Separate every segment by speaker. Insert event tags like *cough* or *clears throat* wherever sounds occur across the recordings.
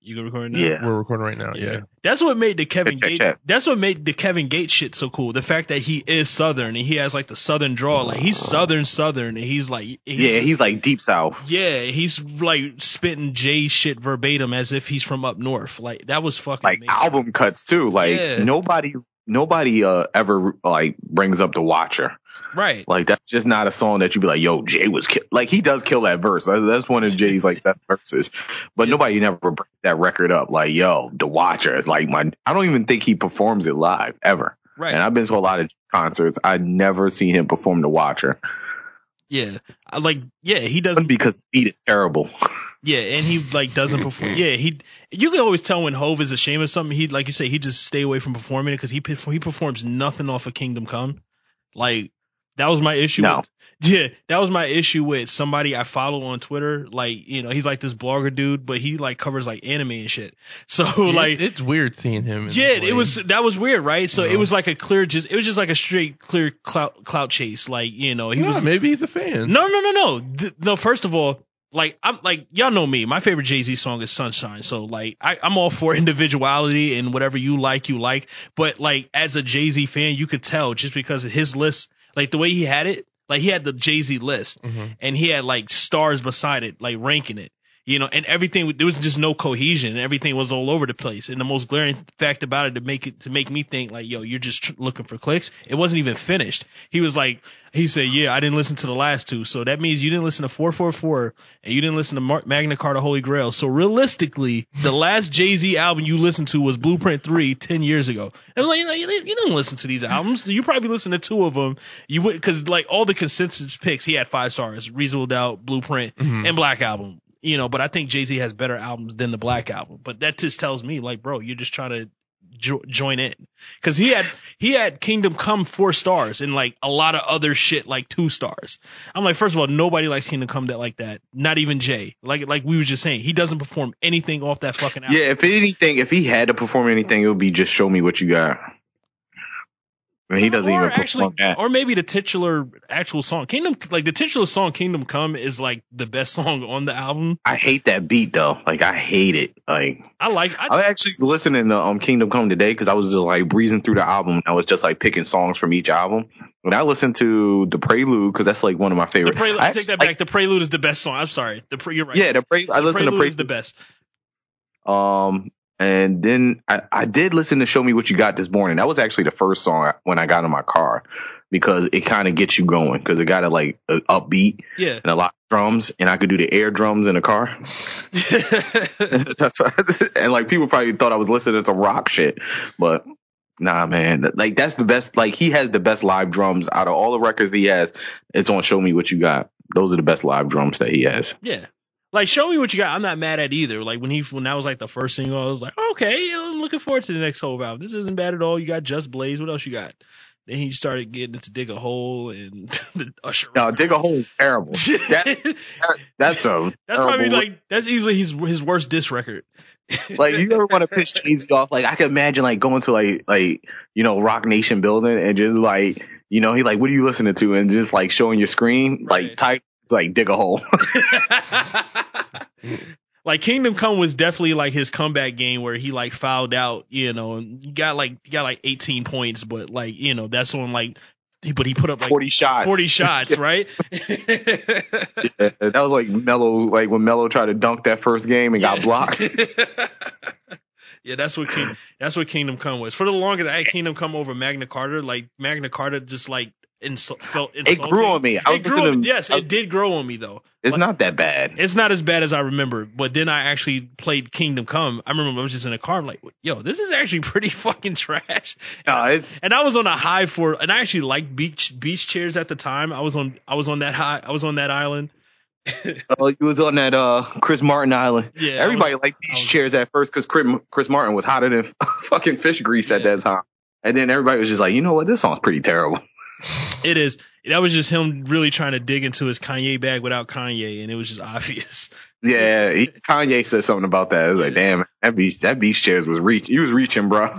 Speaker 1: You can record now.
Speaker 2: Yeah.
Speaker 3: We're recording right now. Yeah.
Speaker 1: That's what made the Kevin
Speaker 2: Check, check,
Speaker 1: Gates.
Speaker 2: check.
Speaker 1: That's what made the Kevin Gates shit so cool. The fact that he is Southern and he has like the Southern draw. Like he's Southern Southern and he's like he's
Speaker 2: Yeah,
Speaker 1: just-
Speaker 2: he's like deep south.
Speaker 1: yeah he's like spitting Jay shit verbatim as if he's from up north. Like that was fucking
Speaker 2: Like
Speaker 1: amazing.
Speaker 2: album cuts too. Like
Speaker 1: Yeah.
Speaker 2: nobody nobody uh, ever like brings up the Watcher.
Speaker 1: right.
Speaker 2: Like that's just not a song that you'd be like, "Yo, Jay was kill-. like he does kill that verse." That's, that's one of Jay's like best verses, but nobody never brings that record up. Like, yo, The Watcher is like my. I don't even think he performs it live ever.
Speaker 1: Right.
Speaker 2: And I've been to a lot of concerts. I never seen him perform The Watcher
Speaker 1: yeah. I, like yeah he doesn't.
Speaker 2: One, because the beat is terrible.
Speaker 1: Yeah, and he like doesn't perform.
Speaker 3: *clears throat*
Speaker 1: Yeah, he. You can always tell when Hove is ashamed of something. He like you say he just stay away from performing it because he perf- he performs nothing off of Kingdom Come. Like that was my issue.
Speaker 2: No.
Speaker 1: With, yeah, that was my issue with somebody I follow on Twitter. Like you know he's like this blogger dude, but he like covers like anime and shit. *laughs* So
Speaker 3: It-
Speaker 1: like
Speaker 3: it's Uh-huh. weird seeing him. in
Speaker 1: yeah,
Speaker 3: this way.
Speaker 1: it was that was weird, right? So
Speaker 3: You
Speaker 1: it
Speaker 3: know.
Speaker 1: was like a clear just it was just like a straight clear clout clout chase. Like you know he
Speaker 3: Yeah,
Speaker 1: was
Speaker 3: maybe he's a fan.
Speaker 1: no, no, no, no. Th- no, first of all, like I'm like y'all know me. My favorite Jay Z song is Sunshine. So like I, I'm all for *laughs* individuality and whatever you like, you like. But like as a Jay Z fan, you could tell just because of his list, like the way he had it, like he had the Jay Z list
Speaker 3: Mhm.
Speaker 1: Mm-hmm. and he had like stars beside it, like ranking it. You know, and everything there was just no cohesion, and everything was all over the place. And the most glaring fact about it to make it to make me think like, yo, you're just tr- looking for clicks. It wasn't even finished. He was like, he said, yeah, I didn't listen to the last two, so that means you didn't listen to 444, and you didn't listen to Mar- Magna Carta Holy Grail. So realistically, the last Jay Z album you listened to was Blueprint Three ten years ago. And like, like, you didn't listen to these albums. You probably listened to two of them. You would because like all the consensus picks, he had five stars: Reasonable Doubt, Blueprint,
Speaker 3: Mhm.
Speaker 1: and Black Album. You know, but I think Jay Z has better albums than the Black Album. But that just tells me, like, bro, you're just trying to jo- join in because he had he had Kingdom Come four stars and like a lot of other shit like two stars. I'm like, first of all, nobody likes Kingdom Come that like that. Not even Jay. Like like we were just saying, he doesn't perform anything off that fucking album.
Speaker 2: yeah, if anything, if he had to perform anything, it would be just show me what you got. I mean, he doesn't
Speaker 1: or
Speaker 2: even perform
Speaker 1: actually,
Speaker 2: that.
Speaker 1: or maybe the titular actual song Kingdom, like the titular song Kingdom Come is like the best song on the album.
Speaker 2: I hate that beat though. Like I hate it. Like
Speaker 1: I like. I,
Speaker 2: I was actually listening to um Kingdom Come today because I was just like breezing through the album. I was just like picking songs from each album. And I listened to the Prelude because that's like one of my
Speaker 1: the
Speaker 2: favorite.
Speaker 1: prelude. I, take
Speaker 2: actually
Speaker 1: that
Speaker 2: like-
Speaker 1: back. The prelude is the best song. I'm sorry. The pre, you're right.
Speaker 2: yeah, the Prelude. I listened
Speaker 1: prelude,
Speaker 2: to
Speaker 1: is the
Speaker 2: Prelude.
Speaker 1: best.
Speaker 2: um, and then I, I did listen to Show Me What You Got this morning. That was actually the first song I, when I got in my car because it kind of gets you going because it got a like a upbeat
Speaker 1: Yeah.
Speaker 2: and a lot of drums and I could do the air drums in the car. *laughs* that's what, and like people probably thought I was listening to some rock shit, but nah, man. That- Like that's the best. Like he has the best live drums out of all the records he has. It's on Show Me What You Got. Those are the best live drums that he has.
Speaker 1: *laughs* yeah. Like show me what you got. I'm not mad at either. Like when he when that was like the first single, I was like, okay, I'm looking forward to the next whole album. This isn't bad at all. You got Just Blaze. What else you got? Then he started getting into Dig a Hole and *laughs* the Usher.
Speaker 2: No, Dig a Hole is terrible. That,
Speaker 1: *laughs*
Speaker 2: that- that's a
Speaker 1: That's
Speaker 2: terrible
Speaker 1: probably like that's easily his his worst diss
Speaker 2: *laughs*
Speaker 1: record.
Speaker 2: like you ever want to piss Jay Z off? Like I could imagine like going to like like you know Rock Nation building and just like you know he like what are you listening to and just like showing your screen
Speaker 1: Right.
Speaker 2: like type it's like dig a hole.
Speaker 1: like Kingdom Come was definitely like his comeback game where he like fouled out, you know, and he got like he got like 18 points, but like you know that's on like he but he put up like 40
Speaker 2: Forty shots.
Speaker 1: shots,
Speaker 2: *laughs*
Speaker 1: right?
Speaker 2: Yeah, that was like Mello, like when Mello tried to dunk that first game and got blocked.
Speaker 1: *laughs* yeah, that's what King, that's what Kingdom Come was. For the longest, I had Kingdom Come over Magna Carta. Like Magna Carta just like insul- felt
Speaker 2: It
Speaker 1: insulted.
Speaker 2: grew on me. I was
Speaker 1: It grew on-
Speaker 2: listening. to-
Speaker 1: yes,
Speaker 2: I was-
Speaker 1: it did grow on me though.
Speaker 2: it's not that bad.
Speaker 1: It's not as bad as I remember, but then I actually played Kingdom Come. I remember I was just in a car, I'm like, yo, this is actually *laughs* pretty fucking trash. *laughs*
Speaker 2: No, it's
Speaker 1: And I was on a high for, and I actually liked beach beach chairs at the time. I was on, I was on that high, I was on that island.
Speaker 2: uh, it was on that uh Chris Martin island.
Speaker 1: Yeah, I
Speaker 2: Everybody
Speaker 1: was-
Speaker 2: liked
Speaker 1: I
Speaker 2: beach
Speaker 1: was-
Speaker 2: chairs at first because Chris, Chris Martin was hotter than *laughs* fucking fish grease at
Speaker 1: Yeah.
Speaker 2: that time. And then everybody was just like, you know what, this song's pretty terrible.
Speaker 1: It is. That was just him really trying to dig into his Kanye bag without Kanye, and it was just obvious. *laughs*
Speaker 2: Yeah, he, Kanye said something about that. It was like, damn, that beach that beach chairs was reach. He was reaching, bro. I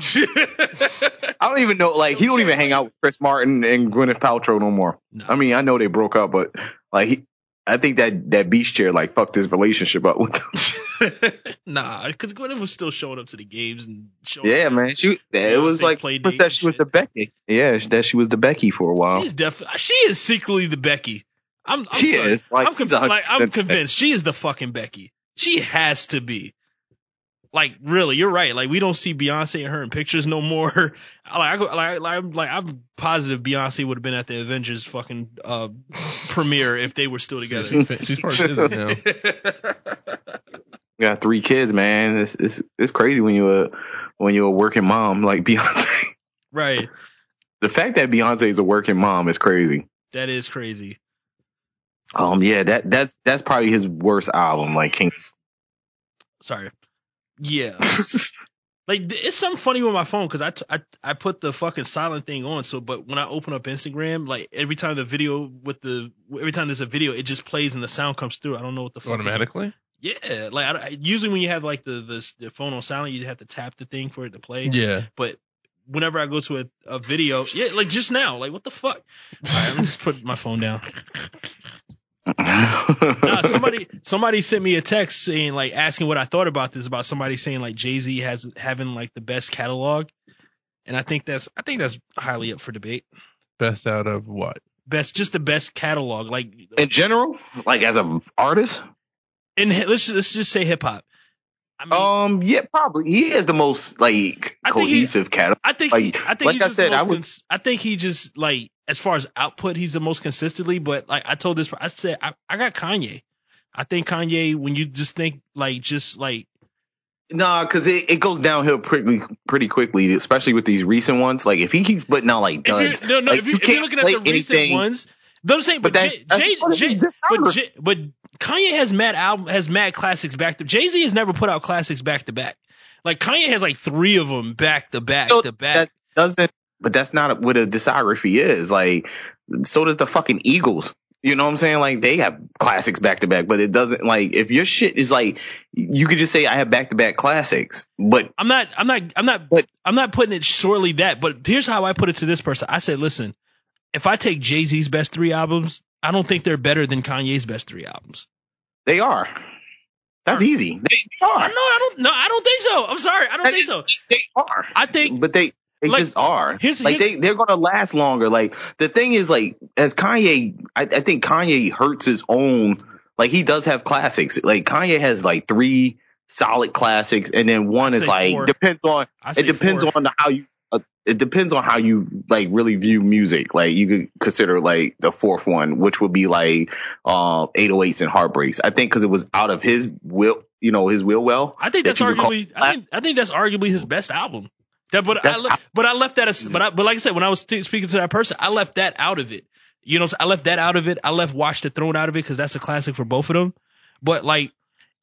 Speaker 2: don't even know. Like he don't even hang out with Chris Martin and Gwyneth Paltrow no more.
Speaker 1: No.
Speaker 2: I mean, I know they broke up, but like, he, I think that that beach chair like fucked his relationship up with them.
Speaker 1: Nah, because Gwen was still showing up to the games and showing.
Speaker 2: Yeah,
Speaker 1: up.
Speaker 2: man. She it
Speaker 1: know,
Speaker 2: was
Speaker 1: they
Speaker 2: like
Speaker 1: play
Speaker 2: was
Speaker 1: date
Speaker 2: that
Speaker 1: and
Speaker 2: she was
Speaker 1: shit.
Speaker 2: the Becky. Yeah, that she was the Becky for a while.
Speaker 1: She's definitely she is secretly the Becky. I'm, I'm
Speaker 2: she
Speaker 1: sorry.
Speaker 2: is like,
Speaker 1: I'm, con-
Speaker 2: she's a hundred
Speaker 1: like, I'm
Speaker 2: percent
Speaker 1: convinced she is the fucking Becky. She has to be. Like really, you're right. Like we don't see Beyonce and her in pictures no more. *laughs* like I go, like, like I'm like I'm positive Beyonce would have been at the Avengers fucking uh, premiere if they were still
Speaker 3: Yeah,
Speaker 1: together. *laughs*
Speaker 2: *laughs*
Speaker 3: she, fa- she's part of Disney now.
Speaker 2: Becky. Got three kids, man. It's it's it's crazy when you're a, when you're a working mom like *laughs* Beyonce.
Speaker 1: right.
Speaker 2: the fact that Beyonce is a working mom is crazy.
Speaker 1: That is crazy.
Speaker 2: Um, yeah, that that's that's probably his worst album, like King.
Speaker 1: Sorry. Yeah.
Speaker 2: *laughs*
Speaker 1: Like th- it's something funny with my phone because I, t- I I put the fucking silent thing on. So, but when I open up Instagram, like every time the video with the every time there's a video, it just plays and the sound comes through. I don't know what *laughs* the fuck. is-
Speaker 3: Automatically?
Speaker 1: Yeah, like I, I- usually when you have like the, the the phone on silent, you have to tap the thing for it to play.
Speaker 3: Yeah.
Speaker 1: But whenever I go to a, a video, yeah, like just now, like what the fuck? All right, I'm gonna just put my phone down. Nah, somebody somebody sent me a text saying like asking what I thought about this about somebody saying like Jay Z has having like the best catalog, and I think that's I think that's highly up for debate.
Speaker 3: Best out of what?
Speaker 1: Best just the best catalog like
Speaker 2: in general, like as an artist,
Speaker 1: in hi- let's let's just say hip hop. I mean,
Speaker 2: um, yeah, probably he is the most like
Speaker 1: Mm-hmm. I think he-
Speaker 2: cohesive catalog.
Speaker 1: I think
Speaker 2: like-
Speaker 1: he, I think
Speaker 2: like
Speaker 1: he's
Speaker 2: I
Speaker 1: just the
Speaker 2: said,
Speaker 1: most
Speaker 2: I would-
Speaker 1: cons- I think he just like as far as output, he's the most consistently. But like I told this, I said I, I got Kanye. I think Kanye when you just think like just like
Speaker 2: Nah, because it, it goes downhill pretty pretty quickly, especially with these recent ones. Like if he keeps putting out like
Speaker 1: If
Speaker 2: duds,
Speaker 1: you're, no, no.
Speaker 2: Like,
Speaker 1: if, you,
Speaker 2: you
Speaker 1: if you're
Speaker 2: can't
Speaker 1: looking at
Speaker 2: play
Speaker 1: the recent
Speaker 2: anything-
Speaker 1: ones, though I'm saying, but
Speaker 2: But
Speaker 1: Jay,
Speaker 2: that's- that's
Speaker 1: Jay,
Speaker 2: part of
Speaker 1: Jay,
Speaker 2: this
Speaker 1: but
Speaker 2: genre.
Speaker 1: Jay, but Kanye has mad album has mad classics back to. Jay Z has never put out classics back to back. Like Kanye has like three of them back to back
Speaker 2: So
Speaker 1: to back.
Speaker 2: that doesn't. But that's not what a discography is. Like so does the fucking Eagles. You know what I'm saying? Like they have classics back to back, but it doesn't like if your shit is like you could just say I have back to back classics, but
Speaker 1: I'm not, I'm not, I'm not,
Speaker 2: But-
Speaker 1: I'm not putting it shortly that. But here's how I put it to this person: I said, listen, if I take Jay Z's best three albums, I don't think they're better than Kanye's best three albums.
Speaker 2: they are. That's easy. They
Speaker 1: I
Speaker 2: are.
Speaker 1: no, I don't, no, I don't think so. I'm sorry, I don't think so.
Speaker 2: They are.
Speaker 1: I think
Speaker 2: but they they
Speaker 1: Like,
Speaker 2: just are.
Speaker 1: here's-
Speaker 2: like
Speaker 1: here's-
Speaker 2: they they're gonna last longer. Like the thing is, like as Kanye, I, I think Kanye hurts his own. Like he does have classics. Like Kanye has like three solid classics, and then one
Speaker 1: I'd
Speaker 2: is
Speaker 1: say
Speaker 2: like
Speaker 1: four.
Speaker 2: depends on
Speaker 1: I say
Speaker 2: it depends
Speaker 1: four.
Speaker 2: on the, how you. Uh, it depends on how you like really view music. Like you could consider like the fourth one, which would be like uh, 808s and heartbreaks. I think because it was out of his will, you know, his will well.
Speaker 1: I think
Speaker 2: that
Speaker 1: that's
Speaker 2: you could call-
Speaker 1: arguably. I think, I think that's arguably his best album. That, but I
Speaker 2: That's-
Speaker 1: le- but I left that. As, but I, but like I said, when I was t- speaking to that person, I left that out of it. You know, so I left that out of it. I left Watch the Throne out of it because that's a classic for both of them. But like,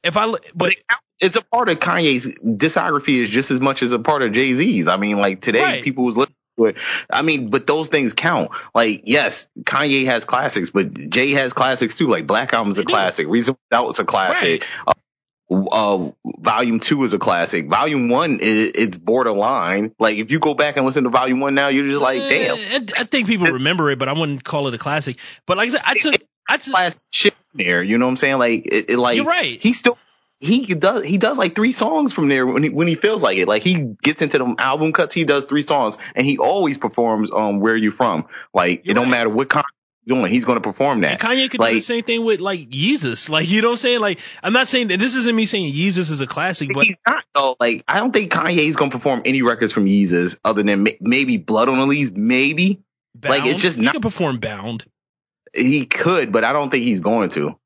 Speaker 1: if I l- but
Speaker 2: but it, it's a part of Kanye's discography is just as much as a part of Jay Z's. I mean, like today,
Speaker 1: Right.
Speaker 2: people was listening to it. I mean, but those things count. Like, yes, Kanye has classics, but Jay has classics too. Like, Black Album's a
Speaker 1: They do.
Speaker 2: classic. Reason Without was a classic. Uh, volume two is a classic. Volume one, i it's borderline. Like, if you go back and listen to Volume one now, you're just like, damn,
Speaker 1: Eh, I, I think people remember it, but I wouldn't call it a classic. But like I said, I took I took.
Speaker 2: classic shit in there. You know what I'm saying? Like, it, it like
Speaker 1: You're right.
Speaker 2: he still he does he does like three songs from there when he when he feels like it. Like he gets into them album cuts, he does three songs, and he always performs um where you from. Like
Speaker 1: You're
Speaker 2: it don't
Speaker 1: right.
Speaker 2: matter what kind of doing, he's gonna perform
Speaker 1: And
Speaker 2: that.
Speaker 1: Kanye could do the
Speaker 2: Like-
Speaker 1: same thing with like Yeezus. Like you know what I'm saying? Like I'm not saying that this isn't me saying Yeezus is a classic, but
Speaker 2: he's not though. Like I don't think Kanye's gonna perform any records from Yeezus other than ma- maybe Blood on the Leaves. Maybe Like, it's
Speaker 1: Bound,
Speaker 2: just
Speaker 1: he
Speaker 2: not-
Speaker 1: could perform Bound.
Speaker 2: he could, but I don't think he's going to.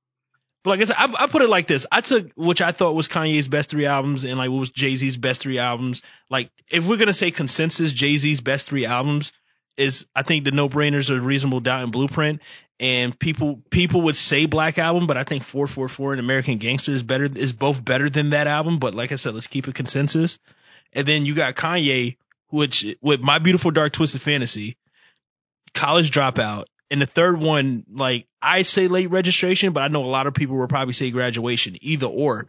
Speaker 1: But like I said, I, I put it like this: I took which I thought was Kanye's best three albums, and like what was Jay Z's best three albums. Like if we're gonna say consensus, Jay Z's best three albums is I think the no brainers are Reasonable Doubt and Blueprint, and people people would say Black Album, but I think Four Four Four and American Gangster is better is both better than that album. But like I said, let's keep it consensus. And then you got Kanye, which with My Beautiful Dark Twisted Fantasy, College Dropout, and the third one, like I say late registration, but I know a lot of people will probably say graduation, either or.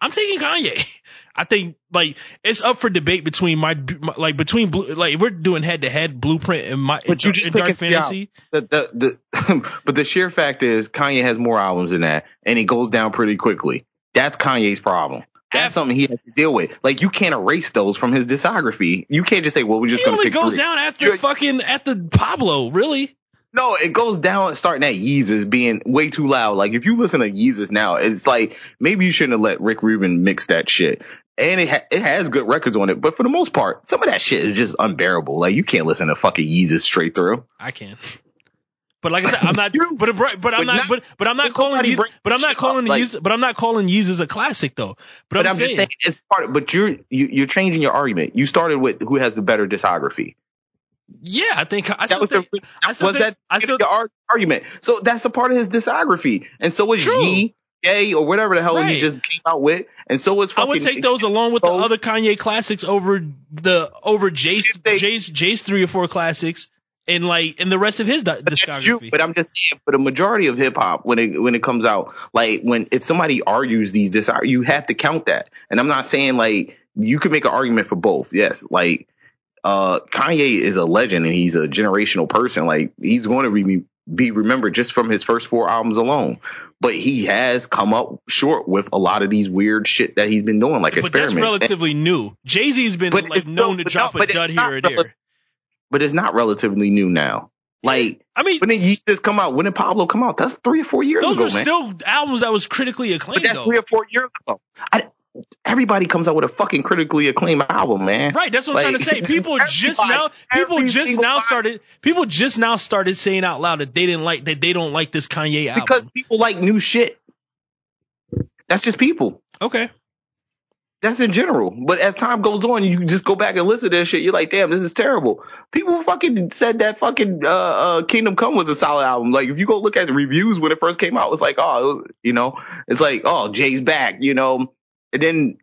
Speaker 1: I'm taking Kanye. *laughs* I think like it's up for debate between my, my like between blue, like if we're doing head to head blueprint and my
Speaker 2: But you
Speaker 1: and,
Speaker 2: just
Speaker 1: and dark
Speaker 2: picking- yeah.
Speaker 1: fantasy.
Speaker 2: The the, the *laughs* but the sheer fact is Kanye has more albums than that, and it goes down pretty quickly. That's Kanye's problem. That's something he has to deal with. Like you can't erase those from his discography. You can't just say, "Well, we're just
Speaker 1: He
Speaker 2: going to
Speaker 1: only
Speaker 2: pick
Speaker 1: goes
Speaker 2: three.
Speaker 1: down after
Speaker 2: You're-
Speaker 1: fucking after Pablo, really.
Speaker 2: No, it goes down starting at Yeezus being way too loud. Like if you listen to Yeezus now, it's like maybe you shouldn't have let Rick Rubin mix that shit. And it ha- it has good records on it, but for the most part, some of that shit is just unbearable. Like you can't listen to fucking Yeezus straight through.
Speaker 1: I can. But like I said, I'm not.
Speaker 2: You-
Speaker 1: but but, but I'm
Speaker 2: but
Speaker 1: not,
Speaker 2: not-
Speaker 1: But but I'm not
Speaker 2: but
Speaker 1: calling.
Speaker 2: nobody
Speaker 1: Yeezus,
Speaker 2: brings
Speaker 1: but I'm not
Speaker 2: shit
Speaker 1: calling.
Speaker 2: up, like-
Speaker 1: Yeezus, but I'm not calling Yeezus a classic though. But,
Speaker 2: But I'm, just saying it's part. Of, but you're you, you're changing your argument. You started with who has the better discography.
Speaker 1: yeah, I think I
Speaker 2: That
Speaker 1: still
Speaker 2: was
Speaker 1: think.
Speaker 2: the,
Speaker 1: I still
Speaker 2: was
Speaker 1: think,
Speaker 2: that
Speaker 1: I still
Speaker 2: the ar- argument. So that's a part of his discography, and so is
Speaker 1: True.
Speaker 2: Yee, Yay, or whatever the hell
Speaker 1: Right.
Speaker 2: he just came out with, and so is
Speaker 1: I
Speaker 2: fucking.
Speaker 1: would take those along with the
Speaker 2: those-
Speaker 1: other Kanye classics over the over Jay's
Speaker 2: If they-
Speaker 1: Jay's Jay's three or four classics and like and the rest of his di-
Speaker 2: But that's you.
Speaker 1: discography.
Speaker 2: But I'm just saying, for the majority of hip hop, when it when it comes out, like when if somebody argues these dis, you have to count that. And I'm not saying like you can make an argument for both. Yes, like uh Kanye is a legend and he's a generational person. Like he's going to re- be remembered just from his first four albums alone. But he has come up short with a lot of these weird shit that he's been doing, like
Speaker 1: But that's
Speaker 2: experiments.
Speaker 1: relatively new. Jay Z's been
Speaker 2: But
Speaker 1: like
Speaker 2: it's
Speaker 1: known
Speaker 2: still-
Speaker 1: to
Speaker 2: but
Speaker 1: drop
Speaker 2: no,
Speaker 1: a
Speaker 2: but it's
Speaker 1: dud
Speaker 2: not
Speaker 1: here or
Speaker 2: rela-
Speaker 1: there.
Speaker 2: but it's not relatively new now. Like
Speaker 1: I mean,
Speaker 2: when did Yeezus come out? When did Pablo come out? That's three or four years
Speaker 1: those
Speaker 2: ago,
Speaker 1: were
Speaker 2: man.
Speaker 1: still albums that was critically acclaimed
Speaker 2: But that's
Speaker 1: though.
Speaker 2: three or four years ago. I, everybody comes out with a fucking critically acclaimed album, man.
Speaker 1: Right, that's what I'm
Speaker 2: Like,
Speaker 1: trying to say.
Speaker 2: *laughs*
Speaker 1: People just
Speaker 2: everybody-
Speaker 1: now, people
Speaker 2: every
Speaker 1: just
Speaker 2: single
Speaker 1: now
Speaker 2: body-
Speaker 1: started, people just now started saying out loud that they didn't like that they don't like this Kanye album.
Speaker 2: Because people like new shit. That's just people. *laughs*
Speaker 1: okay,
Speaker 2: That's in general. But as time goes on, you just go back and listen to this shit. You're like, damn, this is terrible. People fucking said that fucking uh, uh, Kingdom Come was a solid album. Like, if you go look at the reviews when it first came out, it's like, oh, it was, you know, it's like, oh, Jay's back, you know. And then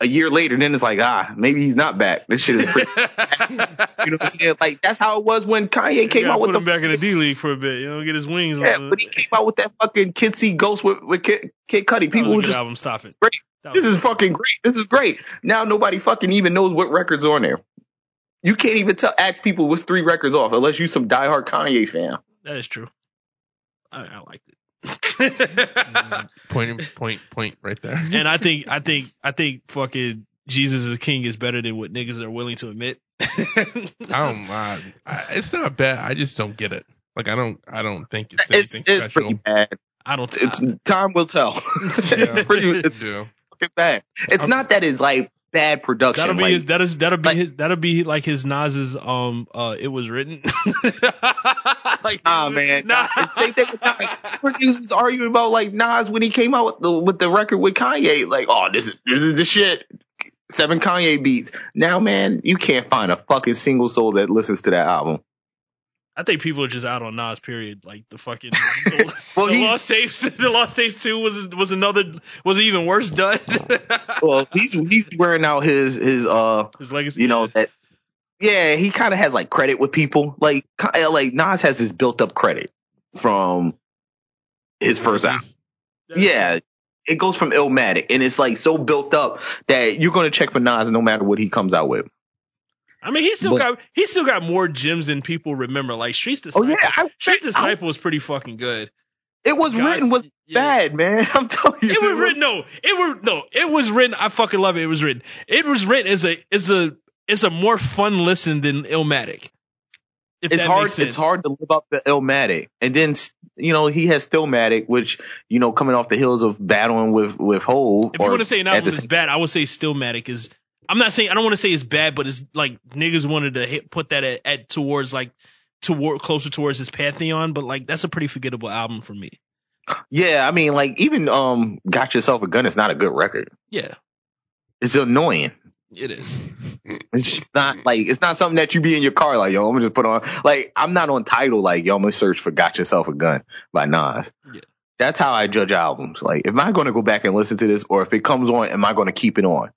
Speaker 2: a year later, then it's like, ah, maybe he's not back. This shit is pretty
Speaker 1: *laughs*
Speaker 2: You know what I'm saying? Like that's how it was when Kanye *laughs* came out with the
Speaker 1: back in the D League for a bit. You know, get his wings.
Speaker 2: yeah, when he came out with that fucking Kid See Ghost with, with Kid, Kid Cudi. People were just
Speaker 1: album. Stop it.
Speaker 2: Great. this is fucking great. This is great. Now nobody fucking even knows what records on there. You can't even tell ask people what's three records off unless you some diehard Kanye fan.
Speaker 1: that is true. I, I liked it. *laughs*
Speaker 3: Point, point, point, right there.
Speaker 1: Mm-hmm. and I think I think I think fucking Jesus is King is better than what niggas are willing to admit.
Speaker 3: *laughs*
Speaker 1: *laughs*
Speaker 3: I don't mind. I, it's not bad. I just don't get it. Like I don't. I don't think it's
Speaker 2: It's
Speaker 3: anything
Speaker 2: it's pretty
Speaker 3: special.
Speaker 2: bad.
Speaker 1: I don't.
Speaker 2: It's, time
Speaker 1: *laughs*
Speaker 2: will tell. *laughs*
Speaker 3: Yeah.
Speaker 2: it's pretty it's
Speaker 3: Yeah.
Speaker 2: fucking bad. It's
Speaker 3: I'm-
Speaker 2: not that it's like bad production.
Speaker 1: That'll be
Speaker 2: like,
Speaker 1: his. That is. That'll be
Speaker 2: like-
Speaker 1: his. That'll be like his Nas's. Um. Uh. It was written. *laughs* like,
Speaker 2: Nah, man.
Speaker 1: Nah.
Speaker 2: Nah. Same thing with Nas. Producers was arguing about like Nas when he came out with the, with the record with Kanye. Like, oh, this is this is the shit. Seven Kanye beats. Now, man, you can't find a fucking single soul that listens to that album.
Speaker 1: I think people are just out on Nas. Period. Like the fucking.
Speaker 2: *laughs* Well,
Speaker 1: the
Speaker 2: he's
Speaker 1: lost tapes. *laughs* The lost tapes too was was another was an even worse
Speaker 2: *laughs*
Speaker 1: dud.
Speaker 2: well, he's he's wearing out his his uh,
Speaker 1: His legacy.
Speaker 2: you know that. Yeah, he kind of has like credit with people. Like, Ki- like Nas has this built up credit from his first album. Yeah. It goes from Illmatic and it's like so built up that you're gonna check for Nas no matter what he comes out with.
Speaker 1: I mean, he still
Speaker 2: But-
Speaker 1: got he still got more gems than people remember. Like Streets
Speaker 2: Oh
Speaker 1: Disciple.
Speaker 2: yeah, I,
Speaker 1: Streets Disciple was pretty fucking good.
Speaker 2: it was
Speaker 1: Guys-
Speaker 2: written was
Speaker 1: yeah.
Speaker 2: bad, man. *laughs* I'm telling
Speaker 1: *laughs*
Speaker 2: you,
Speaker 1: It was written. No, it was no. It was written. I fucking love it. It was written. It was written as a is a is a more fun listen than Illmatic. If
Speaker 2: It's
Speaker 1: that
Speaker 2: hard.
Speaker 1: makes sense.
Speaker 2: It's hard to live up to Illmatic, and then you know he has Stillmatic, which you know coming off the heels of battling with with Hove.
Speaker 1: If you
Speaker 2: or
Speaker 1: want to say an
Speaker 2: at
Speaker 1: album
Speaker 2: the
Speaker 1: is
Speaker 2: same-
Speaker 1: bad, I would say Stillmatic is. I'm not saying I don't want to say it's bad, but it's like niggas wanted to hit, put that at, at towards like toward closer towards his pantheon, but like that's a pretty forgettable album for me.
Speaker 2: yeah, I mean, like even um, got yourself a gun is not a good record.
Speaker 1: Yeah,
Speaker 2: It's annoying.
Speaker 1: it is.
Speaker 2: It's just
Speaker 1: Mm-hmm.
Speaker 2: not like it's not something that you be in your car like yo. I'm gonna just put on like I'm not on title like yo. I'm gonna search for "Got Yourself a Gun" by Nas.
Speaker 1: Yeah.
Speaker 2: That's how I judge albums. Like, am I gonna go back and listen to this, or if it comes on, am I gonna keep it on?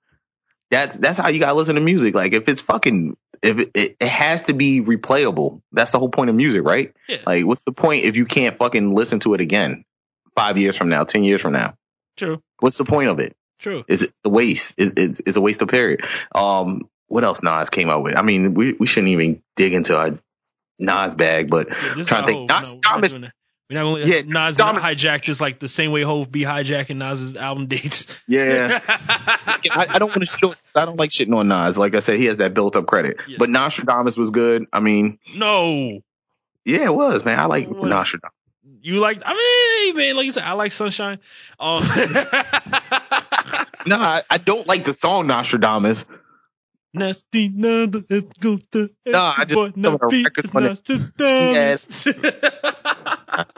Speaker 2: That's that's how you gotta listen to music. Like, if it's fucking, if it, it, it has to be replayable. That's the whole point of music, right?
Speaker 1: Yeah.
Speaker 2: Like, what's the point if you can't fucking listen to it again five years from now, ten years from now?
Speaker 1: True.
Speaker 2: What's the point of it?
Speaker 1: True.
Speaker 2: It's, it's a waste. It's, it's, it's a waste of period. Um, what else Nas came out with? I mean, we we shouldn't even dig into our Nas bag, but
Speaker 1: Yeah, this is
Speaker 2: Trying to
Speaker 1: our whole-
Speaker 2: think. Nas
Speaker 1: we're not
Speaker 2: Thomas-
Speaker 1: doing that. We're not gonna let
Speaker 2: Yeah,
Speaker 1: Nas
Speaker 2: Dom is-
Speaker 1: hijack this like the same way Hove be hijacking Nas's album dates.
Speaker 2: Yeah. *laughs* I, I don't want to steal. I don't like shitting on Nas. Like I said, he has that built up credit.
Speaker 1: Yeah.
Speaker 2: But Nostradamus was good. I mean,
Speaker 1: *laughs* no.
Speaker 2: yeah, it was, man. I like
Speaker 1: It was.
Speaker 2: Nostradamus.
Speaker 1: You like I mean, man, like you said, I like sunshine. Um
Speaker 2: *laughs* No, I, I don't like the song Nostradamus.
Speaker 1: Nasty Nanda, let's go to
Speaker 2: Nah, I just-
Speaker 1: boy,
Speaker 2: some of the
Speaker 1: not be-
Speaker 2: records when it-
Speaker 1: Nostradamus.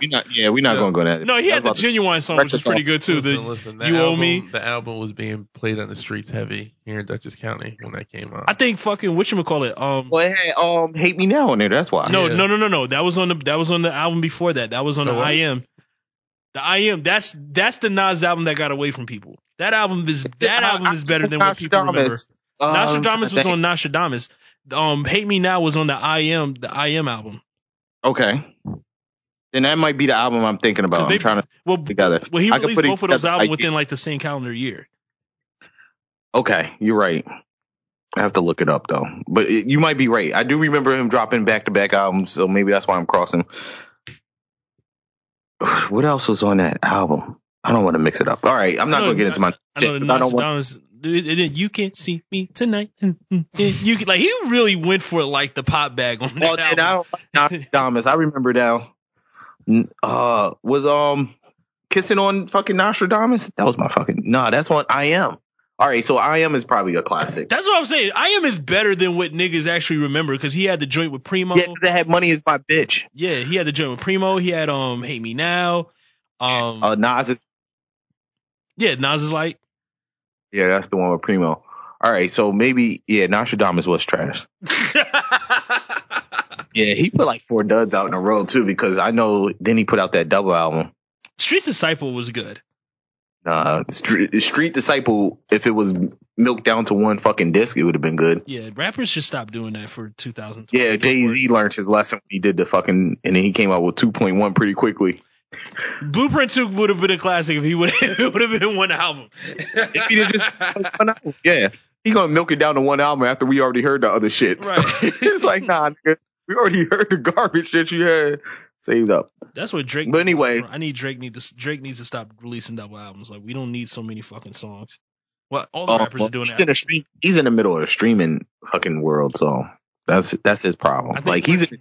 Speaker 2: We're not, yeah, we're not
Speaker 3: Yeah.
Speaker 2: going to go
Speaker 1: *laughs*
Speaker 2: that.
Speaker 1: No, he had the
Speaker 2: That's about
Speaker 1: genuine song, which is pretty good too.
Speaker 3: Listen,
Speaker 1: The,
Speaker 3: listen, the
Speaker 1: You Owe
Speaker 3: album-
Speaker 1: Me.
Speaker 3: The album was being played on the streets heavy here in Dutchess County when that came out.
Speaker 1: I think fucking whatchamacallit, um
Speaker 2: it. Well, it had, um, hate me now on there. That's why.
Speaker 1: No,
Speaker 3: Yeah.
Speaker 1: no, no, no, no. That was on the that was on the album before that. That was on
Speaker 3: The
Speaker 1: the
Speaker 3: what?
Speaker 1: I Am. The I Am. That's that's the Nas album that got away from people. That album is that
Speaker 2: I-
Speaker 1: album
Speaker 2: I
Speaker 1: is better
Speaker 2: like
Speaker 1: than what people remember.
Speaker 2: Nostradamus. Um,
Speaker 1: Nostradamus was
Speaker 2: I
Speaker 1: on Nostradamus. Um, Hate Me Now was on the I Am the I Am album.
Speaker 2: Okay. Then that might be the album I'm thinking about.
Speaker 1: 'Cause
Speaker 2: I'm
Speaker 1: they-
Speaker 2: trying to put
Speaker 1: Well,
Speaker 2: together.
Speaker 1: well, he
Speaker 2: I could
Speaker 1: released
Speaker 2: put it
Speaker 1: both of those
Speaker 2: together,
Speaker 1: albums
Speaker 2: like-
Speaker 1: within like the same calendar year.
Speaker 2: Okay, you're right. I have to look it up though. But it, you might be right. I do remember him dropping back to back albums, so maybe that's why I'm crossing. *sighs* What else was on that album? I don't want to mix it up. All right, I'm not
Speaker 1: I know-
Speaker 2: going to get into my
Speaker 1: I know
Speaker 2: shit.
Speaker 1: the
Speaker 2: 'cause I don't want.
Speaker 1: Nostradamus. it- it- it- You can't see me tonight. *laughs* you can, like he really went for like the pop bag on that
Speaker 2: *laughs* Well,
Speaker 1: album.
Speaker 2: then I don't like *laughs* Nostradamus. I remember now. N- Uh, was um kissing on fucking Nostradamus? That was my fucking. Nah, that's on I am. All right, so I am is probably a classic.
Speaker 1: That's what I'm saying. I am is better than what niggas actually remember because he had the joint with Primo.
Speaker 2: Yeah,
Speaker 1: Yeah.
Speaker 2: 'cause it had money is my bitch.
Speaker 1: he had the joint with Primo. He had um Hate Me Now. Um,
Speaker 2: Uh, Nas is
Speaker 1: yeah, Nas is like *laughs*
Speaker 2: Yeah, that's the one with Primo. All right, so maybe yeah, Nostradamus was trash. Yeah, he put like four duds out in a row too because I know then he put out that double album.
Speaker 1: Street Disciple was good.
Speaker 2: Uh, Street, Street Disciple, if it was milked down to one fucking disc, it would have been good.
Speaker 1: Yeah, rappers should stop doing that for 2000.
Speaker 2: Yeah, Jay Z learned his lesson when he did the fucking, and then he came out with two point one
Speaker 1: *laughs*
Speaker 2: pretty quickly.
Speaker 1: Blueprint 2 would have been a classic if he would it would have *laughs* been one album.
Speaker 2: If he did just one album, yeah, he gonna milk it down to one album after we already heard the other shit. So
Speaker 1: Right.
Speaker 2: *laughs* it's like nah, nigga, we already heard the garbage shit you had saved up.
Speaker 1: *laughs* That's what Drake.
Speaker 2: But anyway,
Speaker 1: I need Drake need to Drake needs to stop releasing double albums. Like we don't need so many fucking songs. Well, all the
Speaker 2: Oh,
Speaker 1: rappers
Speaker 2: well,
Speaker 1: are doing
Speaker 2: he's
Speaker 1: that.
Speaker 2: in a stream, he's in the middle of the streaming fucking world, so that's that's his
Speaker 1: I
Speaker 2: problem.
Speaker 1: think-
Speaker 2: Like he's in,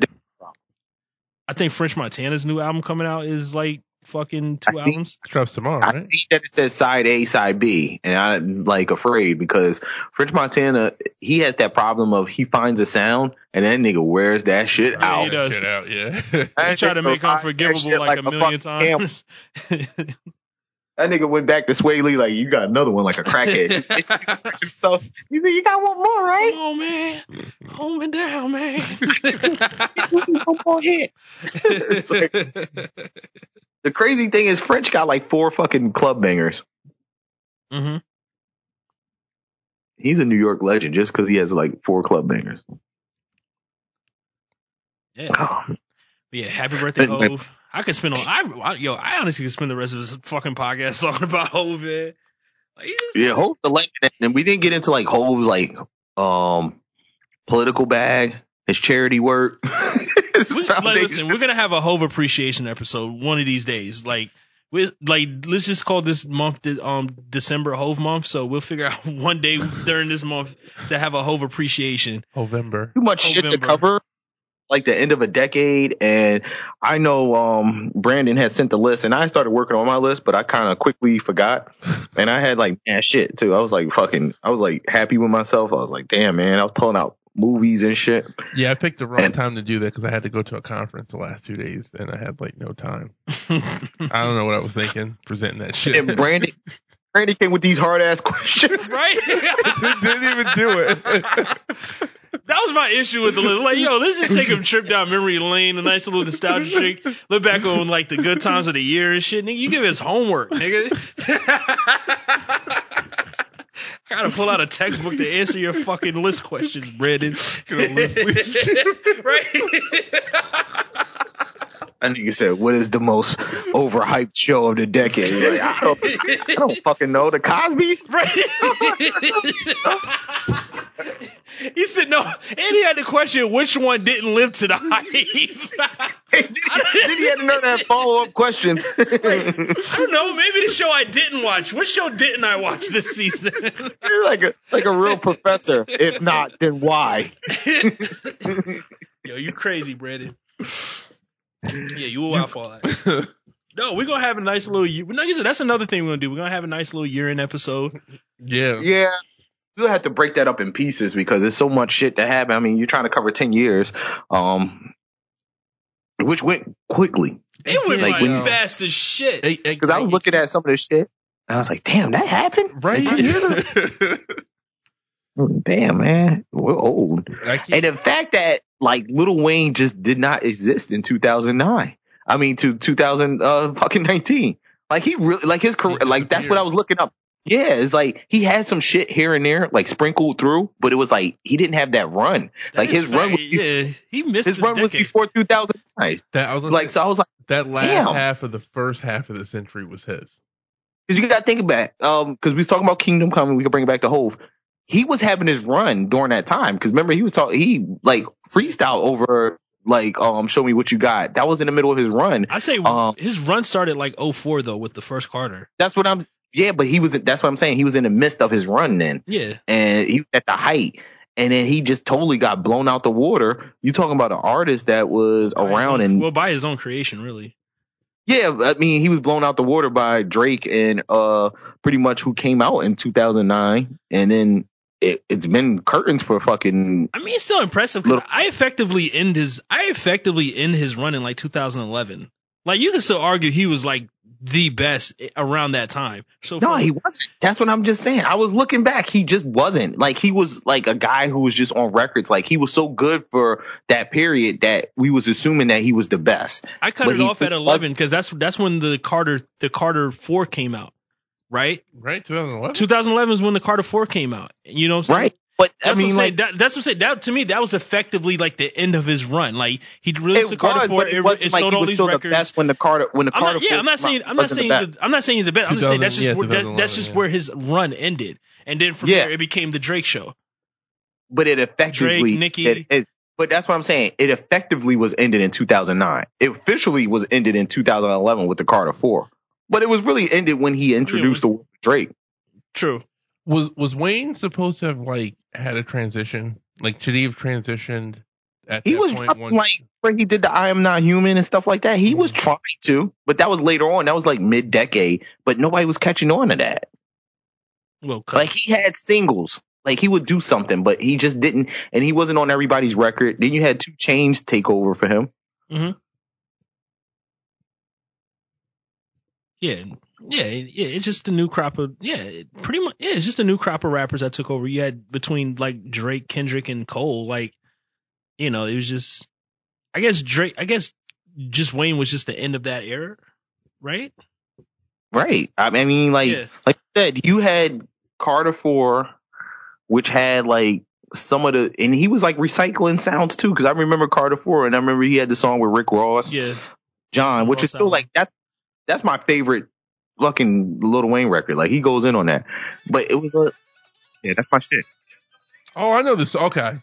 Speaker 1: I think French Montana's new album coming out is like fucking two
Speaker 2: I see.
Speaker 1: albums.
Speaker 3: drops tomorrow,
Speaker 2: I
Speaker 3: right?
Speaker 2: see that it says side A, side B, and I'm like afraid because French Montana he has that problem of he finds a sound and that nigga wears that shit
Speaker 1: Yeah, he
Speaker 2: out.
Speaker 1: does.
Speaker 3: Shit out, yeah.
Speaker 1: They try to make
Speaker 2: That nigga
Speaker 1: unforgivable
Speaker 2: wears that
Speaker 1: like, a
Speaker 2: shit like a
Speaker 1: million
Speaker 2: fucking camel.
Speaker 1: times.
Speaker 2: That nigga went back to Sway Lee like you got another one like
Speaker 1: *laughs*
Speaker 2: a crackhead. *laughs* so he said you got one more, *laughs* right?
Speaker 1: oh man, *laughs* home and down,
Speaker 2: *laughs*
Speaker 1: man.
Speaker 2: one more hit. *laughs* It's like- the crazy thing is French got like four fucking club bangers.
Speaker 1: hmm
Speaker 2: He's a New York legend just because he has like four club bangers.
Speaker 1: Yeah, But yeah. Happy birthday,
Speaker 2: Anyway.
Speaker 1: Hove. I could spend on. I, I yo, I honestly could spend the rest of this fucking podcast *laughs* talking about Hove. Man. Like, he's just-
Speaker 2: Yeah, Hove's the legend, and we didn't get into like Hove's like um political bag, his charity work. *laughs* his
Speaker 1: we, like,
Speaker 2: foundation.
Speaker 1: listen, we're gonna have a Hove appreciation episode one of these days. Like, we like let's just call this month the, um December Hove month. So we'll figure out *laughs* one day during this month to have a Hove appreciation. *laughs*
Speaker 3: November.
Speaker 2: Too much shit to
Speaker 1: November.
Speaker 2: cover. Like the end of a decade, and I know um Brandon had sent the list, and I started working on my list, but I kind of
Speaker 1: *laughs*
Speaker 2: quickly forgot, and I had like man shit too. I was like fucking, I was like happy with myself. I was like, damn man, I was pulling out movies and shit.
Speaker 3: Yeah, I picked the wrong
Speaker 2: And-
Speaker 3: time to do that because I had to go to a conference the last two days and I had like no time. I don't know what I was thinking presenting that shit.
Speaker 1: *laughs*
Speaker 2: And Brandon, Brandon came with these hard ass *laughs* questions.
Speaker 1: right?
Speaker 3: *laughs*
Speaker 1: *laughs*
Speaker 3: Didn't even do it. *laughs*
Speaker 1: That was my issue with the list. Like, yo, let's just take a trip down memory lane, a nice little nostalgia trick. Look back on like the good times of the year and shit. Nigga, you give us homework, nigga. *laughs* I gotta pull out a textbook to answer your fucking list questions, Brandon. right?
Speaker 2: That nigga said, "What is the most overhyped show of the decade?" Like, I, don't, I don't fucking know. The Cosby's.
Speaker 1: *laughs* Right. he said no, and he had to question which one didn't live to the hype. *laughs*
Speaker 2: then he had to know that follow up questions.
Speaker 1: I don't know. Maybe the show I didn't watch. What show didn't I watch this season?
Speaker 2: like a like a real professor. If not, then why?
Speaker 1: *laughs* Yo, you crazy, *laughs* Brandon. Yeah, you will out for all that. No, we're gonna have a nice little year. Like I said, that's another thing we're gonna do. We're gonna have a nice little year in episode.
Speaker 3: yeah.
Speaker 2: Yeah. You'll have to break that up in pieces because there's so much shit that happened. I mean, you're trying to cover ten years, um, which went quickly.
Speaker 1: It went
Speaker 2: Like,
Speaker 1: like,
Speaker 2: when you-
Speaker 1: fast as shit.
Speaker 3: It- it-
Speaker 2: Because I was looking at some of this shit, and I was like, "Damn, that happened!
Speaker 3: right.
Speaker 2: In 10 years? *laughs* Damn, man, we're old."
Speaker 3: I keep-
Speaker 2: And the fact that like Little Wayne just did not exist in 2009. I mean, to 2000 uh, fucking 19. Like he really like his career.
Speaker 3: He
Speaker 2: Like that's what I was looking up. Yeah, it's like he had some shit here and there, like sprinkled through, but it was like he didn't have that run.
Speaker 1: That
Speaker 2: Like
Speaker 1: is
Speaker 2: his run,
Speaker 1: fact.
Speaker 2: was,
Speaker 1: yeah, he missed
Speaker 2: his run was
Speaker 1: decade.
Speaker 2: before 2009.
Speaker 3: that I was
Speaker 2: Like
Speaker 3: like
Speaker 2: so, I was like,
Speaker 3: that last
Speaker 2: damn.
Speaker 3: half of the first half of the century was his.
Speaker 2: because you got to think about, um, because we was talking about Kingdom Come, we can bring it back to Hove. He was having his run during that time because remember he was talking, he like freestyle over like um, show me what you got. That was in the middle of his run.
Speaker 1: I say
Speaker 2: Um,
Speaker 1: his run started like 04 though with the first Carter.
Speaker 2: That's what I'm. Yeah, but he was. That's what I'm saying. He was in the midst of his run then,
Speaker 1: Yeah,
Speaker 2: and he was at the height, and then he just totally got blown out the water. You talking about an artist that was
Speaker 1: By his
Speaker 2: around
Speaker 1: own-
Speaker 2: and
Speaker 1: well by his own creation really.
Speaker 2: yeah, I mean he was blown out the water by Drake and uh pretty much who came out in 2009, and then it, it's been curtains for fucking
Speaker 1: I mean, it's still impressive. 'cause
Speaker 2: Little-
Speaker 1: I effectively end his I effectively end his run in like 2011. Like you can still argue he was like the best around that time. So
Speaker 2: No,
Speaker 1: for-
Speaker 2: he wasn't. That's what I'm just saying. I was looking back. He just wasn't. Like he was like a guy who was just on records. Like he was so good for that period that we was assuming that he was the best.
Speaker 1: I cut
Speaker 2: But
Speaker 1: it
Speaker 2: he-
Speaker 1: off at
Speaker 2: he was-
Speaker 1: 11 because that's that's when the Carter the Carter Four came out, right?
Speaker 3: Right, 2011.
Speaker 1: 2011 is when the Carter Four came out. You know what I'm saying?
Speaker 2: Right. But
Speaker 1: That's
Speaker 2: I
Speaker 1: what
Speaker 2: mean
Speaker 1: I'm
Speaker 2: like
Speaker 1: saying. That, that's what I'm saying. That to me, that was effectively like the end of his run. Like he released the
Speaker 2: it
Speaker 1: Carter
Speaker 2: was,
Speaker 1: Four,
Speaker 2: but
Speaker 1: it,
Speaker 2: it
Speaker 1: it
Speaker 2: wasn't like
Speaker 1: sold
Speaker 2: he
Speaker 1: all
Speaker 2: was
Speaker 1: these
Speaker 2: still the
Speaker 1: records.
Speaker 2: best when the Carter when the
Speaker 1: I'm
Speaker 2: Carter.
Speaker 1: not, yeah, I'm not saying I'm not
Speaker 2: wasn't the
Speaker 1: saying
Speaker 2: best.
Speaker 1: that, I'm not saying he's the best. I'm just saying that's just
Speaker 3: 2000
Speaker 1: where,
Speaker 3: yeah,
Speaker 1: that, that's just
Speaker 3: 2011,
Speaker 1: where his run ended, and then from
Speaker 2: Yeah.
Speaker 1: there it became the Drake show.
Speaker 2: but it effectively
Speaker 1: Drake, Nicki.
Speaker 2: It, it- but that's what I'm saying. It effectively was ended in 2009. It officially was ended in 2011 with the Carter Four. But it was really ended when he introduced the word Drake.
Speaker 1: True.
Speaker 3: Was was Wayne supposed to have like had a transition? Like should he have transitioned at
Speaker 2: He
Speaker 3: that
Speaker 2: was
Speaker 3: point
Speaker 2: dropping,
Speaker 3: once-
Speaker 2: like when he did the I Am Not Human and stuff like that. He
Speaker 1: Mm-hmm.
Speaker 2: was trying to, but that was later on. That was like mid decade, but nobody was catching on to that.
Speaker 1: Well, 'cause-
Speaker 2: Like he had singles. Like he would do something, but he just didn't, and he wasn't on everybody's record. Then you had two chains take over for him.
Speaker 1: yeah, yeah, it- yeah. It's just a new crop of yeah, it- pretty much. Yeah, it's just a new crop of rappers that took over. You had between like Drake, Kendrick, and Cole. Like, you know, it was just. I guess Drake. I guess just Wayne was just the end of that era, right?
Speaker 2: Right. I I mean, like,
Speaker 1: Yeah.
Speaker 2: like you said, you had Carter Four, which had like some of the, and he was like recycling sounds too. Because I remember Carter Four, and I remember he had the song with Rick Ross,
Speaker 1: Yeah.
Speaker 2: John, which
Speaker 1: Ross
Speaker 2: is still
Speaker 1: album.
Speaker 2: like that's that's my favorite fucking Little Wayne record. Like he goes in on that, but it was a yeah, that's my shit.
Speaker 3: Oh, I know this. Okay,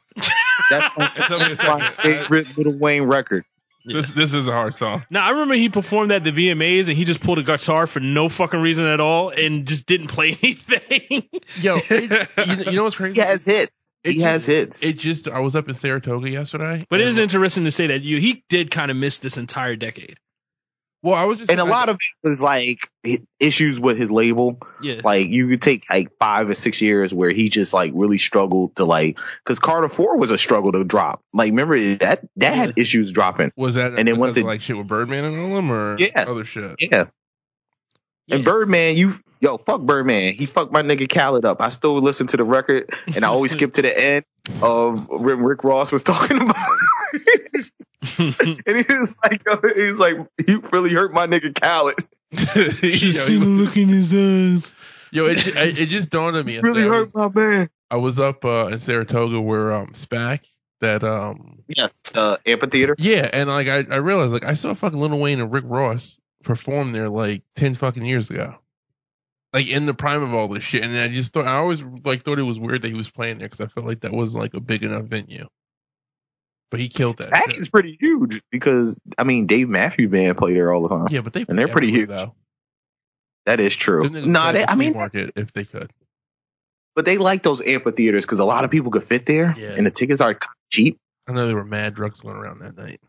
Speaker 1: *laughs*
Speaker 2: That's my,
Speaker 3: It
Speaker 2: *laughs*
Speaker 3: took me a
Speaker 2: that's my
Speaker 3: second.
Speaker 2: favorite Little Wayne record.
Speaker 3: this this is a hard song.
Speaker 1: Now I remember he performed at the VMAs and he just pulled a guitar for no fucking reason at all and just didn't play *laughs* anything. *laughs*
Speaker 3: Yo, it, you, know- you know what's
Speaker 2: He
Speaker 3: crazy?
Speaker 2: has hits.
Speaker 3: It
Speaker 2: He has
Speaker 3: just-
Speaker 2: hits.
Speaker 3: It just I was up in Saratoga yesterday,
Speaker 1: But it
Speaker 3: and-
Speaker 1: is interesting to say that you he did kind of miss this entire decade.
Speaker 3: Well, I was just
Speaker 2: And a lot of it was like issues with his label.
Speaker 1: Yeah. *laughs*
Speaker 2: *laughs* like you could take like five or six years where he just like really struggled to like because Carter Four was a struggle to drop. Like remember that that had issues dropping.
Speaker 3: was that
Speaker 2: and then once
Speaker 3: because of,
Speaker 2: it-
Speaker 3: like shit with Birdman and all them or
Speaker 2: Yeah.
Speaker 1: *laughs*
Speaker 3: other shit.
Speaker 2: Yeah. And
Speaker 1: Yeah.
Speaker 2: Birdman, you yo fuck Birdman. He fucked my nigga Khaled up. I still listen to the record and I
Speaker 3: *laughs*
Speaker 2: always skip to the end of when Rick Ross was *laughs* talking about. and he was like, yo, he's like, you really hurt my nigga Khaled.
Speaker 3: you know,
Speaker 1: look in his eyes.
Speaker 3: yo, it, ju- it, it just dawned on me.
Speaker 2: You really
Speaker 3: I was,
Speaker 2: hurt my man.
Speaker 3: I was up uh, in Saratoga where um SPAC that um
Speaker 2: Yes, uh, amphitheater.
Speaker 3: yeah, and like I, I realized like I saw fucking Lil Wayne and Rick Ross perform there like ten fucking years ago. Like in the prime of all this shit, and I just thought I always like thought it was weird that he was playing there because I felt like that wasn't like a big enough venue. but he killed that.
Speaker 2: Act
Speaker 3: shit.
Speaker 2: is pretty huge because I mean Dave Matthews Band play there all the time.
Speaker 3: yeah, but they
Speaker 2: and they're pretty
Speaker 3: everywhere,
Speaker 2: huge.
Speaker 3: though.
Speaker 2: That is true.
Speaker 3: Them niggas
Speaker 2: Nah,
Speaker 3: play
Speaker 2: they,
Speaker 3: at the
Speaker 2: I
Speaker 3: flea
Speaker 2: mean,
Speaker 3: market if they could.
Speaker 2: but they like those amphitheaters because a lot of people could fit there,
Speaker 3: Yeah.
Speaker 2: and the tickets are kinda cheap.
Speaker 3: I know there were mad drugs going around that night.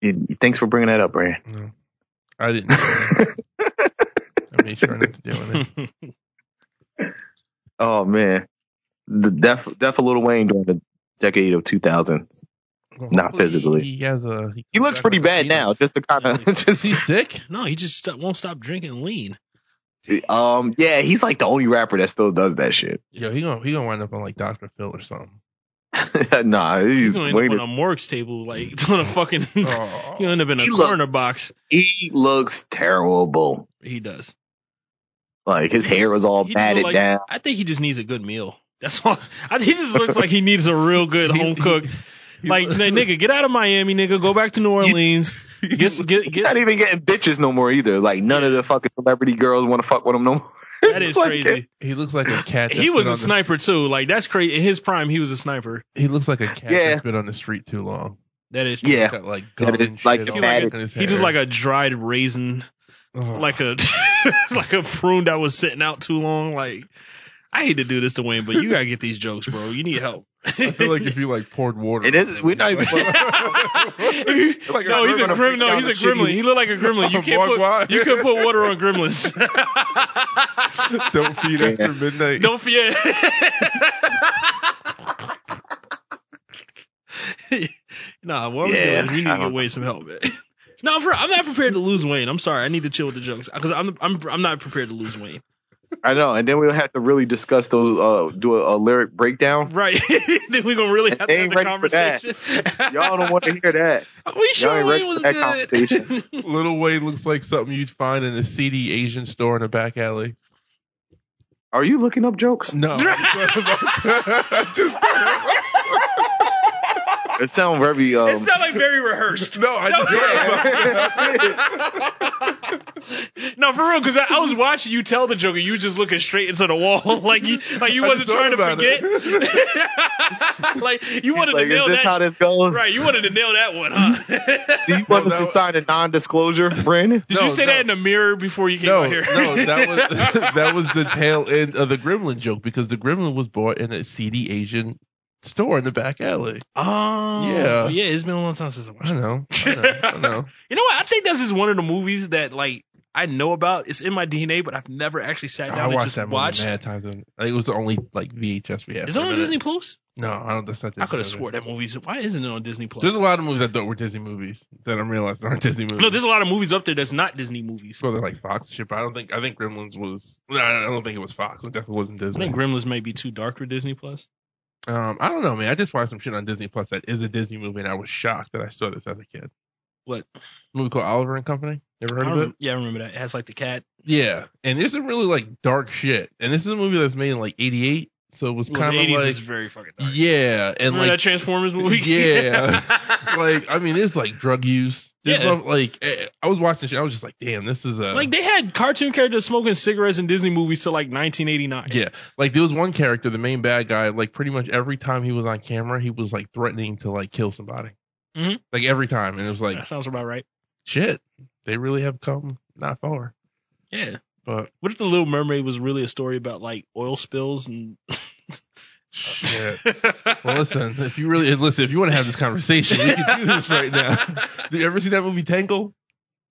Speaker 2: And thanks for bringing that up, Brand. *laughs*
Speaker 3: No, I didn't. I made sure not to do it.
Speaker 2: *laughs* oh man, the death death of Little Wayne during the decade of 2000.
Speaker 3: Well,
Speaker 2: Not
Speaker 3: hopefully
Speaker 2: physically.
Speaker 3: He has a. He,
Speaker 2: He
Speaker 3: comes
Speaker 2: looks
Speaker 3: back
Speaker 2: pretty
Speaker 3: with a
Speaker 2: bad
Speaker 3: penis.
Speaker 2: now. Just to kind
Speaker 1: Yeah,
Speaker 2: of
Speaker 3: Is
Speaker 2: just *laughs*
Speaker 3: he sick?
Speaker 1: no, he just st- won't stop drinking lean.
Speaker 2: um yeah, he's like the only rapper that still does that shit. *laughs*
Speaker 3: Yo, he gonna he gonna wind up on like Dr. Phil or something.
Speaker 2: nah,
Speaker 1: He's
Speaker 2: he's
Speaker 1: going
Speaker 2: Wayne.
Speaker 1: on a morgue's table, like *laughs* on a fucking.
Speaker 3: Oh,
Speaker 1: He'll end up in a
Speaker 2: He looks-
Speaker 1: corner box.
Speaker 2: He looks terrible.
Speaker 1: He does.
Speaker 2: Like his hair was all
Speaker 1: He don't
Speaker 2: batted
Speaker 1: like-
Speaker 2: down.
Speaker 1: I think he just needs a good meal. That's all. *laughs* I, he just looks like he needs a real
Speaker 3: *laughs*
Speaker 1: good home cook. Like,
Speaker 3: he-
Speaker 1: nigga, get out of Miami, nigga. Go back to New Orleans. Get, get,
Speaker 2: He's not
Speaker 1: get,
Speaker 2: even getting bitches no more either. Like none of the fucking celebrity girls want to fuck with him no more. *laughs*
Speaker 1: that *laughs*
Speaker 2: It's
Speaker 1: is
Speaker 2: like-
Speaker 1: crazy.
Speaker 3: he looks like a cat. that's
Speaker 1: He was
Speaker 3: been
Speaker 1: a
Speaker 3: on the-
Speaker 1: sniper too. Like that's crazy. In his prime, he was a sniper.
Speaker 3: he looks like a cat
Speaker 2: Yeah.
Speaker 3: that's been on the street too long.
Speaker 1: That is true.
Speaker 3: *laughs*
Speaker 2: Yeah,
Speaker 3: He's got like
Speaker 2: That
Speaker 3: gum
Speaker 2: is
Speaker 3: and
Speaker 2: like
Speaker 3: shit
Speaker 2: the
Speaker 3: all
Speaker 2: fatted-
Speaker 3: in his Oh.
Speaker 1: He just
Speaker 3: hair.
Speaker 1: like
Speaker 3: *laughs*
Speaker 1: a dried raisin,
Speaker 3: Ugh.
Speaker 1: like a *laughs* like a prune that was sitting out too long. Like I hate to do this to Wayne, but you gotta get these jokes, bro. You need help. *laughs*
Speaker 3: I feel like if you like poured water.
Speaker 2: It is- we're
Speaker 3: *laughs*
Speaker 2: not even-
Speaker 1: Like, no, he's a grim. No, he's a gremlin. He looked like *laughs* a gremlin. You can't put
Speaker 3: Mogwai.
Speaker 1: you could put water on gremlins. *laughs*
Speaker 3: Don't feed after midnight.
Speaker 1: Don't
Speaker 2: *laughs*
Speaker 1: forget. nah, what I'm
Speaker 2: Yeah,
Speaker 1: doing is we need
Speaker 2: I
Speaker 1: to
Speaker 2: don't
Speaker 1: get Wayne some help, man. *laughs* No, I'm, for, I'm not prepared to lose Wayne. I'm sorry. I need to chill with the jokes because I'm I'm I'm not prepared to lose Wayne. *laughs*
Speaker 2: I know. And then we'll have to really discuss those. Uh, do a, a lyric breakdown.
Speaker 1: Right? *laughs* then we gonna really have to have
Speaker 2: Ain't
Speaker 1: the
Speaker 2: ready for that.
Speaker 1: conversation.
Speaker 2: Y'all don't want to hear that.
Speaker 1: Are *laughs* we sure
Speaker 2: ain't ready
Speaker 1: Wayne was
Speaker 2: for that
Speaker 1: good? *laughs*
Speaker 2: conversation.
Speaker 3: Little Wayne looks like something you'd find in a seedy Asian store in a back alley.
Speaker 2: Are you looking up jokes?
Speaker 3: No,
Speaker 1: *laughs*
Speaker 3: I *laughs* just thought about that. I just thought
Speaker 2: It sounds very. Um,
Speaker 1: *laughs* it sounded like very rehearsed.
Speaker 3: about- no, I just thought about
Speaker 1: *laughs* no, for real, because I, I was watching you tell the joke, and you was just looking straight into the wall, *laughs* like you, like you
Speaker 3: I
Speaker 1: wasn't
Speaker 3: just
Speaker 1: trying to
Speaker 3: thought about
Speaker 1: forget. *laughs* like you wanted
Speaker 2: like,
Speaker 1: to
Speaker 2: is
Speaker 1: nail
Speaker 2: this
Speaker 1: that,
Speaker 2: how this goes?
Speaker 1: right? You wanted to nail that
Speaker 3: *laughs*
Speaker 1: one, huh?
Speaker 2: Do you want
Speaker 3: No,
Speaker 2: us to
Speaker 3: that-
Speaker 2: sign a non-disclosure, Brandon?
Speaker 1: Did
Speaker 3: No,
Speaker 1: you say
Speaker 3: no.
Speaker 1: that in the mirror before you *laughs* came
Speaker 3: No,
Speaker 1: out here?
Speaker 3: no,
Speaker 1: *laughs*
Speaker 3: that was *laughs* that was the tail end of the Gremlin joke because the Gremlin was bought in a seedy Asian store in the back alley.
Speaker 1: oh,
Speaker 3: Yeah.
Speaker 1: yeah. It's been a long time since I
Speaker 3: I
Speaker 1: watched. it.
Speaker 3: know, I know, I
Speaker 1: *laughs*
Speaker 3: know.
Speaker 1: You know what? I think this is one of the movies that like I know about. It's in my DNA, but I've never actually sat down
Speaker 3: Oh, I
Speaker 1: and
Speaker 3: watched
Speaker 1: just
Speaker 3: that movie
Speaker 1: watched.
Speaker 3: mad times. and- It was the only like VHS we had.
Speaker 1: Is it
Speaker 3: for a
Speaker 1: on
Speaker 3: minute.
Speaker 1: Disney Plus?
Speaker 3: No, I don't. That's not Disney
Speaker 1: I could have
Speaker 3: is it?
Speaker 1: swore that movie. Why isn't it on Disney Plus?
Speaker 3: There's a lot of movies I thought were Disney movies that I'm realizing aren't Disney movies.
Speaker 1: No, there's a lot of movies up there that's not Disney movies.
Speaker 3: well, they're like Fox and shit, but I don't think I think Gremlins was. no, I don't think it was Fox. It definitely wasn't
Speaker 1: I
Speaker 3: Disney.
Speaker 1: think Gremlins may be too dark for Disney Plus.
Speaker 3: um, I don't know, man. I just watched some shit on Disney Plus that is a Disney movie, and I was shocked that I saw this as a kid.
Speaker 1: What?
Speaker 3: A movie called Oliver and Company. Never
Speaker 1: I
Speaker 3: heard of
Speaker 1: remember-
Speaker 3: it?
Speaker 1: yeah, I remember that. It has like the cat.
Speaker 3: Yeah, and there's some really like dark shit, and this is a movie that's made in like '88, so it was
Speaker 1: Well,
Speaker 3: kind
Speaker 1: the
Speaker 3: of
Speaker 1: 80s
Speaker 3: like
Speaker 1: is very fucking dark.
Speaker 3: yeah, and
Speaker 1: remember that
Speaker 3: like
Speaker 1: Transformers movie?
Speaker 3: *laughs*
Speaker 1: *laughs*
Speaker 3: Yeah. like I mean, there's like drug use. There's
Speaker 1: Yeah.
Speaker 3: no- like eh, I was watching shit, I was just like, damn, this is a
Speaker 1: like they had cartoon characters smoking cigarettes in Disney movies till like 1989.
Speaker 3: Yeah, like there was one character, the main bad guy. Like pretty much every time he was on camera, he was like threatening to like kill somebody.
Speaker 1: Mhm.
Speaker 3: Like every time, and it was like
Speaker 1: that sounds about right.
Speaker 3: shit. They really have come not far,
Speaker 1: Yeah.
Speaker 3: but
Speaker 1: What if the Little Mermaid was really a story about like oil spills and?
Speaker 3: shit.
Speaker 1: *laughs*
Speaker 3: well, listen, if you really listen, if you want to have this conversation, we can do this right
Speaker 1: *laughs*
Speaker 3: now. Do you ever see that movie Tangle?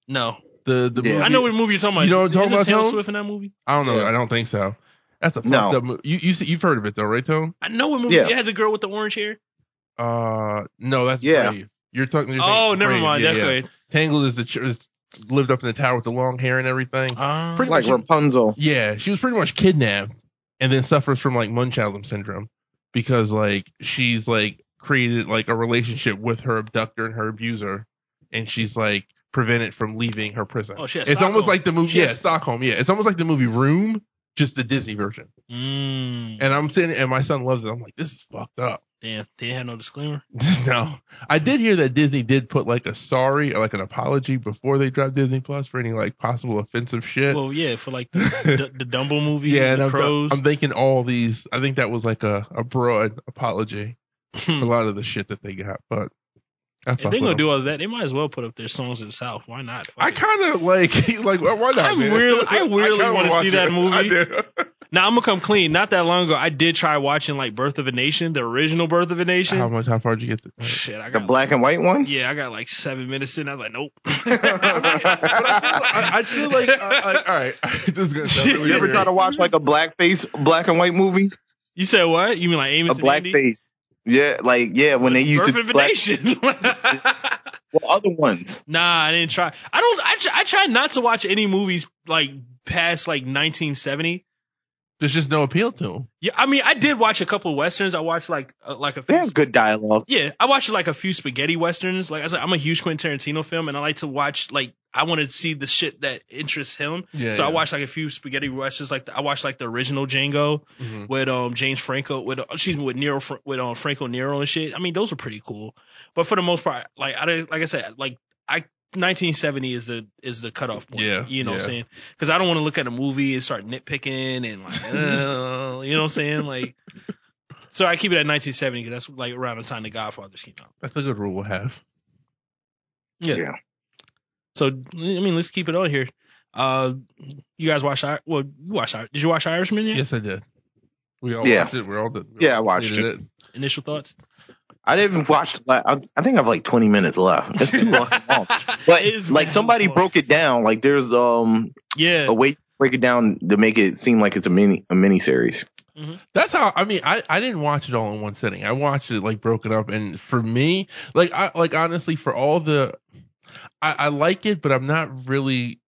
Speaker 1: No,
Speaker 3: The the
Speaker 2: Yeah.
Speaker 3: movie,
Speaker 1: I know what movie you're talking about.
Speaker 3: You know what I'm talking
Speaker 1: Isn't
Speaker 3: about,
Speaker 1: Taylor
Speaker 3: Tone?
Speaker 1: Swift in that movie?
Speaker 3: I don't know.
Speaker 2: Yeah.
Speaker 3: I don't think so. That's a fucked
Speaker 2: No.
Speaker 3: up movie. You you see, you've heard of it though, right, Tone?
Speaker 1: I know what movie.
Speaker 2: Yeah.
Speaker 1: It has a girl with the orange hair.
Speaker 3: Uh, no, that's
Speaker 2: Yeah.
Speaker 3: Brave. You're talking. You're thinking
Speaker 1: Oh, never
Speaker 3: Brave.
Speaker 1: mind.
Speaker 3: Yeah,
Speaker 1: That's
Speaker 3: yeah.
Speaker 1: great.
Speaker 3: Tangled is the ch- is lived up in the tower with the long hair and everything.
Speaker 1: Um,
Speaker 3: *laughs* Pretty
Speaker 2: Like Rapunzel.
Speaker 3: Yeah, she was pretty much kidnapped and then suffers from like Munchausen syndrome because like she's like created like a relationship with her abductor and her abuser and she's like prevented from leaving her prison.
Speaker 1: Oh, she had
Speaker 3: it's almost
Speaker 1: Stockholm.
Speaker 3: like the movie
Speaker 1: She
Speaker 3: yeah,
Speaker 1: had-
Speaker 3: Stockholm, yeah. It's almost like the movie Room, just the Disney version.
Speaker 1: Mm,
Speaker 3: And I'm sitting and my son loves it. I'm like, this is fucked up.
Speaker 1: damn, they didn't have no disclaimer.
Speaker 3: *laughs* no. I did hear that Disney did put like a sorry or like an apology before they dropped Disney Plus for any like possible offensive shit.
Speaker 1: Well, yeah, for like the, the, the Dumbo movie,
Speaker 3: Yeah,
Speaker 1: yeah, *laughs*
Speaker 3: and
Speaker 1: the
Speaker 3: I'm,
Speaker 1: crows.
Speaker 3: I'm thinking all these. I think that was like a, a broad apology for a lot of the shit that they got. But I
Speaker 1: Hmm. if they're
Speaker 3: fuck with
Speaker 1: gonna
Speaker 3: 'em.
Speaker 1: do all that, they might as well put up their songs in the South. Why not?
Speaker 3: I kind of like *laughs* like why why not?
Speaker 1: I'm
Speaker 3: man? *laughs*
Speaker 1: really- I really
Speaker 3: kinda
Speaker 1: wanna
Speaker 3: watch
Speaker 1: see that
Speaker 3: it. *laughs*
Speaker 1: movie.
Speaker 3: I do.
Speaker 1: now I'm gonna come clean. Not that long ago, I did try watching like Birth of a Nation, the original Birth of a Nation.
Speaker 3: How much? How far did you get?
Speaker 1: *laughs*
Speaker 3: To,
Speaker 1: Shit, I
Speaker 2: The
Speaker 1: got
Speaker 2: black and white one?
Speaker 1: yeah, I got like seven minutes in. I was like,
Speaker 3: *laughs*
Speaker 1: nope. *laughs*
Speaker 3: but I, feel
Speaker 1: uh,
Speaker 3: like, I, I feel like, I, like all right, *laughs* this is gonna sound really
Speaker 2: You ever
Speaker 3: weird.
Speaker 1: *laughs*
Speaker 2: try to watch like a blackface black and white movie?
Speaker 1: you said what? You mean like Amos
Speaker 2: a blackface. Yeah, like yeah, when they used
Speaker 1: Birth
Speaker 2: to
Speaker 1: of a
Speaker 2: black,
Speaker 1: Nation. *laughs*
Speaker 2: *laughs* well, other ones.
Speaker 1: Nah, I didn't try. I don't. I, tr- I try not to watch any movies like past like 1970.
Speaker 3: There's just no appeal to him.
Speaker 1: Yeah, I mean, I did watch a couple of westerns. I watched like uh, like a
Speaker 2: They
Speaker 1: few.
Speaker 2: have good dialogue.
Speaker 1: Yeah, I watched like a few spaghetti westerns. Like I said, I'm a huge Quentin Tarantino film, and I like to watch like I want to see the shit that interests him.
Speaker 3: Yeah.
Speaker 1: so I
Speaker 3: yeah.
Speaker 1: watched like a few spaghetti westerns. Like I watched like the original Django
Speaker 3: Mhm.
Speaker 1: with um James Franco with uh, excuse me with Nero Fr- with um Franco Nero and shit. I mean, those are pretty cool. But for the most part, like I didn't, like I said, like I 1970 is the is the cutoff point.
Speaker 3: Yeah,
Speaker 1: you know what
Speaker 3: yeah.
Speaker 1: I'm saying? Because I don't want to look at a movie and start nitpicking and
Speaker 3: *laughs*
Speaker 1: like, uh, you know what I'm saying? Like, so I keep it at 1970 because that's like around the time the Godfathers came out.
Speaker 3: That's a good rule to have.
Speaker 2: Yeah.
Speaker 1: So I mean, let's keep it on here. Uh, you guys watch? Ir- Well, you watch? Ir- Did you watch Irishman
Speaker 2: *laughs*
Speaker 1: yet?
Speaker 3: Yes, I did. We all
Speaker 2: Yeah.
Speaker 3: watched it. We're all did. we
Speaker 2: Yeah,
Speaker 3: all
Speaker 2: I watched
Speaker 3: did
Speaker 2: it.
Speaker 1: Initial thoughts?
Speaker 2: I didn't watch. the la- I I think I have like twenty minutes left. It's too
Speaker 1: *laughs*
Speaker 2: long. But
Speaker 1: It is
Speaker 2: like somebody
Speaker 1: long.
Speaker 2: broke it down. Like there's um
Speaker 1: Yeah.
Speaker 2: a way to break it down to make it seem like it's a mini a
Speaker 1: *laughs*
Speaker 2: mini series.
Speaker 3: That's how I mean I, I didn't watch it all in one sitting. I watched it like broken up and for me, like I like honestly for all the I, I like it, but I'm not really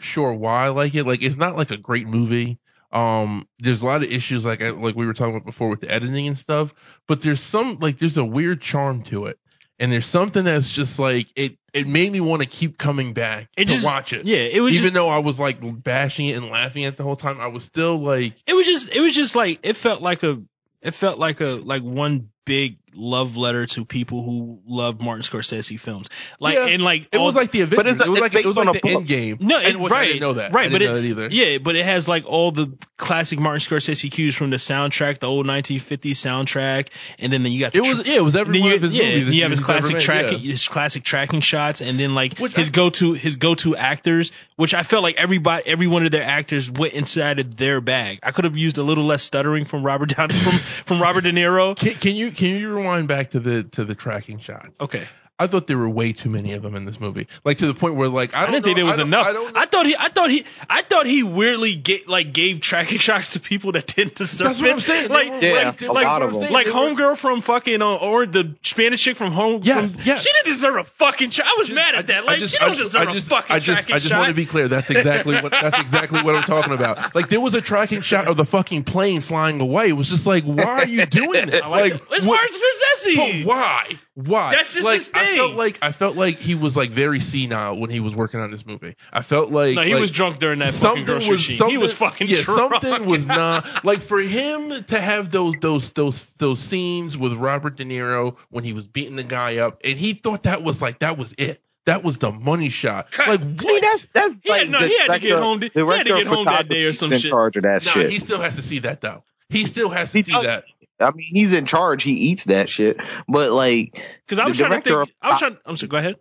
Speaker 3: sure why I like it. Like it's not like a great movie. Um there's a lot of issues like I, like we were talking about before with the editing and stuff, but there's some like there's a weird charm to it. And there's something that's just like it it made me want to keep coming back
Speaker 1: It
Speaker 3: to
Speaker 1: just-
Speaker 3: watch
Speaker 1: *laughs*
Speaker 3: it.
Speaker 1: Yeah. It was
Speaker 3: Even
Speaker 1: just.
Speaker 3: though I was like bashing it and laughing at it the whole time, I was still like
Speaker 1: It was just. It was just like it felt like a. It felt like a like one big love letter to people who love Martin Scorsese films. Like
Speaker 3: Yeah.
Speaker 1: and like
Speaker 3: It
Speaker 1: all
Speaker 3: was like the Avengers.
Speaker 2: it's-
Speaker 3: it was
Speaker 2: it's
Speaker 3: like it
Speaker 2: based
Speaker 3: was
Speaker 2: on
Speaker 3: like
Speaker 2: a
Speaker 3: the
Speaker 2: book.
Speaker 3: end game.
Speaker 1: No, it-
Speaker 3: and which I
Speaker 1: right,
Speaker 3: didn't know that.
Speaker 1: right,
Speaker 3: I
Speaker 1: but
Speaker 3: didn't know that either.
Speaker 1: Yeah, but it has like all the classic Martin Scorsese cues from the soundtrack, the old 1950s soundtrack, and then you got the
Speaker 3: It was yeah, it was
Speaker 1: And
Speaker 3: every
Speaker 1: then
Speaker 3: one
Speaker 1: you,
Speaker 3: of his
Speaker 1: yeah,
Speaker 3: movies.
Speaker 1: and
Speaker 3: that
Speaker 1: you have
Speaker 3: he's
Speaker 1: his classic
Speaker 3: ever made,
Speaker 1: track,
Speaker 3: yeah.
Speaker 1: his classic tracking shots, and then like
Speaker 3: Which
Speaker 1: his
Speaker 3: I-
Speaker 1: go to his go to actors, which I felt like everybody, every one of their actors went inside of their bag. I could have used a little less stuttering from Robert *laughs* Downey from from Robert De Niro.
Speaker 3: Can, can you can you rewind back to the to the tracking shot?
Speaker 1: Okay,
Speaker 3: I thought there were way too many of them in this movie, like to the point where like
Speaker 1: I,
Speaker 3: I, don't
Speaker 1: didn't think
Speaker 3: know-
Speaker 1: there was
Speaker 3: I don't-
Speaker 1: enough.
Speaker 3: I
Speaker 1: I,
Speaker 3: don't.
Speaker 1: thought he, I thought he, I thought he weirdly get like gave tracking *laughs* shots to people that didn't deserve
Speaker 3: that's what
Speaker 1: it.
Speaker 3: I'm saying. They
Speaker 1: Like,
Speaker 3: were-
Speaker 2: Yeah,
Speaker 3: like,
Speaker 2: a
Speaker 3: like,
Speaker 2: lot
Speaker 3: what
Speaker 2: of
Speaker 3: I'm
Speaker 2: them.
Speaker 3: saying,
Speaker 1: Like
Speaker 3: they were-
Speaker 1: homegirl from fucking uh, or the Spanish chick from home.
Speaker 3: Yes,
Speaker 1: from,
Speaker 3: yes.
Speaker 1: She didn't deserve a fucking shot. I was mad
Speaker 3: I
Speaker 1: at that.
Speaker 3: ju-
Speaker 1: Like
Speaker 3: I
Speaker 1: she don't
Speaker 3: I
Speaker 1: deserve
Speaker 3: I
Speaker 1: a fucking
Speaker 3: I just,
Speaker 1: tracking
Speaker 3: I just
Speaker 1: shot.
Speaker 3: want to be clear. That's exactly what that's exactly what I'm talking about. Like there was a tracking shot of the fucking plane flying away. It was just like, why are you
Speaker 1: *laughs*
Speaker 3: doing this?
Speaker 2: I
Speaker 1: like, it's
Speaker 3: what-
Speaker 1: Martin Scorsese.
Speaker 3: But why? Why?
Speaker 1: That's just
Speaker 3: like,
Speaker 1: his
Speaker 3: I felt
Speaker 1: thing.
Speaker 3: like I felt like he was like very senile when he was working on this movie. I felt like
Speaker 1: No, he
Speaker 3: like,
Speaker 1: was drunk during that fucking
Speaker 3: something
Speaker 1: grocery
Speaker 3: was
Speaker 1: sheet. He
Speaker 3: something,
Speaker 1: was fucking
Speaker 3: yeah,
Speaker 1: drunk.
Speaker 3: something
Speaker 1: *laughs*
Speaker 3: was not like for him to have those those those those scenes with Robert De Niro when he was beating the guy up, and he thought that was like that was it. That was the money shot.
Speaker 1: Cut.
Speaker 3: Like
Speaker 2: See,
Speaker 3: what?
Speaker 2: that's that's
Speaker 1: He had-
Speaker 2: like
Speaker 1: no,
Speaker 2: the
Speaker 1: he had to get
Speaker 2: director-
Speaker 1: home- he had to
Speaker 2: director
Speaker 1: get
Speaker 2: of
Speaker 1: home that day or some
Speaker 2: photography's in
Speaker 1: shit.
Speaker 2: charge of that
Speaker 3: nah,
Speaker 2: shit.
Speaker 3: he still has to see that though. He still has to
Speaker 2: He
Speaker 3: see
Speaker 2: does.
Speaker 3: that.
Speaker 2: I mean, he's in charge. He eats that shit. But like,
Speaker 1: Because I was
Speaker 2: The
Speaker 1: trying to
Speaker 2: director
Speaker 1: think.
Speaker 2: of-
Speaker 1: I was trying. I'm sorry. Go ahead.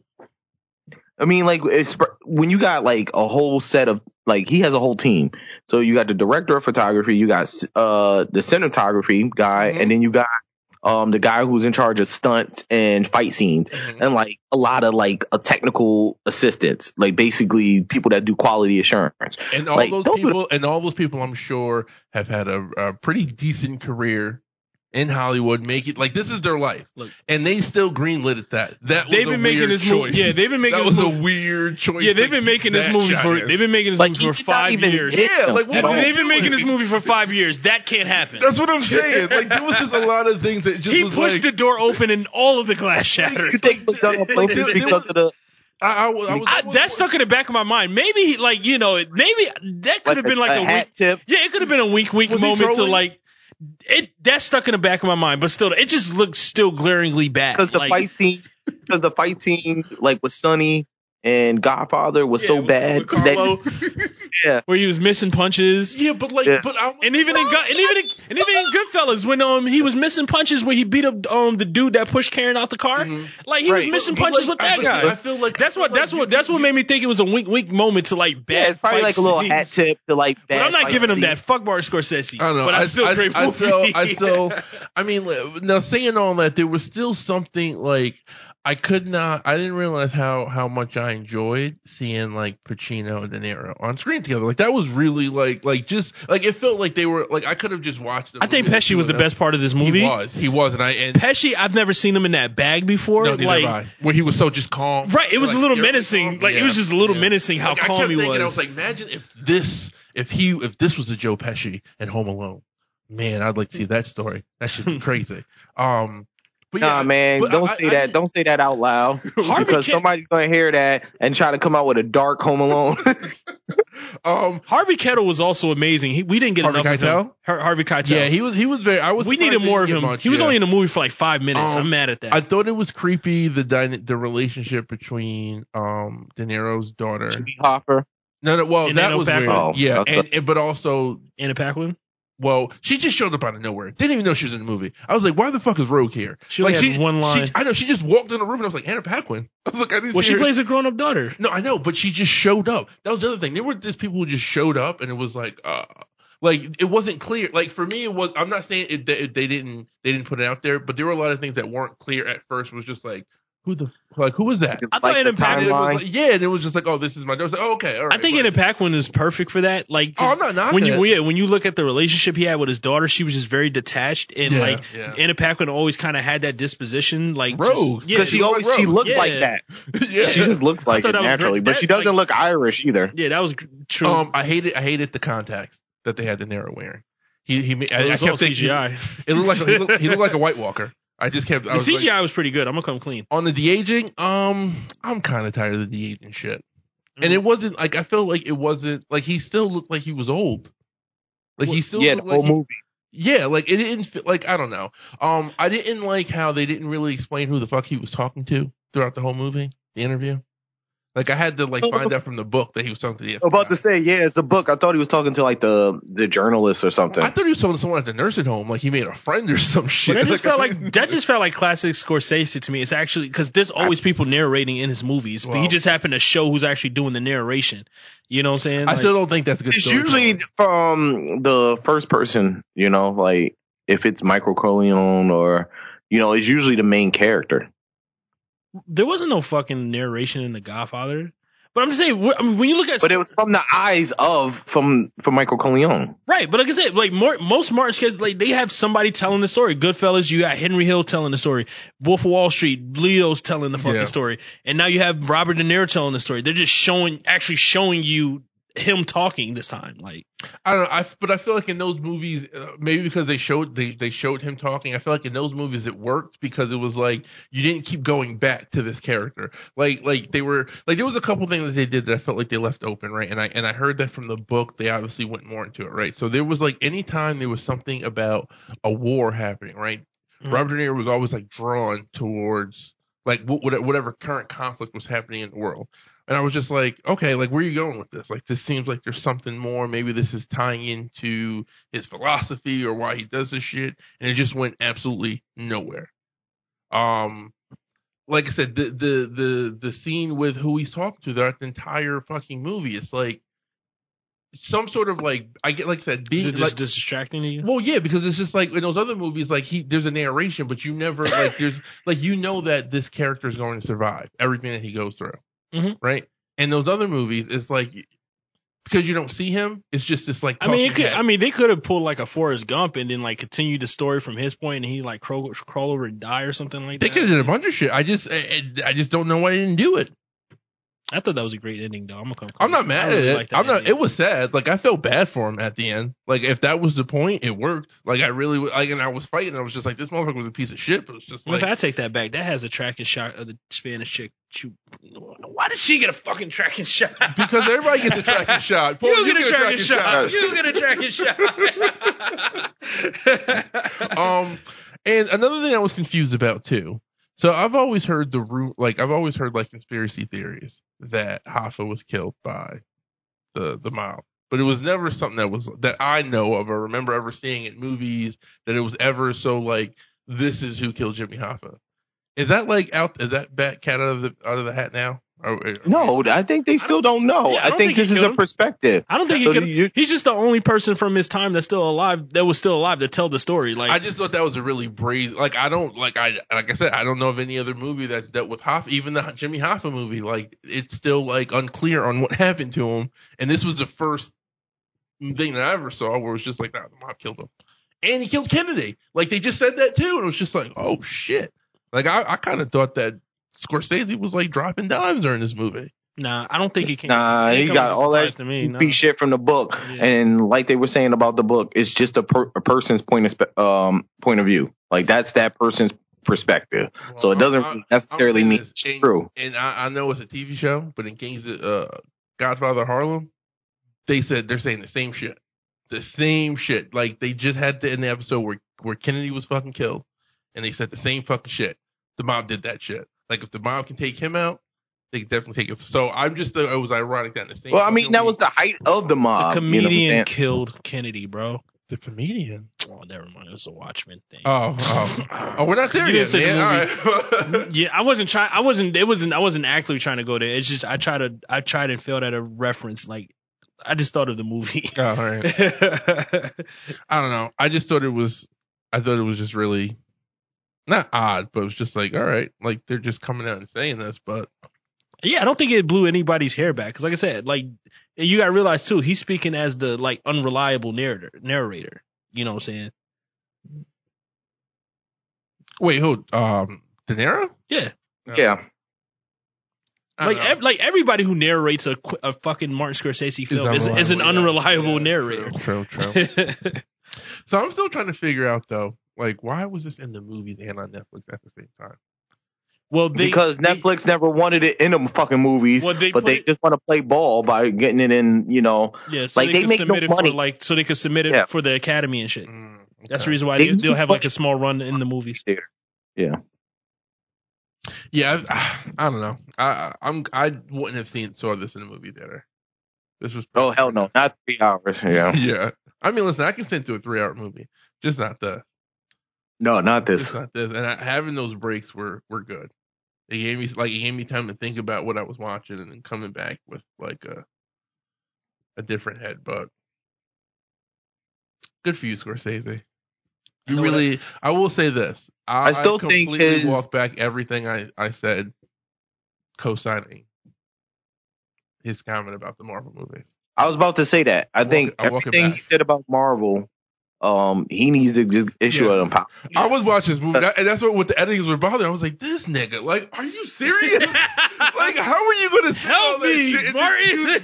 Speaker 2: I mean, like, it's, when you got like a whole set of like, he has a whole team. So you got the director of photography, you got uh the cinematography guy,
Speaker 3: Mhm.
Speaker 2: and then you got um the guy who's in charge of stunts and fight scenes,
Speaker 1: Mm-hmm.
Speaker 2: and like a lot of like a technical assistants, like basically people that do quality assurance.
Speaker 3: And all
Speaker 2: Like,
Speaker 3: those
Speaker 2: those are the-
Speaker 3: people, and all those people, I'm sure, have had a, a pretty decent career in Hollywood. Make it like this is their life,
Speaker 1: Look.
Speaker 3: and they still greenlit it. That that was
Speaker 1: They've
Speaker 3: a
Speaker 1: been making
Speaker 3: weird
Speaker 1: this
Speaker 3: choice.
Speaker 1: movie. Yeah, they've been making
Speaker 3: that
Speaker 1: this
Speaker 3: was
Speaker 1: movie.
Speaker 3: a weird choice.
Speaker 1: Yeah, they've
Speaker 3: to
Speaker 1: been
Speaker 3: keep
Speaker 1: making this
Speaker 3: that
Speaker 1: movie
Speaker 3: shot
Speaker 1: for.
Speaker 3: in.
Speaker 1: They've been making this
Speaker 2: Like,
Speaker 1: movie
Speaker 2: he
Speaker 1: for
Speaker 2: did not
Speaker 1: five
Speaker 2: even
Speaker 1: years.
Speaker 2: hit
Speaker 3: Yeah, like,
Speaker 2: them at
Speaker 3: what-
Speaker 2: all.
Speaker 1: They've been making this
Speaker 3: doing.
Speaker 1: movie for five years. That can't happen.
Speaker 3: That's what I'm saying. Like there was just a lot of things that just
Speaker 1: He
Speaker 3: was
Speaker 1: pushed
Speaker 3: like,
Speaker 1: the door open and all of the glass
Speaker 2: You
Speaker 1: shattered.
Speaker 2: think it was done on
Speaker 3: Like,
Speaker 2: purpose
Speaker 3: they- they
Speaker 2: because
Speaker 3: was-
Speaker 2: of the
Speaker 3: I, I, was- I was,
Speaker 1: I, that stuck in the back of my mind. Maybe, he- like you know, maybe that could have been like a, week.
Speaker 2: hat tip?
Speaker 1: Yeah, it could have been a wink, wink
Speaker 3: Was he
Speaker 1: moment to
Speaker 3: trolling?
Speaker 1: like it. That stuck in the back of my mind, but still, it just looked still glaringly bad.
Speaker 2: because the
Speaker 1: like,
Speaker 2: fight scene because the fight scene like with Sonny and Godfather was so
Speaker 1: with-
Speaker 2: bad
Speaker 1: with Carlo,
Speaker 2: that yeah.
Speaker 1: where he was missing *laughs* punches.
Speaker 4: Yeah, but like,
Speaker 2: Yeah.
Speaker 4: but I'm,
Speaker 1: And even in Go- and even in, and even in Goodfellas when um he was missing punches when he beat up um the dude that pushed Karen out the car like he was
Speaker 2: Mm-hmm. Right.
Speaker 1: missing
Speaker 4: But,
Speaker 1: punches
Speaker 4: like,
Speaker 1: with that
Speaker 4: I,
Speaker 1: guy
Speaker 4: I feel like
Speaker 1: that's what that's what that's what made me think it was a wink wink moment to like bad
Speaker 2: yeah, it's probably
Speaker 1: fight
Speaker 2: like a little
Speaker 1: scenes.
Speaker 2: hat tip to like.
Speaker 1: But I'm not giving him that. Fuck Martin Scorsese.
Speaker 3: I don't know.
Speaker 1: But I, still great
Speaker 3: I
Speaker 1: movie.
Speaker 3: still, I still, I mean, li- now saying all that, there was still something like I could not, I didn't realize how how much I enjoyed seeing like Pacino and De Niro on screen together. Like that was really like like just like it felt like they were like I could have just watched. the
Speaker 1: *laughs* I think
Speaker 3: movie
Speaker 1: Pesci was the
Speaker 3: with them.
Speaker 1: best part of this
Speaker 3: He
Speaker 1: movie.
Speaker 3: was, he was, and I and
Speaker 1: Pesci, I've never seen him in that bag before.
Speaker 3: no, neither
Speaker 1: like,
Speaker 3: have I. where he was so just calm.
Speaker 1: right? It was
Speaker 3: Like,
Speaker 1: a little
Speaker 3: eerily
Speaker 1: menacing.
Speaker 3: calm.
Speaker 1: Like it was
Speaker 3: Yeah.
Speaker 1: just a little
Speaker 3: Yeah.
Speaker 1: menacing how
Speaker 3: Like, I
Speaker 1: calm
Speaker 3: kept
Speaker 1: he
Speaker 3: thinking,
Speaker 1: was.
Speaker 3: I was like, imagine if this, if he, if this was a Joe Pesci and Home Alone. Man, I'd like to see that story. That
Speaker 1: *laughs*
Speaker 3: should be crazy. Um, but yeah,
Speaker 2: Nah, man,
Speaker 3: but
Speaker 2: don't
Speaker 3: I-
Speaker 2: say
Speaker 3: I-
Speaker 2: that. don't say that out loud
Speaker 1: Harvey
Speaker 2: because
Speaker 1: Keitel-
Speaker 2: somebody's gonna hear that and try to come out with a dark Home Alone. *laughs*
Speaker 3: Um,
Speaker 1: Harvey Kettle was also amazing. He, we didn't get
Speaker 3: Harvey
Speaker 1: enough of him.
Speaker 3: Keitel?
Speaker 1: Har- Harvey Keitel.
Speaker 3: yeah, he was, he was very. I was.
Speaker 1: we
Speaker 3: surprised
Speaker 1: needed
Speaker 3: they
Speaker 1: more of
Speaker 3: didn't
Speaker 1: him.
Speaker 3: get much,
Speaker 1: he was
Speaker 3: yeah.
Speaker 1: only in the movie for like five minutes.
Speaker 3: Um,
Speaker 1: I'm mad at that.
Speaker 3: I thought it was creepy the dyna- the relationship between um De Niro's daughter.
Speaker 2: Jimmy Hoffer.
Speaker 3: No, no, well
Speaker 1: And
Speaker 3: that
Speaker 1: Anna
Speaker 3: was
Speaker 1: Paquin?
Speaker 3: weird.
Speaker 2: Oh,
Speaker 3: yeah,
Speaker 2: that's
Speaker 3: and, and but also
Speaker 1: Anna Paquin.
Speaker 3: Well, she just showed up out of nowhere. Didn't even know she was in the movie. I was like, why the fuck is Rogue here?
Speaker 1: She
Speaker 3: like
Speaker 1: only had one line.
Speaker 3: She, I know she just walked in the room and I was like, Anna Paquin. *laughs* I was like, I didn't
Speaker 1: Well,
Speaker 3: see
Speaker 1: she
Speaker 3: her.
Speaker 1: plays a grown up daughter.
Speaker 3: No, I know, but she just showed up. That was the other thing. There were just people who just showed up and it was like, uh, like it wasn't clear. Like for me, it was. I'm not saying it, they, they didn't they didn't put it out there, but there were a lot of things that weren't clear at first. It was just like, who the like who was that?
Speaker 1: I thought it
Speaker 2: the
Speaker 1: impacted-
Speaker 3: And it was
Speaker 2: timeline.
Speaker 3: like, yeah, and it was just like, oh, this is my. I was like, oh, okay, all right.
Speaker 1: I think
Speaker 3: but-
Speaker 1: Anna Paquin is perfect for that. Like 'cause
Speaker 3: Oh, I'm not knocking
Speaker 1: when you
Speaker 3: it.
Speaker 1: yeah, when you look at the relationship he had with his daughter, she was just very detached and
Speaker 3: Yeah,
Speaker 1: like
Speaker 3: yeah.
Speaker 1: Anna Paquin always kind of had that disposition. Like just-
Speaker 3: Rogue,
Speaker 1: yeah,
Speaker 2: Because she
Speaker 3: looked
Speaker 2: always
Speaker 3: like
Speaker 2: she
Speaker 3: Rose.
Speaker 2: looked
Speaker 1: Yeah.
Speaker 2: like that.
Speaker 3: *laughs* yeah.
Speaker 2: She just looks like
Speaker 1: thought
Speaker 2: it
Speaker 1: that was
Speaker 2: naturally,
Speaker 1: great.
Speaker 2: but she
Speaker 1: That,
Speaker 2: doesn't look Irish either.
Speaker 1: yeah, that was g- true.
Speaker 3: Um, I hated I hated the contacts that they had De Niro wearing. He he. ma- I,
Speaker 1: it
Speaker 3: I
Speaker 1: was all
Speaker 3: kept thinking
Speaker 1: CGI.
Speaker 3: it looked like he looked, he looked like a White Walker. I just kept I
Speaker 1: the
Speaker 3: was like-
Speaker 1: CGI was pretty good. I'm gonna come
Speaker 3: *laughs*
Speaker 1: clean.
Speaker 3: on the de aging. Um, I'm kind of tired of the de aging shit.
Speaker 1: Mm.
Speaker 3: And it wasn't like I felt like it wasn't like he still looked like he was old. Like he still
Speaker 2: Yeah, the
Speaker 3: looked
Speaker 2: whole
Speaker 3: like he-
Speaker 2: movie.
Speaker 3: yeah, like it didn't feel like I don't know. Um, I didn't like how they didn't really explain who the fuck he was talking to throughout the whole movie, the interview. Like I had to
Speaker 1: Oh,
Speaker 3: like find out from the book that he was talking to the.
Speaker 2: I'm about to
Speaker 3: FBI.
Speaker 2: say, yeah, it's the book. I thought he was talking to like the the journalist or something.
Speaker 3: I thought he was talking to someone at the nursing home, like he made a friend or some shit.
Speaker 1: uh, But that just felt
Speaker 3: *laughs* I
Speaker 1: like
Speaker 3: didn't-
Speaker 1: that just felt like classic Scorsese to me. It's actually because there's always people narrating in his movies, but he
Speaker 3: Wow.
Speaker 1: just happened to show who's actually doing the narration. You know what I'm saying?
Speaker 3: I
Speaker 1: Like,
Speaker 3: still don't think that's a good.
Speaker 2: it's usually from the first person, you know, like if it's Michael Corleone or you know, it's usually the main character.
Speaker 1: there wasn't no fucking narration in The Godfather. But I'm just saying, wh- I mean, when you look at
Speaker 2: But it was from the eyes of from from Michael Corleone.
Speaker 1: Right, but like I said, like more, most Martin Scorsese, like they have somebody telling the story. Goodfellas, you got Henry Hill telling the story. Wolf of Wall Street, Leo's telling the fucking
Speaker 3: Yeah.
Speaker 1: story, and now you have Robert De Niro telling the story. They're just showing, actually showing you him talking this time. Like
Speaker 3: I don't know, I, but I feel like in those movies, uh, maybe because they showed they, they showed him talking, I feel like in those movies it worked because it was like you didn't keep going back to this character. Like like they were like there was a couple things that they did that I felt like they left open, right? And I and I heard that from the book. They obviously went more into it, right? So there was like any time there was something about a war happening, right?
Speaker 1: Mhm.
Speaker 3: Robert De Niro was always like drawn towards like what, what, whatever current conflict was happening in the world. And I was just like, okay, like where are you going with this? Like this seems like there's something more. Maybe this is tying into his philosophy or why he does this shit, and it just went absolutely nowhere. Um, like I said, the the the the scene with who he's talking to throughout the entire fucking movie, it's like some sort of like I get like I said, being
Speaker 1: is it just,
Speaker 3: like,
Speaker 1: just distracting to you?
Speaker 3: well, yeah, because it's just like in those other movies, like he there's a narration, but you never like there's like you know that this character is going to survive everything that he goes through,
Speaker 1: Mhm.
Speaker 3: right? And those other movies, it's like because you don't see him, it's just this like
Speaker 1: I mean, it
Speaker 3: talking
Speaker 1: could,
Speaker 3: head.
Speaker 1: I mean, they could have pulled like a Forrest Gump and then like continue the story from his point, and he like crawl, crawl over and die or something like
Speaker 3: they
Speaker 1: that.
Speaker 3: could have did a bunch of shit. I just I, I- I just don't know why they didn't do it.
Speaker 1: I thought that was a great ending, though. I'm gonna come.
Speaker 3: I'm not
Speaker 1: clean.
Speaker 3: mad
Speaker 1: I
Speaker 3: at
Speaker 1: really
Speaker 3: it.
Speaker 1: liked that
Speaker 3: I'm not.
Speaker 1: ending.
Speaker 3: It was sad. Like I felt bad for him at the end. Like if that was the point, it worked. Like I really w- like, and I was fighting. I was just like, this motherfucker was a piece of shit. But it's just
Speaker 1: Well,
Speaker 3: like
Speaker 1: if I take that back, that has a tracking shot of the Spanish chick. She, why did she get a fucking tracking shot?
Speaker 3: because
Speaker 1: *laughs*
Speaker 3: everybody gets a tracking shot. Paul,
Speaker 1: you, get, a tracking shot.
Speaker 2: shot.
Speaker 1: You get a tracking shot.
Speaker 3: *laughs* Um, and another thing I was confused about too. So I've always heard the root, like I've always heard like conspiracy theories that Hoffa was killed by the the mob, but it was never something that was that I know of or remember ever seeing in movies that it was ever so like this is who killed Jimmy Hoffa. Is that like out? Is that bat cat out of the out of the hat now? Or- or-
Speaker 2: No, I think they still don't know.
Speaker 1: Yeah, I
Speaker 2: I,
Speaker 1: don't think
Speaker 2: think,
Speaker 1: he
Speaker 2: this is
Speaker 1: killed
Speaker 2: a
Speaker 1: him.
Speaker 2: perspective.
Speaker 1: I don't think
Speaker 2: So
Speaker 1: he could.
Speaker 2: you-
Speaker 1: He's just the only person from his time that's still alive that was still alive to tell the story. Like
Speaker 3: I just thought that was a really brave. Like I don't like I like I said I don't know of any other movie that's dealt with Hoffa, even the Jimmy Hoffa movie. Like it's still like unclear on what *laughs* happened to him, and this was the first thing that I ever saw where it was just like, nah, the mob killed him, and he killed Kennedy. Like they just said that too, and it was just like, oh shit. Like I, I kind of thought that Scorsese was like dropping dimes during this movie.
Speaker 1: nah, I don't think he can.
Speaker 2: Nah,
Speaker 1: it
Speaker 2: he
Speaker 1: comes
Speaker 2: got
Speaker 1: as a
Speaker 2: all that
Speaker 1: surprise to me. nah.
Speaker 2: Be shit from the book,
Speaker 1: Yeah.
Speaker 2: and like they were saying about the book, it's just a, per- a person's point of spe- um point of view. Like that's that person's perspective. so it doesn't
Speaker 3: I- I-
Speaker 2: necessarily
Speaker 3: I'm saying
Speaker 2: mean
Speaker 3: this,
Speaker 2: it's
Speaker 3: and-
Speaker 2: true.
Speaker 3: And I, I know it's a TV show, but in Kings, uh, Godfather of Harlem, they said they're saying the same shit, the same shit. Like they just had to end the episode where where Kennedy was fucking killed, and they said the same fucking shit. The mob did that shit. Like if the mob can take him out, they can definitely take it. So I'm just uh, it was ironic that in the same.
Speaker 2: Well, I mean
Speaker 3: fucking
Speaker 2: that was
Speaker 3: week-
Speaker 2: the height of the
Speaker 1: the
Speaker 2: mob. you know what I'm
Speaker 1: comedian
Speaker 2: saying?
Speaker 1: killed Kennedy, bro.
Speaker 3: the comedian.
Speaker 1: Oh, never mind. It was a Watchmen thing.
Speaker 3: Oh, oh, oh, we're not there
Speaker 1: You didn't
Speaker 3: yet,
Speaker 1: say the
Speaker 3: man. All right.
Speaker 1: yeah, I wasn't trying. I wasn't. It wasn't. I wasn't actively trying to go there. It's just I tried to. I tried and failed at a reference. Like I just thought of the movie.
Speaker 2: *laughs*
Speaker 3: Oh, all right. *laughs* I don't know. I just thought it was I thought it was just really not odd, but it was just like, all right, like they're just coming out and saying this, but
Speaker 1: *laughs* yeah, I don't think it blew anybody's hair back. Because like I said, like and you got to realize too, he's speaking as the like unreliable narrator. Narrator. You know what I'm saying?
Speaker 3: wait, who um De Niro?
Speaker 1: Yeah.
Speaker 2: Yeah.
Speaker 3: I don't
Speaker 1: like
Speaker 3: know.
Speaker 1: ev- like everybody who narrates a, qu- a fucking Martin Scorsese film is, is an unreliable
Speaker 3: Yeah,
Speaker 1: narrator. *laughs*
Speaker 3: *laughs* True, true. true. so I'm still trying to figure out though, like why was this in the movies and on Netflix at the same time?
Speaker 1: well, they,
Speaker 2: because
Speaker 1: they-
Speaker 2: Netflix never wanted it in them fucking movies,
Speaker 1: Well, they
Speaker 2: but
Speaker 1: put
Speaker 2: they
Speaker 1: it-
Speaker 2: just want to play ball by getting it in, you know.
Speaker 1: yeah, so
Speaker 2: like,
Speaker 1: they,
Speaker 2: they
Speaker 1: can
Speaker 2: make no
Speaker 1: submit it
Speaker 2: money.
Speaker 1: for like so they can submit it
Speaker 2: Yeah.
Speaker 1: for the Academy and shit.
Speaker 3: Mm,
Speaker 1: That's
Speaker 3: okay.
Speaker 1: the reason why
Speaker 2: They
Speaker 1: they, they'll
Speaker 2: use
Speaker 1: have like a small run in the movies.
Speaker 3: Yeah, I, *sighs* I don't know. I I- I'm I wouldn't have seen saw this in a movie theater. This was *laughs*
Speaker 2: Oh hell no, not three hours.
Speaker 1: *laughs*
Speaker 2: Yeah,
Speaker 3: yeah. I mean, listen, I can sit through a three hour movie, just not the
Speaker 2: no, not
Speaker 3: It's
Speaker 2: this.
Speaker 3: not this. And I, having those breaks were were good. It gave me like it gave me time to think about what I was watching and then coming back with like a a different head. But good for you, Scorsese. You
Speaker 1: know what
Speaker 3: really. I, will say this. I,
Speaker 2: I still think
Speaker 3: completely
Speaker 2: his-
Speaker 3: walk back everything I I said, co-signing his comment about the Marvel movies.
Speaker 2: I was about to say that. I
Speaker 3: I'll walk
Speaker 2: think
Speaker 3: it- I'll walk it
Speaker 2: everything he
Speaker 3: back.
Speaker 2: said about Marvel, um, he needs to just issue
Speaker 3: Yeah.
Speaker 2: an apology.
Speaker 3: I was watching this movie, and that's what with the editings were bothering. I was like, "This nigga, like, are
Speaker 1: *laughs*
Speaker 3: you serious? Like, how are you gonna say all
Speaker 1: Help
Speaker 3: that
Speaker 1: me,
Speaker 3: shit and
Speaker 1: Martin.
Speaker 3: just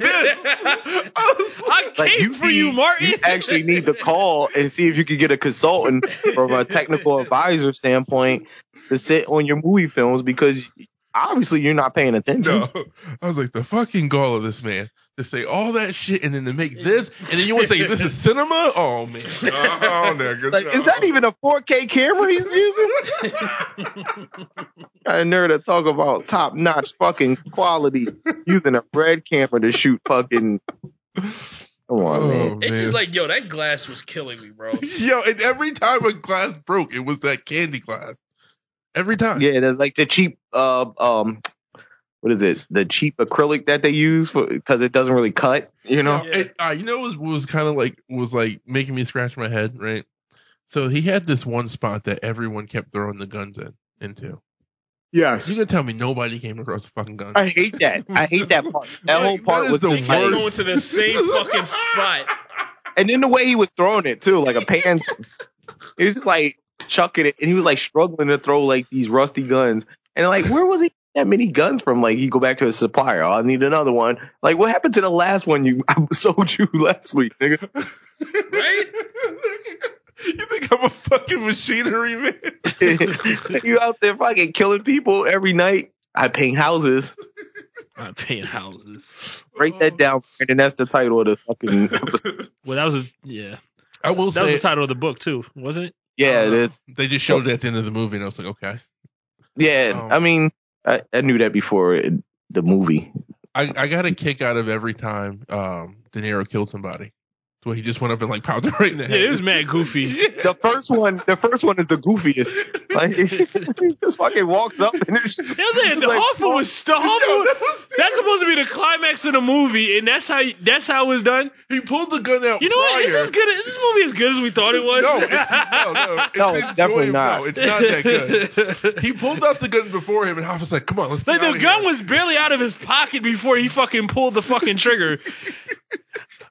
Speaker 1: *laughs*
Speaker 3: do this? *laughs* Oh, I was like,
Speaker 1: I came for you,
Speaker 2: need-
Speaker 1: Martin.
Speaker 2: you actually
Speaker 1: *laughs*
Speaker 2: need to call and see if you could get a consultant from a technical advisor standpoint to sit on your movie films because obviously you're not paying attention.
Speaker 3: no, I was like, the fucking gall of this man to say all that shit and then to make this, and then you want to say this is cinema? Oh man, oh,
Speaker 1: *laughs*
Speaker 3: oh, nigga,
Speaker 2: Like,
Speaker 3: no.
Speaker 2: is that even a 4K camera he's using? Got a nerd to talk about top notch fucking quality using a red camera to shoot fucking. Come on,
Speaker 3: Oh,
Speaker 2: man.
Speaker 1: It's
Speaker 3: man.
Speaker 1: just like, yo, that glass was killing me,
Speaker 3: *laughs*
Speaker 1: bro.
Speaker 3: *laughs* yo, and every time a glass broke, it was that candy glass. Every time,
Speaker 2: Yeah, that's like the cheap, uh, um, what is it? The cheap acrylic that they use for because it doesn't really cut, you know?
Speaker 1: Yeah.
Speaker 3: It- uh, you know what was, was kind of like was like making me scratch my head, right? So he had this one spot that everyone kept throwing the guns in into.
Speaker 2: Yes.
Speaker 3: You can tell me nobody came across a fucking gun.
Speaker 2: I hate that. I hate that part. That
Speaker 3: Like,
Speaker 2: whole part
Speaker 3: that is
Speaker 2: was
Speaker 3: the
Speaker 2: just
Speaker 1: Kept
Speaker 2: like-
Speaker 3: worst.
Speaker 1: going to the same fucking spot. *laughs*
Speaker 2: and then the way he was throwing it too, like a pan. he was just like chucking it, and he was like struggling to throw like these rusty guns. And like, where was he getting that many guns from? Like, he go back to his supplier. Oh, I need another one. Like, what happened to the last one you *laughs* I sold you last week, nigga? *laughs*
Speaker 1: Right?
Speaker 3: *laughs* you think I'm a fucking machinery man?
Speaker 2: you out there fucking killing people every night. I paint houses.
Speaker 1: I'm paying houses.
Speaker 2: Break
Speaker 3: Mm-hmm.
Speaker 2: that down, and that's the title of the fucking. episode.
Speaker 1: Well, that was a yeah.
Speaker 3: I will
Speaker 1: That was
Speaker 3: say,
Speaker 1: the title of the book too, wasn't it?
Speaker 2: Yeah, it is.
Speaker 3: they just showed it at the end of the movie, and I was like, okay.
Speaker 2: Yeah,
Speaker 3: Um,
Speaker 2: I mean, I, I knew that before it, the movie.
Speaker 3: I, I got a kick out of every time um, De Niro killed somebody. So he just went up and like pounded right in the
Speaker 1: Yeah,
Speaker 3: head.
Speaker 1: it was mad *laughs* goofy.
Speaker 3: Yeah.
Speaker 2: The first one, the first one is the goofiest. Like *laughs* he just fucking walks up and it's
Speaker 1: That was it. The
Speaker 2: Like,
Speaker 1: Hoffa was the
Speaker 3: Yo,
Speaker 1: Hoffa.
Speaker 3: that was-
Speaker 1: That's supposed to be the climax of the movie, and that's how that's how it was done.
Speaker 3: he pulled the gun out.
Speaker 1: You know what? Is
Speaker 3: prior.
Speaker 1: this good? Is this movie as good as we thought it was? *laughs*
Speaker 3: No, it's, no, no, it's,
Speaker 2: No, it's definitely
Speaker 3: enjoyable.
Speaker 2: not.
Speaker 3: No, it's not that
Speaker 1: *laughs*
Speaker 3: good. He pulled out the gun before him, and I was like, "Come on, let's."
Speaker 1: Like
Speaker 3: get
Speaker 1: the
Speaker 3: outta
Speaker 1: gun
Speaker 3: here.
Speaker 1: was barely out of his pocket before he fucking pulled the fucking trigger.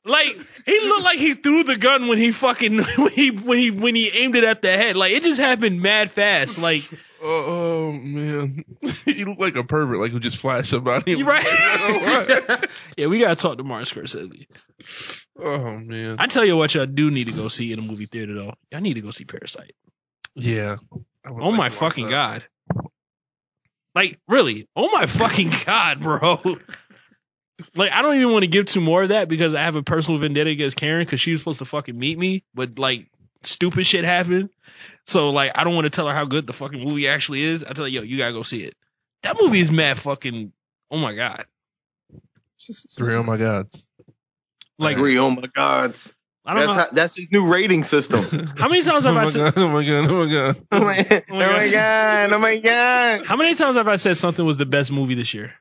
Speaker 1: like he looked like he threw the gun when he fucking *laughs* when he when he when he aimed it at the head. Like it just happened mad fast. Like
Speaker 3: Oh, oh, man, *laughs* he looked like a pervert, like who just flashed somebody.
Speaker 1: you right. *laughs* yeah, we gotta talk to Martin Scorsese.
Speaker 3: oh man,
Speaker 1: I tell you what, y'all do need to go see in a movie theater though. Y'all need to go see Parasite.
Speaker 3: yeah. I would
Speaker 1: Oh
Speaker 3: like
Speaker 1: my
Speaker 3: to watch
Speaker 1: fucking
Speaker 3: that.
Speaker 1: god. Like really? Oh my *laughs* fucking god, bro. Like I don't even want to give two more of that because I have a personal vendetta against Karen because she was supposed to fucking meet me, but like stupid shit happened. So like I don't want to tell her how good the fucking movie actually is. I tell her, yo, you gotta go see it. That movie is mad fucking. Oh my god.
Speaker 3: Three, *laughs* oh my gods.
Speaker 1: Like
Speaker 2: Three, oh my gods.
Speaker 1: I don't
Speaker 2: That's
Speaker 1: know how,
Speaker 2: how, that's his new rating
Speaker 1: *laughs*
Speaker 2: system. *laughs*
Speaker 1: many times
Speaker 3: *laughs* Oh
Speaker 1: have I
Speaker 3: my
Speaker 1: said
Speaker 3: god! Oh my god! Oh my god!
Speaker 2: oh my
Speaker 1: *laughs* Oh my
Speaker 2: god! Oh my god!
Speaker 1: how many times have I said something was the best movie this year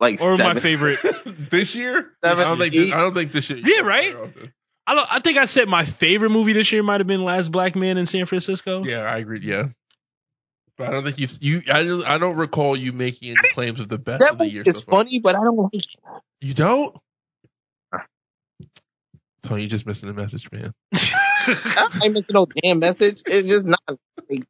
Speaker 2: Like
Speaker 1: or my
Speaker 2: seven.
Speaker 1: favorite?
Speaker 3: *laughs* this year?
Speaker 2: Seven,
Speaker 3: I don't think.
Speaker 2: eight.
Speaker 3: This, I don't think this shit.
Speaker 1: Yeah, right? I don't, I think I said my favorite movie this year might have been Last Black Man in San Francisco. *laughs*
Speaker 3: Yeah, I agree. Yeah, but I don't think you. You, I don't. I don't recall you making any claims of the best
Speaker 2: that
Speaker 3: of the
Speaker 2: movie
Speaker 3: year.
Speaker 2: is
Speaker 3: so far.
Speaker 2: funny, but I don't like. it.
Speaker 3: You don't. Tony, you just missing the message,
Speaker 1: *laughs*
Speaker 3: man.
Speaker 2: I ain't missing no damn message. It's just not. Like,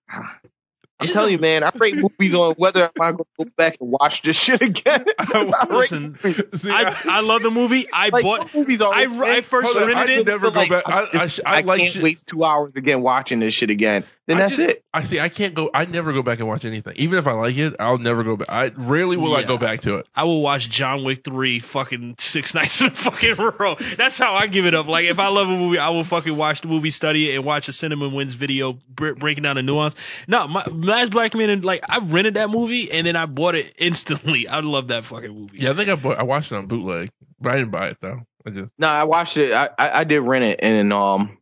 Speaker 2: I'm
Speaker 1: It's
Speaker 2: telling
Speaker 1: a-
Speaker 2: you, man. I rate movies on whether am I gonna go back and watch this shit
Speaker 1: *laughs*
Speaker 2: again. *laughs* I rate
Speaker 1: Listen,
Speaker 2: movies.
Speaker 3: See,
Speaker 1: I, I love the movie. I
Speaker 2: Like,
Speaker 1: bought.
Speaker 2: what movies are
Speaker 1: I,
Speaker 2: okay?
Speaker 1: I first
Speaker 3: Hold on, I
Speaker 1: rented it.
Speaker 3: never
Speaker 2: But,
Speaker 3: go
Speaker 2: like,
Speaker 3: back.
Speaker 2: I'm
Speaker 3: I, I,
Speaker 2: just-
Speaker 3: sh- I,
Speaker 2: I
Speaker 3: like
Speaker 2: can't
Speaker 3: shit.
Speaker 2: waste two hours again watching this shit again. Then
Speaker 3: I
Speaker 2: that's
Speaker 3: just-
Speaker 2: it.
Speaker 3: I see. I can't go. I never go back and watch anything. Even if I like it, I'll never go back. I rarely will I
Speaker 1: Yeah.
Speaker 3: go back to it.
Speaker 1: I will watch John Wick three fucking six *laughs* nights in a fucking row. That's how I give it up. Like if I love a movie, I will fucking watch the movie, study it, and watch a Cinnamon Wins video br- breaking down the nuance. No, my Last Black Man, and, like I rented that movie and then I bought it instantly. I love that fucking movie.
Speaker 3: Yeah, I think I bought, I watched it on bootleg, but I didn't buy it though. I just
Speaker 2: No, I watched it. I, I I did rent it and um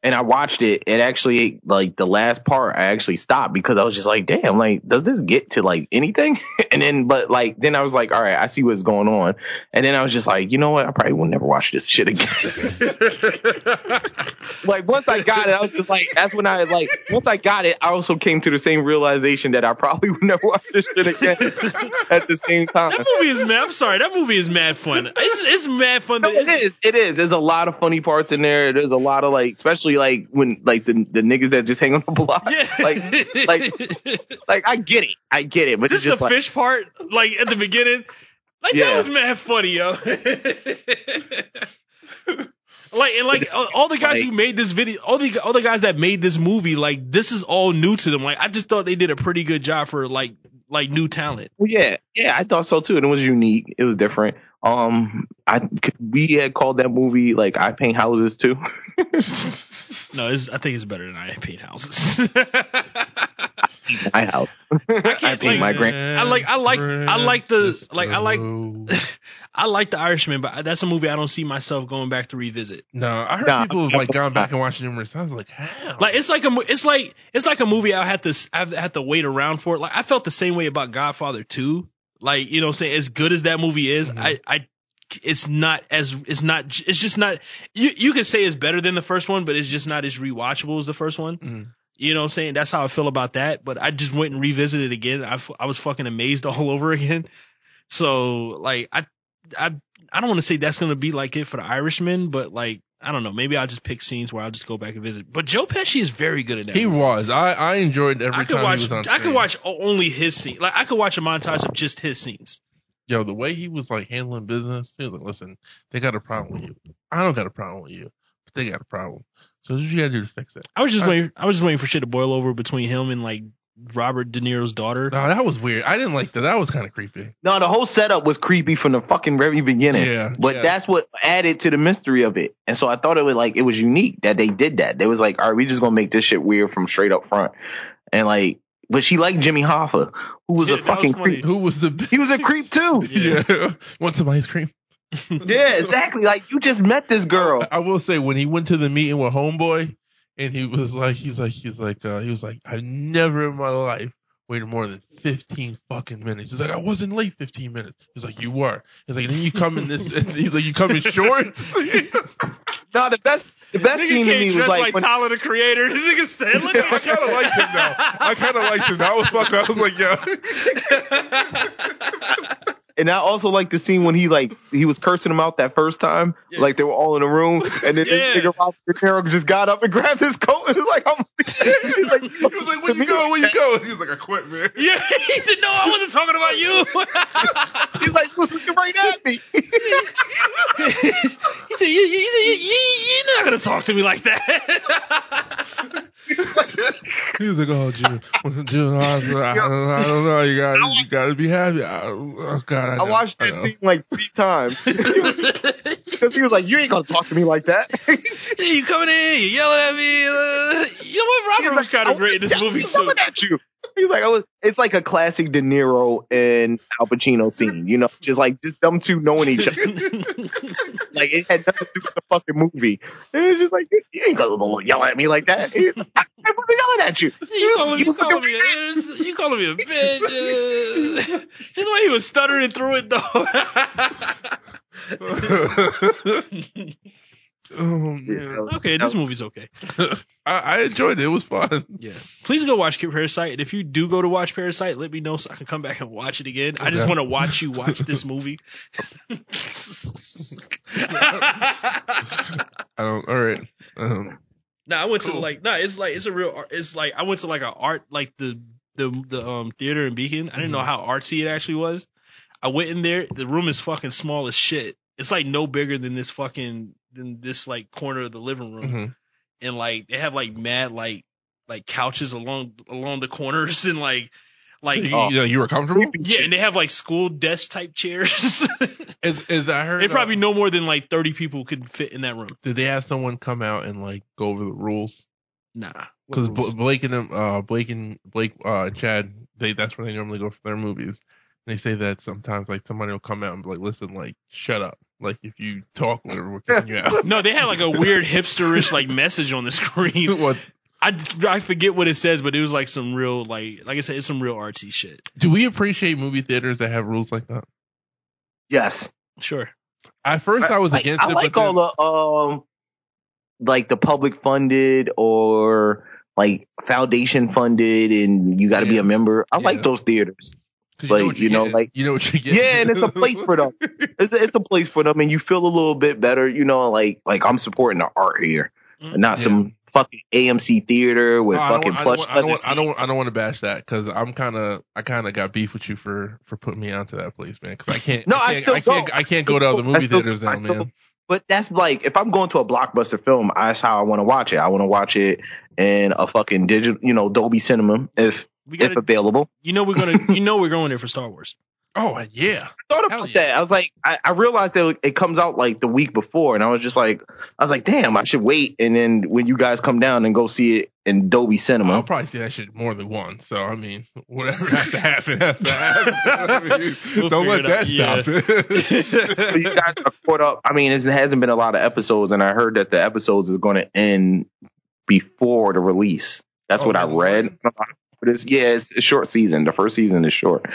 Speaker 2: and I watched it and actually like the last part I actually stopped because I was just like, damn, like does this get to like anything? *laughs* and then but like then I was like, all right, I see what's going on. And then I was just like, you know what? I probably will never watch this shit again. like once I got it, I was just like, that's when I like once I got it, I also came to the same realization that I probably would never watch this shit again *laughs* at the same time.
Speaker 1: That movie is mad. I'm sorry. That movie is mad fun. It's, it's mad fun.
Speaker 2: No,
Speaker 1: that-
Speaker 2: it is. It is. There's a lot of funny parts in there. There's a lot of like, especially like when like the the niggas that just hang on the block.
Speaker 1: Yeah.
Speaker 2: Like-
Speaker 1: *laughs*
Speaker 2: Like I get it. I get it. But
Speaker 1: just
Speaker 2: it's
Speaker 1: the
Speaker 2: just like
Speaker 1: fish part, like at the beginning. Like that
Speaker 2: Yeah.
Speaker 1: was mad funny, *laughs* yo. like and like all all the guys who made this video, all the all the guys that made this movie, like this is all new to them. Like I just thought they did a pretty good job for like like new talent.
Speaker 2: well, yeah, yeah. I thought so too. And it was unique. It was different. Um, I we had called that movie like I paint houses too. *laughs*
Speaker 1: No, it's, I think it's better than I paint *laughs* houses.
Speaker 2: my house.
Speaker 1: I can't
Speaker 2: think
Speaker 1: like,
Speaker 2: my grand-
Speaker 1: I like- I like- I like the- like, I like- *laughs* I like The Irishman, but that's a movie I don't see myself going back to revisit.
Speaker 3: No, I heard
Speaker 2: Nah,
Speaker 3: people have
Speaker 2: I-
Speaker 3: like gone back and watched it numerous times. Like how?
Speaker 1: Like it's like a mo- it's like it's like a movie I had to I had to wait around for. Like I felt the same way about Godfather 2. Like you know, what I'm saying as good as that movie is,
Speaker 3: Mhm.
Speaker 1: I I it's not as it's not it's just not you you could say it's better than the first one, but it's just not as rewatchable as the first one.
Speaker 3: Mm.
Speaker 1: You know what I'm saying? That's how I feel about that. But I just went and revisited it again. I, f- I was fucking amazed *laughs* all over again. So like I I I don't want to say that's gonna be like it for the Irishman, but like I don't know. Maybe I'll just pick scenes where I'll just go back and visit. But Joe Pesci is very good at that.
Speaker 3: he
Speaker 1: movie.
Speaker 3: was. I I enjoyed every
Speaker 1: I could
Speaker 3: time
Speaker 1: watch
Speaker 3: he was on.
Speaker 1: I could
Speaker 3: screen.
Speaker 1: watch o- only his scene. Like I could watch a montage of just his scenes.
Speaker 3: Yo, the way he was like handling business, he was like, "Listen, they got a problem with you. I don't got a problem with you, but they got a problem. So what you gotta do to fix it?"
Speaker 1: I was just
Speaker 3: I-
Speaker 1: waiting. I was just waiting for shit to boil over between him and like Robert De Niro's daughter.
Speaker 3: No, that was weird. I didn't like that. That was kind of creepy.
Speaker 2: No, the whole setup was creepy from the fucking very beginning.
Speaker 3: Yeah,
Speaker 2: But
Speaker 3: yeah.
Speaker 2: that's what added to the mystery of it. And so I thought it was like it was unique that they did that. They was like, all right, we just gonna make this shit weird from straight up front. And like But she liked Jimmy Hoffa, who was
Speaker 1: Yeah,
Speaker 2: a
Speaker 1: that was
Speaker 2: fucking
Speaker 1: funny.
Speaker 2: creep.
Speaker 3: Who was the *laughs*
Speaker 2: He was a creep too.
Speaker 1: *laughs* Yeah.
Speaker 3: yeah. *laughs* Want some ice cream?
Speaker 2: yeah, exactly. Like you just met this girl.
Speaker 1: *laughs*
Speaker 3: I will say when he went to the meeting with Homeboy, and he was like, he's like, he's like, uh, he was like, I've never in my life waited more than fifteen fucking minutes. He's like, I wasn't late fifteen minutes. He's like, you were. He's like, then you come in this. *laughs* And he's like, you come in shorts. *laughs*
Speaker 2: No, the best the best
Speaker 1: Nigga
Speaker 2: scene to
Speaker 1: came
Speaker 2: me was
Speaker 1: dressed
Speaker 2: like,
Speaker 1: like
Speaker 2: when-
Speaker 1: Tyler the Creator. This nigga said, "Look
Speaker 3: I kind
Speaker 2: *laughs*
Speaker 3: of liked him though. I kind of liked him. I was fucking. I was like, yo. *laughs*
Speaker 2: *laughs* and I also like the scene when he like he was cursing him out that first time,
Speaker 1: Yeah.
Speaker 2: like they were all in a room, and then
Speaker 1: Yeah.
Speaker 2: this nigga Robert De Niro just got up and grabbed his coat and was like, I'm, *laughs* he's like,
Speaker 3: He was like, where you going? Where you going? He was like, I quit, man.
Speaker 1: yeah, *laughs* he said, "No, I wasn't talking about you." *laughs*
Speaker 2: He's like, he was looking right at me.
Speaker 1: he said, you, you, he said, you, you, "You're not gonna talk to me like that."
Speaker 3: *laughs* He was like, "Oh, June, June, I, don't know, I don't know, I don't know. You got, to you got to be happy." I, oh God,
Speaker 2: *laughs* I
Speaker 3: I, know,
Speaker 2: watched that
Speaker 3: know.
Speaker 2: scene like three times *laughs* because he was like, you ain't gonna talk to me like that.
Speaker 1: *laughs*
Speaker 2: *laughs*
Speaker 1: you coming in, you yelling at me. uh, you know what? Robert was kind of great in this movie too.
Speaker 2: Looking at you. He's like, I was. It's like a classic De Niro and Al Pacino scene, you know, just like just them two knowing each
Speaker 1: *laughs*
Speaker 2: other. Like it had nothing to do with the fucking movie. And it's just like you, you ain't gonna yell at me like that. *laughs* He's like, I I wasn't yelling at you.
Speaker 1: You calling,
Speaker 2: You
Speaker 1: you,
Speaker 2: was
Speaker 1: calling
Speaker 2: looking-
Speaker 1: me a, you calling me a bitch. uh, *laughs* That's why he was stuttering through it, though.
Speaker 3: *laughs* oh man,
Speaker 1: *laughs* okay, this movie's okay.
Speaker 3: I, I enjoyed it. It was fun.
Speaker 1: Yeah. Please go watch Parasite. And if you do go to watch Parasite, let me know so I can come back and watch it again. I just
Speaker 3: Okay.
Speaker 1: want to watch you watch this movie.
Speaker 3: I don't. All right. Um,
Speaker 1: *laughs* Nah, I went to
Speaker 3: Cool.
Speaker 1: like nah, it's like it's a real art. It's like I went to like an art like the the the um theater in Beacon. I didn't know
Speaker 3: Mhm.
Speaker 1: how artsy it actually was. I went in there. The room is fucking small as shit. It's like no bigger than this fucking than this like corner of the living room.
Speaker 3: mhm.
Speaker 1: And like they have like mad like like couches along along the corners *laughs* and like like oh.
Speaker 3: you, you know, you were comfortable.
Speaker 1: yeah, and they have like school desk type chairs. *laughs*
Speaker 3: Is, is I heard?
Speaker 1: it probably
Speaker 3: uh,
Speaker 1: no more than like thirty people could fit in that room.
Speaker 3: did they have someone come out and like go over the rules?
Speaker 1: Nah, What
Speaker 3: Because
Speaker 1: rules?
Speaker 3: Blake and them, uh, Blake and Blake, uh, and Chad, they that's where they normally go for their movies. And they say that sometimes like somebody will come out and be like, "Listen, like shut up. Like if you talk, whatever, we're kicking
Speaker 1: *laughs*
Speaker 3: you out."
Speaker 1: No, they had like a
Speaker 3: *laughs*
Speaker 1: weird hipsterish like message on the screen.
Speaker 3: What-
Speaker 1: I, I forget what it says, but it was like some real like like I said, it's some real artsy shit.
Speaker 3: Do we appreciate movie theaters that have rules like that?
Speaker 2: Yes.
Speaker 1: Sure.
Speaker 3: At first, I, was
Speaker 2: Like,
Speaker 3: against
Speaker 2: I
Speaker 3: it.
Speaker 2: like
Speaker 3: but
Speaker 2: all the um, like the public funded or like foundation funded, and you got to be
Speaker 3: Yeah.
Speaker 2: a member. I
Speaker 3: Yeah.
Speaker 2: like those theaters.
Speaker 3: then, 'cause
Speaker 2: like,
Speaker 3: what
Speaker 2: you know,
Speaker 3: get.
Speaker 2: like-
Speaker 3: you know what you get.
Speaker 2: Yeah, and it's
Speaker 3: *laughs*
Speaker 2: a place for them. It's a, it's a place for them, and you feel a little bit better, you know. Like like I'm supporting the art here, and not
Speaker 3: Mm. Yeah.
Speaker 2: some fucking AMC theater with
Speaker 3: Oh, I
Speaker 2: fucking
Speaker 3: don't want- I don't
Speaker 2: plush
Speaker 3: want- I
Speaker 2: leather
Speaker 3: don't want- I don't.
Speaker 2: seats.
Speaker 3: I don't want to bash that because I'm kind of. I kind of got beef with you for for putting me onto that place, man. Because I can't.
Speaker 2: No, I
Speaker 3: I can't,
Speaker 2: still
Speaker 3: I can't,
Speaker 2: go.
Speaker 3: I can't go to other
Speaker 2: I
Speaker 3: movie
Speaker 2: still-
Speaker 3: theaters
Speaker 2: I
Speaker 3: now,
Speaker 2: still-
Speaker 3: man.
Speaker 2: But that's like if I'm going to a blockbuster film, that's how I want to watch it. I want to watch it in a fucking digital, you know, Dolby Cinema if
Speaker 1: We
Speaker 2: if
Speaker 1: got
Speaker 2: available.
Speaker 1: you know we're gonna you know we're going there for Star Wars.
Speaker 3: Oh yeah.
Speaker 2: I thought
Speaker 3: Hell
Speaker 2: about
Speaker 3: yeah.
Speaker 2: that. I was like, I, I realized that it comes out like the week before, and I was just like, I was like, damn, I should wait. And then when you guys come down and go see it in Dolby Cinema,
Speaker 3: I'll probably see that shit more than once. So I mean, *laughs*
Speaker 2: *laughs*
Speaker 3: whatever has to happen, has to happen. I mean,
Speaker 1: We'll
Speaker 3: don't let
Speaker 1: figure
Speaker 3: that
Speaker 1: it out.
Speaker 3: stop it.
Speaker 2: *laughs* So you guys are caught up. I mean, it's- it hasn't been a lot of episodes, and I heard that the episodes is going to end before the release. That's
Speaker 3: Oh,
Speaker 2: what I
Speaker 3: really?
Speaker 2: read. *laughs* But it's, yeah, it's a short season. The first season is short.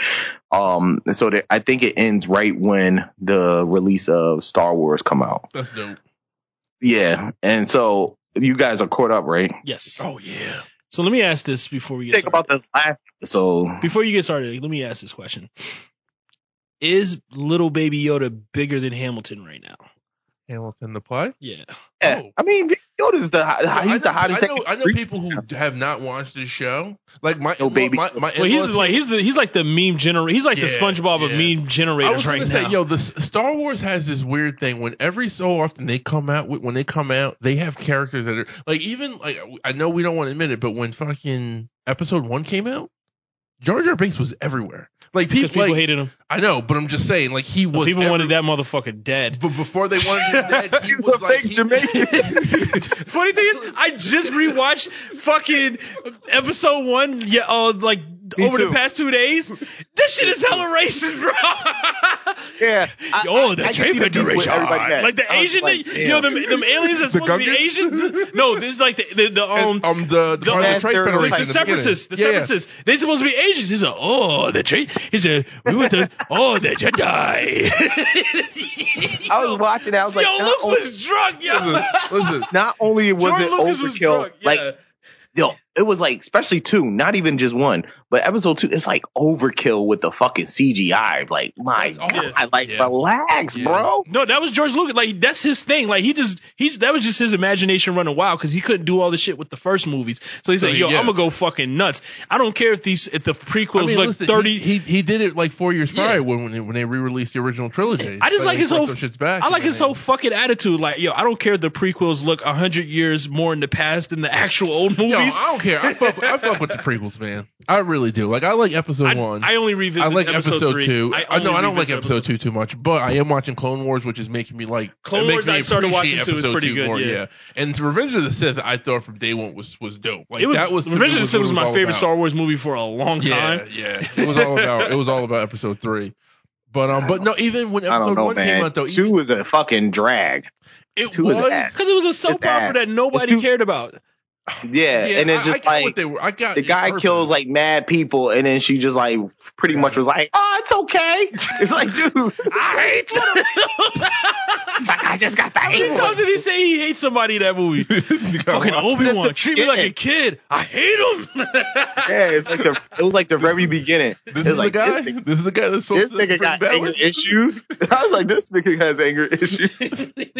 Speaker 2: Um, and so that I think it ends right when the release of Star Wars come out.
Speaker 3: That's dope.
Speaker 2: Yeah, and so you guys are caught up, right?
Speaker 1: Yes.
Speaker 3: Oh yeah.
Speaker 1: So let me ask this before we get
Speaker 2: Think
Speaker 1: started.
Speaker 2: about this last episode.
Speaker 3: Oh.
Speaker 1: before you get started, let me ask this question. Is little baby Yoda bigger than Hamilton right now?
Speaker 3: Hamilton the play.
Speaker 1: Yeah.
Speaker 2: Yeah,
Speaker 3: Oh.
Speaker 2: I mean, Yoda's the hot-
Speaker 3: Yeah, I
Speaker 2: he's the
Speaker 3: know-
Speaker 2: hottest
Speaker 3: I know,
Speaker 2: thing.
Speaker 3: I know people who have not watched this show. Like my
Speaker 2: No
Speaker 3: in-law-
Speaker 2: baby.
Speaker 3: my, my
Speaker 1: Well, he's
Speaker 3: in-laws-
Speaker 1: like he's the he's like the meme generator. He's like the
Speaker 3: Yeah,
Speaker 1: SpongeBob of
Speaker 3: yeah.
Speaker 1: meme
Speaker 3: I
Speaker 1: generators
Speaker 3: was
Speaker 1: right
Speaker 3: gonna
Speaker 1: now.
Speaker 3: say, yo, the S- Star Wars has this weird thing. When every so often they come out with, when they come out, they have characters that are like even like I know we don't want to admit it, but when fucking Episode One came out, Jar Jar Binks was everywhere. Like
Speaker 1: because
Speaker 3: people,
Speaker 1: people
Speaker 3: like,
Speaker 1: hated him.
Speaker 3: I know, but I'm just saying, like he was.
Speaker 1: People
Speaker 3: every-
Speaker 1: wanted that motherfucker dead.
Speaker 3: But before they wanted him dead, he
Speaker 2: *laughs* He's
Speaker 3: was
Speaker 2: a
Speaker 3: like
Speaker 2: fake
Speaker 3: he-
Speaker 1: *laughs*
Speaker 2: Jamaican.
Speaker 1: Funny thing is, I just rewatched fucking episode one. Yeah, uh, like
Speaker 2: Me
Speaker 1: over
Speaker 2: too.
Speaker 1: the past two days, this shit is hella racist, bro. *laughs*
Speaker 2: yeah. I-
Speaker 1: oh,
Speaker 2: I-
Speaker 1: the
Speaker 2: I can see
Speaker 1: Trade
Speaker 2: the beef with
Speaker 1: Federation.
Speaker 2: everybody had.
Speaker 1: Like the
Speaker 2: I was
Speaker 1: Asian,
Speaker 2: like,
Speaker 1: you know,
Speaker 2: damn.
Speaker 1: them,
Speaker 2: *laughs*
Speaker 1: them aliens that's
Speaker 3: The
Speaker 1: supposed to be Asian. No, this is like the the, the um.
Speaker 3: *laughs* and, um, the, the,
Speaker 1: the-
Speaker 3: Department of Trade
Speaker 2: Master-
Speaker 1: like
Speaker 3: Federation in
Speaker 1: the
Speaker 3: the beginning.
Speaker 1: separatists, the
Speaker 3: Yeah, yeah.
Speaker 1: separatists, they supposed to be Asians. He's like, oh, the trade. He's a, we went to, oh, the Jedi.
Speaker 2: I was watching that. I was like, "Uh, oh,
Speaker 1: yo,
Speaker 2: not
Speaker 1: Luke
Speaker 2: only-
Speaker 1: was drunk,
Speaker 2: *laughs*
Speaker 1: yo.
Speaker 3: Listen,
Speaker 1: *laughs*
Speaker 3: listen,
Speaker 2: not only was
Speaker 1: George
Speaker 2: it
Speaker 1: Lucas
Speaker 2: overkill,
Speaker 1: was drunk. Yeah.
Speaker 2: like yo, it was like especially two, not even just one, but episode two, it's like overkill with the fucking CGI. Like my
Speaker 3: Oh,
Speaker 2: god,
Speaker 1: yeah.
Speaker 2: like
Speaker 3: Yeah.
Speaker 2: relax,
Speaker 3: Yeah.
Speaker 2: bro.
Speaker 1: no, that was George Lucas. Like that's his thing. Like he just he that was just his imagination running wild because he couldn't do all the shit with the first movies. So he said,
Speaker 3: So,
Speaker 1: "Yo,
Speaker 3: yeah.
Speaker 1: I'm gonna go fucking nuts. I don't care if these if the prequels
Speaker 3: I mean,
Speaker 1: look
Speaker 3: listen,
Speaker 1: thirty.
Speaker 3: He, he he did it like four years
Speaker 1: Yeah.
Speaker 3: prior when when they, when they re-released the original trilogy.
Speaker 1: I just
Speaker 3: So
Speaker 1: like
Speaker 3: they
Speaker 1: his
Speaker 3: brought
Speaker 1: whole-
Speaker 3: those shits back
Speaker 1: I
Speaker 3: and
Speaker 1: like his
Speaker 3: everything.
Speaker 1: whole fucking attitude. Like, yo, I don't care if the prequels look a hundred years more in the past than the actual old
Speaker 3: Yo,
Speaker 1: movies.
Speaker 3: I don't care. I fuck, I
Speaker 1: *laughs*
Speaker 3: fuck with the prequels, man. I really do. Like I like episode
Speaker 1: I,
Speaker 3: one.
Speaker 1: I only revisit
Speaker 3: I like episode,
Speaker 1: three.
Speaker 3: two. I
Speaker 1: only
Speaker 3: know I don't like
Speaker 1: revisit
Speaker 3: episode, two too much, but I am watching Clone Wars, which is making me like
Speaker 1: Clone
Speaker 3: it makes
Speaker 1: Wars,
Speaker 3: me
Speaker 1: I started
Speaker 3: appreciate
Speaker 1: watching, too. It's
Speaker 3: episode
Speaker 1: pretty
Speaker 3: two
Speaker 1: good, yeah.
Speaker 3: and Revenge of the Sith, I thought from day one was was dope. Like
Speaker 1: It was,
Speaker 3: that was to me,
Speaker 1: Revenge of the Sith
Speaker 3: what
Speaker 1: was
Speaker 3: it
Speaker 1: my
Speaker 3: all
Speaker 1: favorite
Speaker 3: about.
Speaker 1: Star Wars movie for a long time.
Speaker 3: Yeah, yeah. It was
Speaker 1: *laughs*
Speaker 3: all about it was all about episode three. But um, but no, even when
Speaker 2: I don't
Speaker 3: episode
Speaker 2: know,
Speaker 3: one came
Speaker 2: man.
Speaker 3: out though, e-
Speaker 2: Two was a fucking drag.
Speaker 3: it
Speaker 2: two is
Speaker 3: was
Speaker 2: ass.
Speaker 1: Because it was a soap
Speaker 2: It's
Speaker 1: opera
Speaker 2: bad.
Speaker 1: that nobody
Speaker 2: It's too-
Speaker 1: cared about.
Speaker 2: Yeah, and
Speaker 3: I-
Speaker 2: it
Speaker 3: I
Speaker 2: just
Speaker 3: got what
Speaker 2: like
Speaker 3: they were- I got
Speaker 2: the
Speaker 3: your
Speaker 2: guy
Speaker 3: purpose.
Speaker 2: kills like mad people, and then she just like pretty much was like, "Oh, it's okay." *laughs* It's like, dude,
Speaker 1: I hate them.
Speaker 2: *laughs* it's like, I just got that.
Speaker 1: How many times did he say he hates somebody in that movie?
Speaker 3: *laughs*
Speaker 1: Fucking Obi
Speaker 2: Just
Speaker 1: Wan,
Speaker 2: the
Speaker 1: treat me like a kid. I hate him.
Speaker 2: Yeah, it's like the it was like the very beginning.
Speaker 3: This
Speaker 2: It's
Speaker 3: is
Speaker 2: like,
Speaker 3: the guy.
Speaker 2: This nigga,
Speaker 3: This is the guy
Speaker 2: this
Speaker 3: that's supposed to
Speaker 2: nigga
Speaker 3: bring
Speaker 2: got anger
Speaker 3: balance.
Speaker 2: issues. *laughs* I was like, this nigga has anger issues.
Speaker 3: *laughs*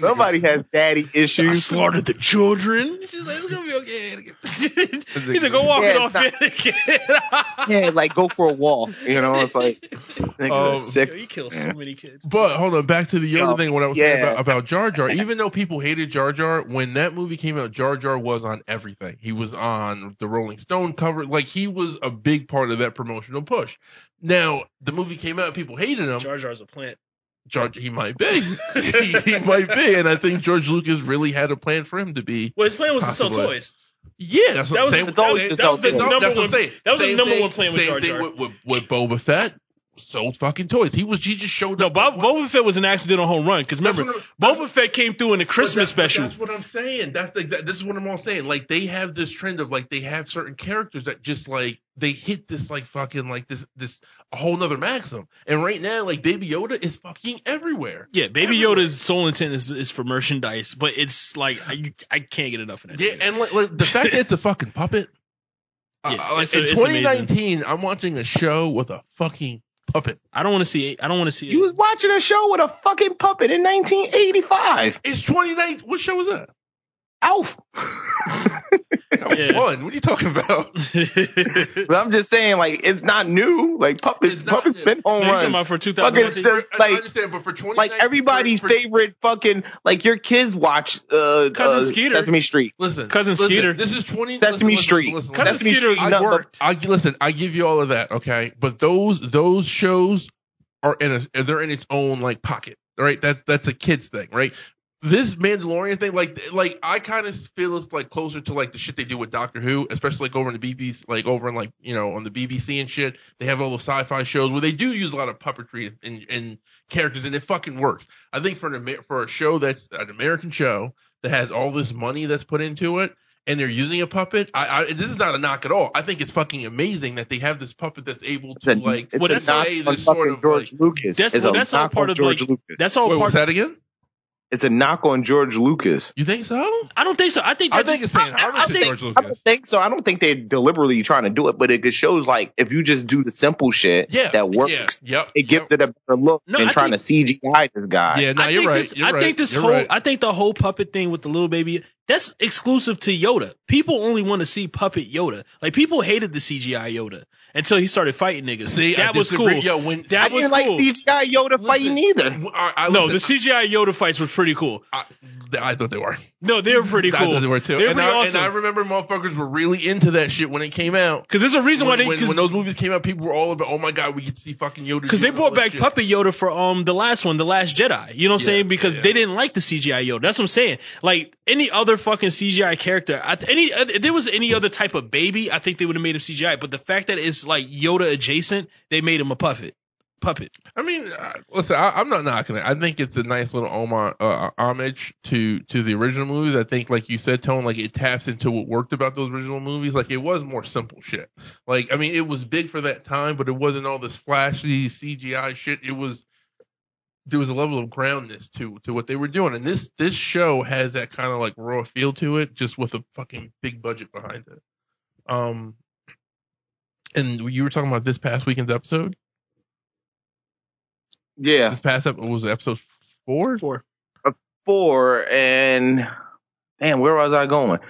Speaker 2: Somebody has daddy
Speaker 1: I
Speaker 2: issues.
Speaker 1: slaughtered the children. She's like, it's gonna be okay. Anakin." *laughs* He's like, go walk
Speaker 2: Yeah,
Speaker 1: it
Speaker 2: it's
Speaker 1: off,
Speaker 2: not-
Speaker 1: Anakin.
Speaker 2: Yeah, like go for a walk. You know, it's
Speaker 3: *laughs*
Speaker 2: like niggas are
Speaker 3: Um,
Speaker 1: Yo,
Speaker 2: sick.
Speaker 1: you kill so many kids.
Speaker 3: But hold on, back to the other
Speaker 2: Yo,
Speaker 3: thing. What I was saying
Speaker 2: yeah.
Speaker 3: about, about
Speaker 2: *laughs*
Speaker 3: Jar Jar, even though people hated Jar Jar, when that movie came out, Jar Jar was on everything. He was on the Rolling Stone cover, like he was a big part of that promotional push. Now the movie came out, people hated him.
Speaker 1: Jar Jar's a plant. *laughs*
Speaker 3: Jar, he might be, *laughs* he, he might be, and I think George Lucas really had a plan for him to be.
Speaker 1: Well, his plan was to sell
Speaker 3: Possibly.
Speaker 1: toys.
Speaker 3: Yeah, that's
Speaker 1: That was-
Speaker 3: same-
Speaker 1: it's
Speaker 2: always
Speaker 1: that
Speaker 2: just
Speaker 1: was the
Speaker 2: outdoors.
Speaker 1: number
Speaker 3: that's
Speaker 1: one.
Speaker 3: what I'm saying.
Speaker 1: that was the
Speaker 3: Same
Speaker 1: number
Speaker 3: thing-
Speaker 1: one plan with
Speaker 3: same
Speaker 1: Jar
Speaker 3: thing
Speaker 1: Jar.
Speaker 3: With, with, with Boba Fett, sold fucking toys. He was he just showed
Speaker 1: No,
Speaker 3: up.
Speaker 1: Bob, Boba Fett was an accidental home run because
Speaker 3: That's
Speaker 1: remember,
Speaker 3: what I'm-
Speaker 1: Boba Fett came through in the Christmas
Speaker 3: But that- but
Speaker 1: special.
Speaker 3: That's what I'm saying. That's the, that, this is what I'm all saying. Like they have this trend of like they have certain characters that just like they hit this like fucking like this this a whole nother maxim. And right now, like Baby Yoda is fucking everywhere.
Speaker 1: Yeah, Baby
Speaker 3: Everywhere.
Speaker 1: Yoda's sole intent is, is for merchandise, but it's like I, I can't get enough of that.
Speaker 3: Yeah,
Speaker 1: shit.
Speaker 3: and
Speaker 1: *laughs*
Speaker 3: like, like the fact that it's a fucking puppet.
Speaker 1: Yeah,
Speaker 3: uh, like,
Speaker 1: it's-
Speaker 3: in
Speaker 1: it's
Speaker 3: 2019, I'm watching a show with a fucking puppet.
Speaker 1: I don't want to see. I don't want to see.
Speaker 2: You was watching a show with a fucking puppet in 1985.
Speaker 3: It's 29. What show is that?
Speaker 2: Alf. *laughs*
Speaker 3: That was
Speaker 1: Yeah.
Speaker 3: One. What are you talking about?
Speaker 1: *laughs* it.
Speaker 2: But I'm just saying, like, it's not new. Like puppets,
Speaker 3: It's not
Speaker 2: puppets
Speaker 3: new.
Speaker 2: been home
Speaker 1: He's talking
Speaker 2: runs.
Speaker 1: about for
Speaker 3: I,
Speaker 1: 2000.
Speaker 2: Fucking- Just, like-
Speaker 3: understand, but for 2019,
Speaker 2: Like everybody's
Speaker 3: for- for-
Speaker 2: favorite fucking like your kids watch uh,
Speaker 1: Cousin
Speaker 2: uh,
Speaker 1: Skeeter.
Speaker 2: Sesame Street.
Speaker 3: Listen,
Speaker 1: Cousin
Speaker 3: listen,
Speaker 1: Skeeter.
Speaker 3: This is 20.
Speaker 2: Sesame
Speaker 3: listen,
Speaker 2: Street.
Speaker 3: Listen, listen,
Speaker 1: Cousin
Speaker 3: listen.
Speaker 2: Sesame
Speaker 1: Skeeter
Speaker 2: Street, nothing but
Speaker 1: worked.
Speaker 3: I listen. I give you all of that, okay? But those those shows are in a they're in its own like pocket, right? That's that's a kids thing, right? This Mandalorian thing, like like I kind of feel it's like closer to like the shit they do with Doctor Who, especially like over in the BBC, like over in like you know on the BBC and shit. They have all those sci-fi shows where they do use a lot of puppetry and, and characters, and it fucking works. I think for an Amer- for a show that's an American show that has all this money that's put into it, and they're using a puppet. I, I this is not a knock at all. I think it's fucking amazing that they have this puppet that's able
Speaker 2: It's a,
Speaker 3: to like.
Speaker 2: it's
Speaker 1: Well,
Speaker 2: a
Speaker 1: that's
Speaker 2: knock
Speaker 3: all-
Speaker 2: on
Speaker 3: it's sort
Speaker 2: fucking
Speaker 3: of
Speaker 2: George Lucas.
Speaker 1: That's-
Speaker 2: it's
Speaker 1: well,
Speaker 2: a
Speaker 1: that's all
Speaker 2: knock on
Speaker 1: part of,
Speaker 2: George
Speaker 1: like,
Speaker 2: Lucas.
Speaker 1: That's all
Speaker 3: Wait,
Speaker 1: part.
Speaker 3: was that again?
Speaker 2: It's a knock on George Lucas.
Speaker 3: You think so?
Speaker 1: I don't think so. I think
Speaker 3: I
Speaker 1: that's
Speaker 3: think it's paying
Speaker 2: I- I-
Speaker 3: homage
Speaker 2: I
Speaker 3: to
Speaker 2: think-
Speaker 3: George
Speaker 2: I don't
Speaker 3: Lucas.
Speaker 2: think so. I don't think they're deliberately trying to do it, but it just shows like if you just do the simple shit
Speaker 3: Yeah,
Speaker 2: that works,
Speaker 3: Yeah, yep.
Speaker 2: it gives it a better look
Speaker 1: No,
Speaker 2: than
Speaker 1: I
Speaker 2: trying to CGI this guy.
Speaker 3: Yeah, no,
Speaker 1: I
Speaker 3: you're
Speaker 1: think
Speaker 3: right.
Speaker 1: This,
Speaker 3: you're
Speaker 1: I
Speaker 3: right,
Speaker 1: think this
Speaker 3: you're
Speaker 1: whole
Speaker 3: right.
Speaker 1: I think the whole puppet thing with the little baby That's exclusive to Yoda. People only want to see puppet Yoda. Like people hated the CGI Yoda until he started fighting niggas.
Speaker 3: See,
Speaker 1: that
Speaker 3: I
Speaker 1: was cool.
Speaker 3: disagree. Yo, when
Speaker 1: That
Speaker 2: I
Speaker 1: was
Speaker 2: didn't like
Speaker 1: cool.
Speaker 2: CGI Yoda
Speaker 3: Listen.
Speaker 2: fighting either.
Speaker 3: I, I
Speaker 1: no, the
Speaker 3: listen-
Speaker 1: CGI Yoda fights was pretty cool.
Speaker 3: I, I thought they were.
Speaker 1: No, they were pretty
Speaker 3: I thought they
Speaker 1: cool.
Speaker 3: were too.
Speaker 1: They're
Speaker 3: and, I,
Speaker 1: pretty
Speaker 3: and I
Speaker 1: awesome.
Speaker 3: remember motherfuckers were really into that shit when it came out.
Speaker 1: Because there's a reason why
Speaker 3: When,
Speaker 1: they
Speaker 3: when,
Speaker 1: cause,
Speaker 3: when those movies came out, people were all about, "Oh my god, we get to see fucking Yoda."
Speaker 1: Because they
Speaker 3: doing all
Speaker 1: brought
Speaker 3: this
Speaker 1: back
Speaker 3: shit."
Speaker 1: Puppet Yoda for um the last one, the Last Jedi. You know what I'm
Speaker 3: Yeah,
Speaker 1: saying? Because
Speaker 3: yeah.
Speaker 1: they didn't like the CGI Yoda. That's what I'm saying. Like any other fucking CGI character, I, th- any uh, if there was any other type of baby, I think they would have made him CGI. But the fact that it's like Yoda adjacent, they made him a puppet. Puppet.
Speaker 3: I mean, uh, listen, I, I'm not knocking it. I think it's a nice little homage, uh, homage to to the original movies. I think, like you said, Tone, like it taps into what worked about those original movies. Like it was more simple shit. Like I mean, it was big for that time, but it wasn't all this flashy CGI shit. It was there was a level of groundness to to what they were doing, and this this show has that kind of like raw feel to it, just with a fucking big budget behind it. Um, and you were talking about this past weekend's episode.
Speaker 2: Yeah,
Speaker 3: This past episode was it episode four. *laughs*
Speaker 1: Four.
Speaker 2: four and damn, where was I going?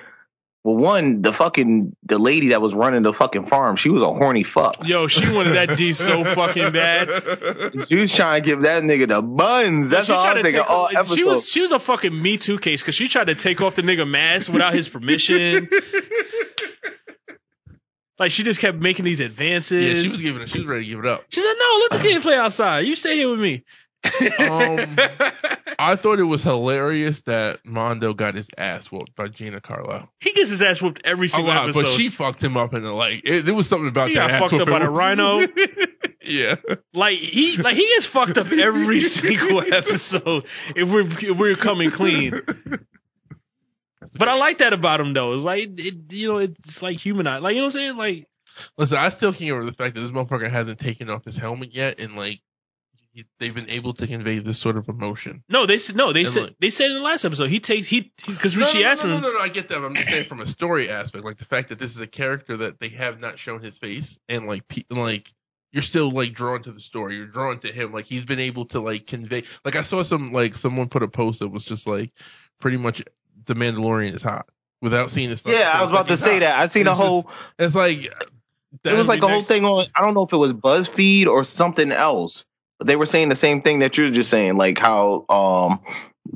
Speaker 2: Well, one, the fucking the lady that was running the fucking farm, she was a horny fuck.
Speaker 1: Yo, she wanted that D so fucking *laughs* bad.
Speaker 2: She was trying to give that nigga the buns. That's
Speaker 1: She
Speaker 2: all
Speaker 1: tried
Speaker 2: I'm
Speaker 1: to
Speaker 2: thinking
Speaker 1: take-
Speaker 2: all episode.
Speaker 1: She was she was a fucking Me Too case because she tried to take off the nigga mask without his *laughs* permission. like she just kept making these advances.
Speaker 3: Yeah, she was giving it. She was ready to give it up.
Speaker 1: She said, "No, let the kid play outside. You stay here with me."
Speaker 3: Um, I thought it was hilarious that Mondo got his ass whooped by Gina Carlo.
Speaker 1: *laughs* he gets his ass whooped every
Speaker 3: A
Speaker 1: single
Speaker 3: lot,
Speaker 1: episode.
Speaker 3: Oh, but she fucked him up and like it, there was something about
Speaker 1: he
Speaker 3: that.
Speaker 1: got
Speaker 3: ass
Speaker 1: fucked up by
Speaker 3: whooping.
Speaker 1: the rhino.
Speaker 3: *laughs* yeah,
Speaker 1: like he, like he gets fucked up
Speaker 3: *laughs*
Speaker 1: every single episode. If we're if we're coming clean, but I like that about him though. It's like it, you know, it's like humanized. Like you know what I'm saying? Like
Speaker 3: listen, I still can't get over the fact that this motherfucker hasn't taken off his helmet yet, and like they've been able to convey this sort of emotion.
Speaker 1: no, they said no, they
Speaker 3: And
Speaker 1: said
Speaker 3: look-
Speaker 1: they said in the last episode he takes he because
Speaker 3: No,
Speaker 1: she
Speaker 3: no, no,
Speaker 1: asked
Speaker 3: no,
Speaker 1: him.
Speaker 3: No, no, no, I get that. but I'm just saying from a story aspect, like the fact that this is a character that they have not shown his face, and like, pe- and, like you're still like drawn to the story. You're drawn to him. Like he's been able to like convey. Like I saw some like someone put a post that was just like pretty much the Mandalorian is hot without seeing his. fucking
Speaker 2: yeah, I
Speaker 3: face.
Speaker 2: was about
Speaker 3: Like,
Speaker 2: to
Speaker 3: he's
Speaker 2: say
Speaker 3: hot.
Speaker 2: that. I seen
Speaker 3: It
Speaker 2: a
Speaker 3: was just-
Speaker 2: whole
Speaker 3: It's like
Speaker 2: it was like a
Speaker 3: the
Speaker 2: whole thing on I don't know if it was BuzzFeed or something else, but they were saying the same thing that you're just saying, like how um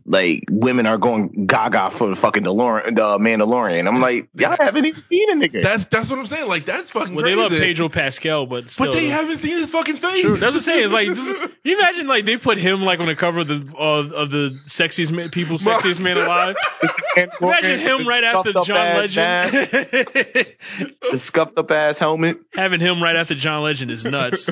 Speaker 2: like women are going gaga for the fucking DeLorean, the Mandalorian. I'm like, y'all haven't even seen a nigga.
Speaker 3: That's that's what I'm saying. Like that's fucking.
Speaker 1: Well, they love
Speaker 3: crazy.
Speaker 1: Pedro Pascal, but still,
Speaker 3: But they haven't seen his fucking face.
Speaker 1: True. That's what I'm saying. It's like, just- can you imagine like they put him like on the cover of the of, of the sexiest man, people, sexiest man *laughs* alive. Imagine him right after
Speaker 2: Scuffed up
Speaker 1: John *laughs*
Speaker 2: ass mask,
Speaker 1: Legend.
Speaker 2: the scuffed up ass helmet.
Speaker 1: *laughs* Having him right after John Legend is *laughs* nuts.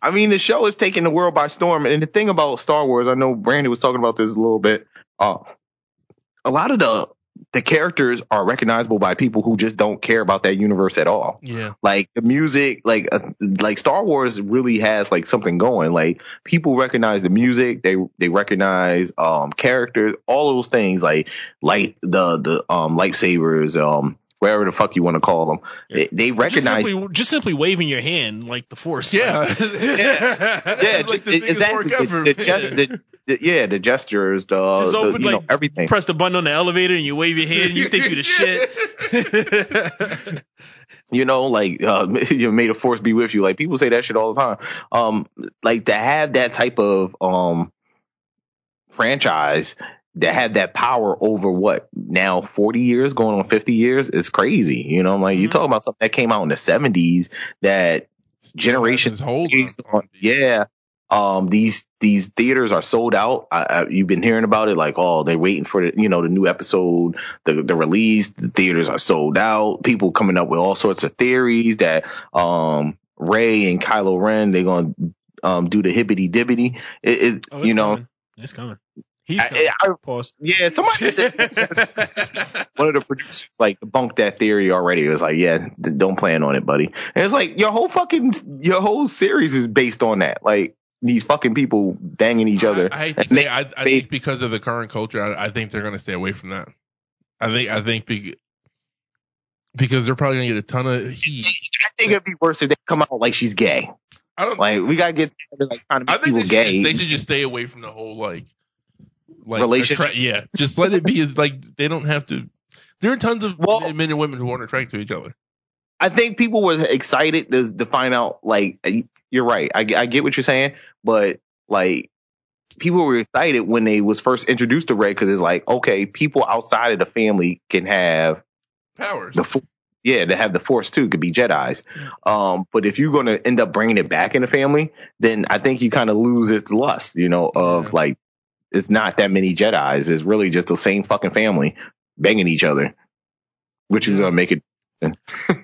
Speaker 2: I mean, the show is taking the world by storm. And the thing about Star Wars, I know Brandy was talking about this a little bit. Uh, a lot of the the characters are recognizable by people who just don't care about that universe at all.
Speaker 3: yeah.
Speaker 2: Like the music, like uh, like Star Wars really has like something going. Like people recognize the music, they they recognize um characters, all those things. Like like the the um lightsabers, um whatever the fuck you want to call them, they, they
Speaker 1: just, *laughs*
Speaker 2: recognize.
Speaker 1: simply, just simply waving your hand like the force.
Speaker 3: *laughs*
Speaker 1: Like,
Speaker 3: Yeah.
Speaker 2: yeah,
Speaker 3: yeah.
Speaker 2: ju- exactly. The, the, gest- the, the, yeah, the gestures, the,
Speaker 1: Just
Speaker 2: the-
Speaker 1: open,
Speaker 2: you know
Speaker 1: like,
Speaker 2: everything.
Speaker 1: press the button on the elevator and you wave your hand and you *laughs* think you the shit.
Speaker 2: You know, like uh, *laughs* you know, may the force be with you. Like people say that shit all the time. Um, like to have that type of um franchise that have that power over what now 40 years going on 50 years is crazy you know I'm like you
Speaker 1: Mhm.
Speaker 2: talking about something that came out in the 70s that *laughs* generations
Speaker 3: hold
Speaker 2: based on- yeah um these these theaters are sold out I, I, you've been hearing about it like oh they're waiting for the you know the new episode the the release the theaters are sold out people coming up with all sorts of theories that um ray and kylo ren they're going to um do the hibbity dibbity it, it
Speaker 1: Oh, it's
Speaker 2: you know
Speaker 1: coming. it's coming. He's coming.
Speaker 2: I, I, *laughs*
Speaker 1: Pause.
Speaker 2: yeah somebody said one of the producers like debunked that theory already. It was like, yeah, d- don't plan on it, buddy. And it's like your whole fucking your whole series is based on that. Like these fucking people banging each other.
Speaker 3: I, I hate to say, I, I think because of the current culture, I, I think they're going to stay away from that. I think, I think be, because they're probably going to get a ton of heat.
Speaker 2: I think it'd be worse if they come out like she's gay.
Speaker 3: I don't.
Speaker 2: Like we gotta get like trying to
Speaker 3: I
Speaker 2: make
Speaker 3: think they
Speaker 2: people
Speaker 3: should,
Speaker 2: gay.
Speaker 3: just, they should just stay away from the whole like like
Speaker 2: Relationship.
Speaker 3: attract- yeah, just let it be. It's Like they don't have to. There are tons of
Speaker 2: Well-
Speaker 3: men and women who aren't attracted to each other.
Speaker 2: I think people were excited to, to find out. Like, you're right. I, I get what you're saying, but like, people were excited when they was first introduced to Red because it's like, okay, people outside of the family can have *laughs*
Speaker 3: Powers.
Speaker 2: the, fo- yeah, to have the Force too could be Jedi's. Um, but if you're gonna end up bringing it back in the family, then I think you kind of lose its lust, you know, of
Speaker 3: Yeah.
Speaker 2: like, it's not that many Jedi's. It's really just the same fucking family banging each other, which is
Speaker 3: Yeah.
Speaker 2: gonna make it.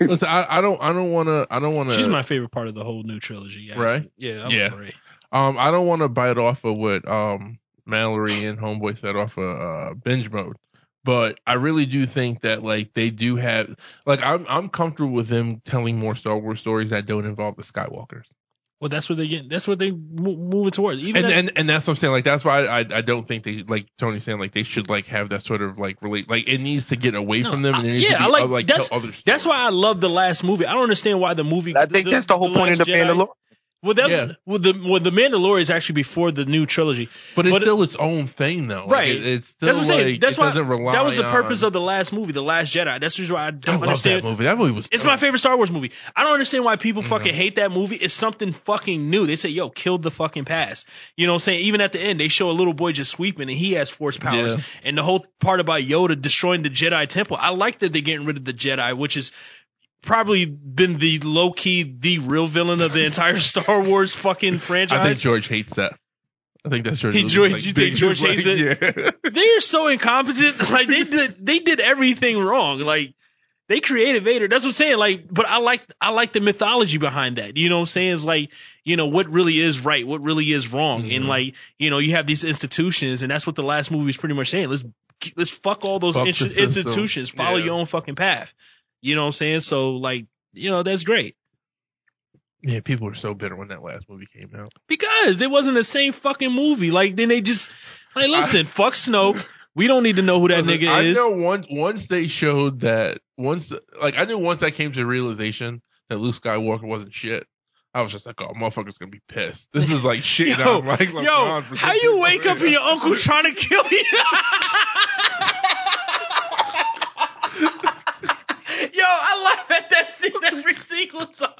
Speaker 3: Listen, I, I don't. I don't want to. I don't want
Speaker 1: *laughs*
Speaker 3: to.
Speaker 1: She's my favorite part of the whole new trilogy. actually.
Speaker 3: Right?
Speaker 1: Yeah. I
Speaker 3: Yeah.
Speaker 1: love Ray.
Speaker 3: Um, I don't want to bite off of what um Mallory and Homeboy said off of uh, binge mode, but I really do think that like they do have like I'm I'm comfortable with them telling more Star Wars stories that don't involve the Skywalkers,
Speaker 1: Well, that's what they get. That's what they mo- moving towards. Even
Speaker 3: and
Speaker 1: that-
Speaker 3: and and that's what I'm saying. Like that's why I I, I don't think they like Tony's saying like they should like have that sort of like relate like it needs to get away
Speaker 1: No,
Speaker 3: from them.
Speaker 1: I-
Speaker 3: And there needs
Speaker 1: yeah,
Speaker 3: to be,
Speaker 1: I like-
Speaker 3: uh, tell
Speaker 1: that's-
Speaker 3: other
Speaker 1: that's
Speaker 3: stories.
Speaker 1: why I love the last movie. I don't understand why the movie.
Speaker 2: I think that's the whole point of
Speaker 1: Last
Speaker 2: the
Speaker 1: Jedi-
Speaker 2: Mandalorian.
Speaker 1: Well, that's
Speaker 3: Yeah.
Speaker 1: well the well the Mandalorian is actually before the new trilogy.
Speaker 3: But it's
Speaker 1: But-
Speaker 3: still its own thing, though. Like,
Speaker 1: Right.
Speaker 3: it- it's still
Speaker 1: That's what I'm saying.
Speaker 3: like,
Speaker 1: That's
Speaker 3: it
Speaker 1: why-
Speaker 3: doesn't rely
Speaker 1: that was the purpose
Speaker 3: on,
Speaker 1: of the last movie, the Last Jedi. That's the reason why I don't
Speaker 3: I love
Speaker 1: understand.
Speaker 3: that movie. That movie was. Mm-hmm.
Speaker 1: It's my
Speaker 3: dope.
Speaker 1: favorite Star Wars movie. I don't understand why people
Speaker 3: Yeah.
Speaker 1: fucking hate that movie. It's something fucking new. They say, yo, kill the fucking past. You know what I'm saying? Even at the end, they show a little boy just sweeping and he has force powers.
Speaker 3: Yeah.
Speaker 1: And the whole part about Yoda destroying the Jedi Temple. I like that they're getting rid of the Jedi, which is probably been the low key, the real villain of the entire *laughs* Star Wars fucking franchise.
Speaker 3: I think George hates that. I think that's George.
Speaker 1: He-
Speaker 3: was,
Speaker 1: George- you think
Speaker 3: big-
Speaker 1: George
Speaker 3: like,
Speaker 1: hates it?
Speaker 3: Yeah. *laughs*
Speaker 1: they're so incompetent. *laughs* Like they did, they did everything wrong. Like they created Vader. That's what I'm saying. Like, but I like, I like the mythology behind that. You know what I'm saying? It's like, you know, what really is right, what really is wrong, and
Speaker 3: Mhm.
Speaker 1: like, you know, you have these institutions, and that's what the last movie is pretty much saying. Let's let's fuck all those
Speaker 3: Fuck the
Speaker 1: inst-
Speaker 3: system.
Speaker 1: institutions. Follow
Speaker 3: Yeah.
Speaker 1: your own fucking path. You know what I'm saying? So like, you know, that's great.
Speaker 3: yeah, people were so bitter when that last movie came out.
Speaker 1: Because it wasn't the same fucking movie. Like then they just like listen, fuck Snoke. We don't need to know who that
Speaker 3: Listen,
Speaker 1: nigga
Speaker 3: I
Speaker 1: is.
Speaker 3: know once once they showed that once like I knew once I came to the realization that Luke Skywalker wasn't shit. I was just like, oh, motherfucker's gonna be pissed. This is like shit.
Speaker 1: Yo,
Speaker 3: I'm like,
Speaker 1: Yo,
Speaker 3: LeBron for
Speaker 1: how
Speaker 3: six
Speaker 1: you
Speaker 3: years.
Speaker 1: wake up and your uncle trying to kill you? Yo, I laugh at that scene every single time.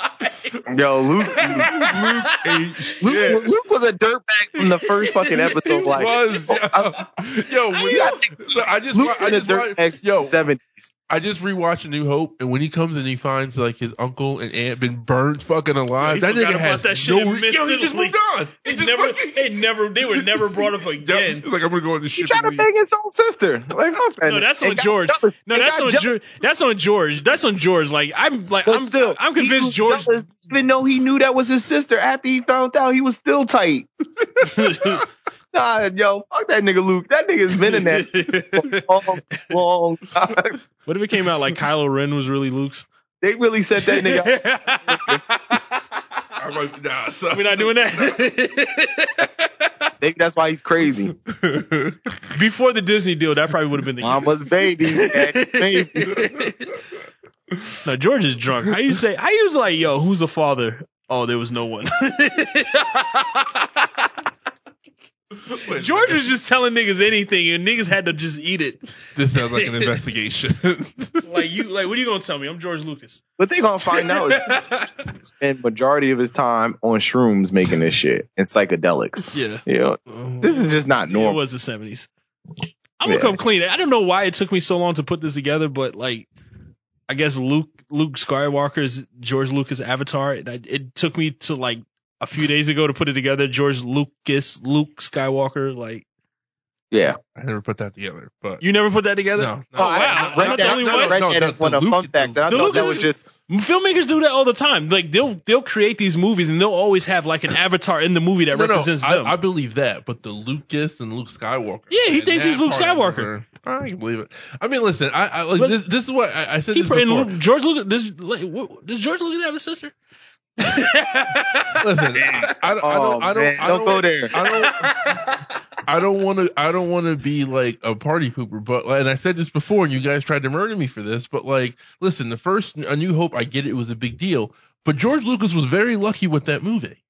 Speaker 2: Yo, *laughs* Luke,
Speaker 3: Luke ate
Speaker 2: Luke,
Speaker 3: shit.
Speaker 2: Luke was a dirtbag from the first *laughs* fucking episode.
Speaker 3: He
Speaker 2: like,
Speaker 3: was,
Speaker 1: *laughs*
Speaker 3: yo. yo,
Speaker 1: I
Speaker 2: *laughs*
Speaker 3: when-
Speaker 2: know.
Speaker 3: I just,
Speaker 2: Luke
Speaker 3: wa- I
Speaker 2: was a
Speaker 3: just, wa-
Speaker 2: dirtbag
Speaker 3: yo,
Speaker 2: yo seventies.
Speaker 3: I just rewatched A New Hope, and when he comes and he finds like his uncle and aunt been burned fucking alive,
Speaker 1: Yo, he
Speaker 3: that
Speaker 1: forgot
Speaker 3: nigga
Speaker 1: about
Speaker 3: has
Speaker 1: that shit
Speaker 3: no. Yo, he just
Speaker 1: instantly.
Speaker 3: moved on. He
Speaker 1: They
Speaker 3: just
Speaker 1: never,
Speaker 3: fucking-
Speaker 1: they never, they were never brought up
Speaker 3: *laughs* Yeah,
Speaker 1: again.
Speaker 3: he's like I'm gonna go on the
Speaker 2: He
Speaker 3: ship.
Speaker 2: tried to
Speaker 3: and leave.
Speaker 2: bang his own sister. Like, fuck that.
Speaker 1: No, that's
Speaker 2: And
Speaker 1: on
Speaker 2: got
Speaker 1: George.
Speaker 2: jealous.
Speaker 1: No,
Speaker 2: And
Speaker 1: that's
Speaker 2: got
Speaker 1: on
Speaker 2: jealous.
Speaker 1: George. That's on George. That's on George. Like I'm, like
Speaker 2: But
Speaker 1: I'm,
Speaker 2: still,
Speaker 1: I'm
Speaker 2: he
Speaker 1: convinced
Speaker 2: was
Speaker 1: George.
Speaker 2: jealous, even though he knew that was his sister. After he found out, he was still tight.
Speaker 1: *laughs*
Speaker 2: Nah, yo, fuck that nigga Luke. That nigga's been in that long, long time.
Speaker 1: what if it came out like Kylo Ren was really Luke's?
Speaker 2: They really set that nigga. up.
Speaker 3: I'm like, nah,
Speaker 1: *laughs*
Speaker 3: son.
Speaker 1: We're not doing that.
Speaker 2: Maybe that's why he's
Speaker 1: *laughs*
Speaker 2: crazy.
Speaker 3: *laughs*
Speaker 1: Before the Disney deal, that probably would have been the
Speaker 2: Mama's baby. daddy's baby.
Speaker 1: No, George is drunk. How you say? How you was like, yo, who's the father? Oh, there was no one. *laughs*
Speaker 3: Wait a
Speaker 1: George
Speaker 3: minute.
Speaker 1: was just telling niggas anything, and niggas had to just eat it.
Speaker 3: This sounds
Speaker 1: *laughs*
Speaker 3: like an investigation.
Speaker 1: Like you, like what are you gonna tell me? I'm George Lucas.
Speaker 2: But they gonna find out is he spent majority of his time on shrooms making this shit and psychedelics.
Speaker 1: *laughs* yeah,
Speaker 2: You know, this is just not
Speaker 1: it
Speaker 2: normal.
Speaker 1: was the '70s. I'm gonna
Speaker 2: Yeah.
Speaker 1: come clean. I don't know why it took me so long to put this together, but like, I guess Luke Luke Skywalker's George Lucas avatar. It, it took me to like a few days ago to put it together. George Lucas, Luke Skywalker. Like,
Speaker 2: yeah.
Speaker 3: I never put that together, but
Speaker 1: you never put that together.
Speaker 3: no,
Speaker 1: Oh,
Speaker 2: No, I,
Speaker 1: wow.
Speaker 2: I
Speaker 1: I'm
Speaker 2: read
Speaker 1: not the
Speaker 2: that,
Speaker 1: only
Speaker 2: I
Speaker 1: one.
Speaker 2: read
Speaker 3: No,
Speaker 2: that
Speaker 3: no,
Speaker 2: as one
Speaker 3: the
Speaker 2: of the fun
Speaker 3: Lucas-
Speaker 2: facts, and I
Speaker 1: the
Speaker 2: thought that
Speaker 1: Lucas-
Speaker 2: was just
Speaker 1: Filmmakers do that all the time. Like they'll they'll create these movies and they'll always have like
Speaker 3: *laughs*
Speaker 1: an avatar in the movie that
Speaker 3: no, no,
Speaker 1: represents them.
Speaker 3: I, I believe that, but the Lucas and Luke Skywalker.
Speaker 1: Yeah, he
Speaker 3: and
Speaker 1: thinks
Speaker 3: that
Speaker 1: he's Luke
Speaker 3: part of
Speaker 1: Skywalker.
Speaker 3: her- I can believe it. I mean, listen, I, I like
Speaker 1: Listen-
Speaker 3: this. This is what I, I said.
Speaker 1: he
Speaker 3: this
Speaker 1: put in
Speaker 3: before.
Speaker 1: Luke- George Lucas. Does, like, what, does George Lucas have a
Speaker 3: *laughs*
Speaker 1: sister?
Speaker 3: Listen, I, I don't, I
Speaker 2: Oh,
Speaker 3: don't, I don't,
Speaker 2: man,
Speaker 3: I
Speaker 2: don't
Speaker 3: don't,
Speaker 2: go there.
Speaker 3: I don't, I don't want to, I don't want to be like a party pooper, but and I said this before, and you guys tried to murder me for this, but like, listen, the first A New Hope, I get it, was a big deal, but George Lucas was very lucky with that movie.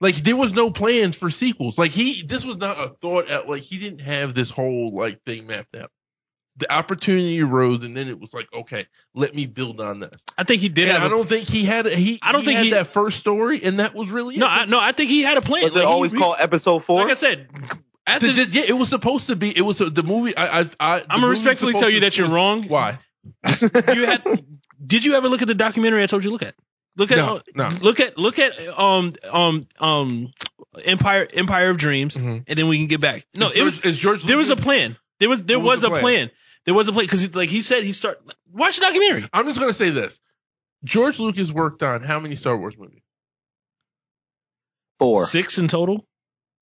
Speaker 3: Like there was no plans for sequels. Like he, this was not a thought out. Like he didn't have this whole like thing mapped out. The opportunity arose, and then it was like, okay, let me build on this.
Speaker 1: I think he did.
Speaker 3: And
Speaker 1: have
Speaker 3: I
Speaker 1: a-
Speaker 3: don't think he had. He
Speaker 1: I don't
Speaker 3: he
Speaker 1: think
Speaker 3: had
Speaker 1: he-
Speaker 3: that first story, and that was really
Speaker 1: no,
Speaker 3: it.
Speaker 1: I, no. I think he had a plan.
Speaker 2: Was
Speaker 1: Like,
Speaker 2: it
Speaker 1: he
Speaker 2: always
Speaker 1: re-
Speaker 2: called episode four?
Speaker 1: Like I said, after,
Speaker 3: The- the- yeah, it was supposed to be. It was a, the movie. I, I,
Speaker 1: I'm
Speaker 3: I the movie
Speaker 1: gonna
Speaker 3: was
Speaker 1: respectfully
Speaker 3: supposed
Speaker 1: tell you
Speaker 3: to-
Speaker 1: that you're wrong.
Speaker 3: *laughs* Why?
Speaker 1: You had. did you ever look at the documentary I told you to look at? Look at
Speaker 3: No, no.
Speaker 1: look at look at um um um Empire Empire of Dreams,
Speaker 2: Mm-hmm.
Speaker 3: Mhm.
Speaker 1: and then we can get back. No,
Speaker 3: Is
Speaker 1: it was
Speaker 3: George- is George.
Speaker 1: there was a
Speaker 3: Lucas-
Speaker 1: plan. There was there
Speaker 3: What was
Speaker 1: was,
Speaker 3: the
Speaker 1: a
Speaker 3: plan?
Speaker 1: plan. There was a plan because like he said he start watch the documentary.
Speaker 3: I'm just gonna say this. George Lucas worked on how many Star Wars movies?
Speaker 2: four.
Speaker 1: Six in total.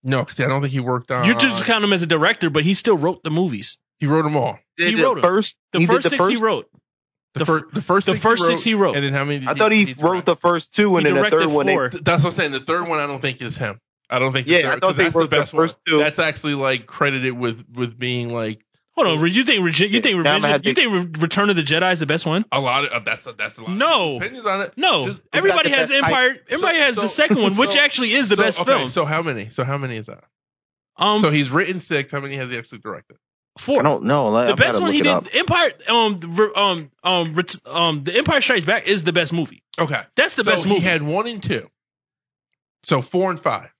Speaker 3: No, because I don't think he worked on.
Speaker 1: you just count him as a director, but he still wrote the movies.
Speaker 3: he wrote them all.
Speaker 2: Did
Speaker 1: he
Speaker 2: the
Speaker 1: wrote 'em.
Speaker 2: first.
Speaker 1: The
Speaker 2: he did
Speaker 1: first
Speaker 2: the
Speaker 1: six
Speaker 2: first,
Speaker 1: he wrote.
Speaker 3: The,
Speaker 1: The
Speaker 3: fir- the first
Speaker 1: the
Speaker 3: six
Speaker 1: first
Speaker 3: he wrote,
Speaker 1: six he wrote.
Speaker 3: and then how many? Did
Speaker 2: I thought he wrote the first two, and
Speaker 1: He
Speaker 2: then the
Speaker 1: directed
Speaker 2: third one. they-
Speaker 1: four.
Speaker 3: directed? That's what I'm saying. The third one I don't think is him. I don't think. the
Speaker 2: Yeah, I thought
Speaker 3: third, 'cause
Speaker 2: they
Speaker 3: that's
Speaker 2: wrote the
Speaker 3: best
Speaker 2: first two.
Speaker 3: one. That's actually like credited with with being like
Speaker 1: Hold on, you think Rege- you think
Speaker 2: Now
Speaker 1: Revision,
Speaker 2: I'm gonna have
Speaker 1: you
Speaker 2: to-
Speaker 1: think Re- Return of the Jedi is the best one?
Speaker 3: a lot of that's a, that's a lot. of
Speaker 1: No.
Speaker 3: opinions on it.
Speaker 1: No,
Speaker 3: Just-
Speaker 1: everybody
Speaker 2: it's not
Speaker 1: has
Speaker 2: the best-
Speaker 1: Empire. everybody has
Speaker 3: so-
Speaker 1: the second one, which
Speaker 3: so-
Speaker 1: actually is the
Speaker 3: So,
Speaker 1: best
Speaker 3: okay,
Speaker 1: film.
Speaker 3: So how many? So how many is that?
Speaker 1: um,
Speaker 3: so he's written six. How many has he actually directed?
Speaker 2: I
Speaker 1: four.
Speaker 2: don't know. Like,
Speaker 1: The
Speaker 2: I'm
Speaker 1: best
Speaker 2: gotta
Speaker 1: one he
Speaker 2: look
Speaker 1: did,
Speaker 2: it up.
Speaker 1: Empire. Um, the re- um, um, ret- um, The Empire Strikes Back is the best movie.
Speaker 3: Okay,
Speaker 1: That's the
Speaker 3: so
Speaker 1: best movie.
Speaker 3: He had one and two. So four and five.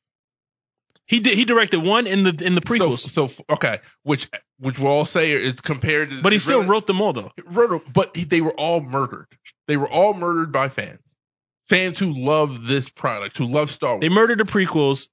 Speaker 1: he did. He directed one in the in the prequels,
Speaker 3: So, so okay, which which we'll all say is compared to.
Speaker 1: but he still wrote them all though.
Speaker 3: wrote, them, but he, they were all murdered. They were all murdered by fans, fans who love this product, who love Star Wars.
Speaker 1: They murdered the prequels.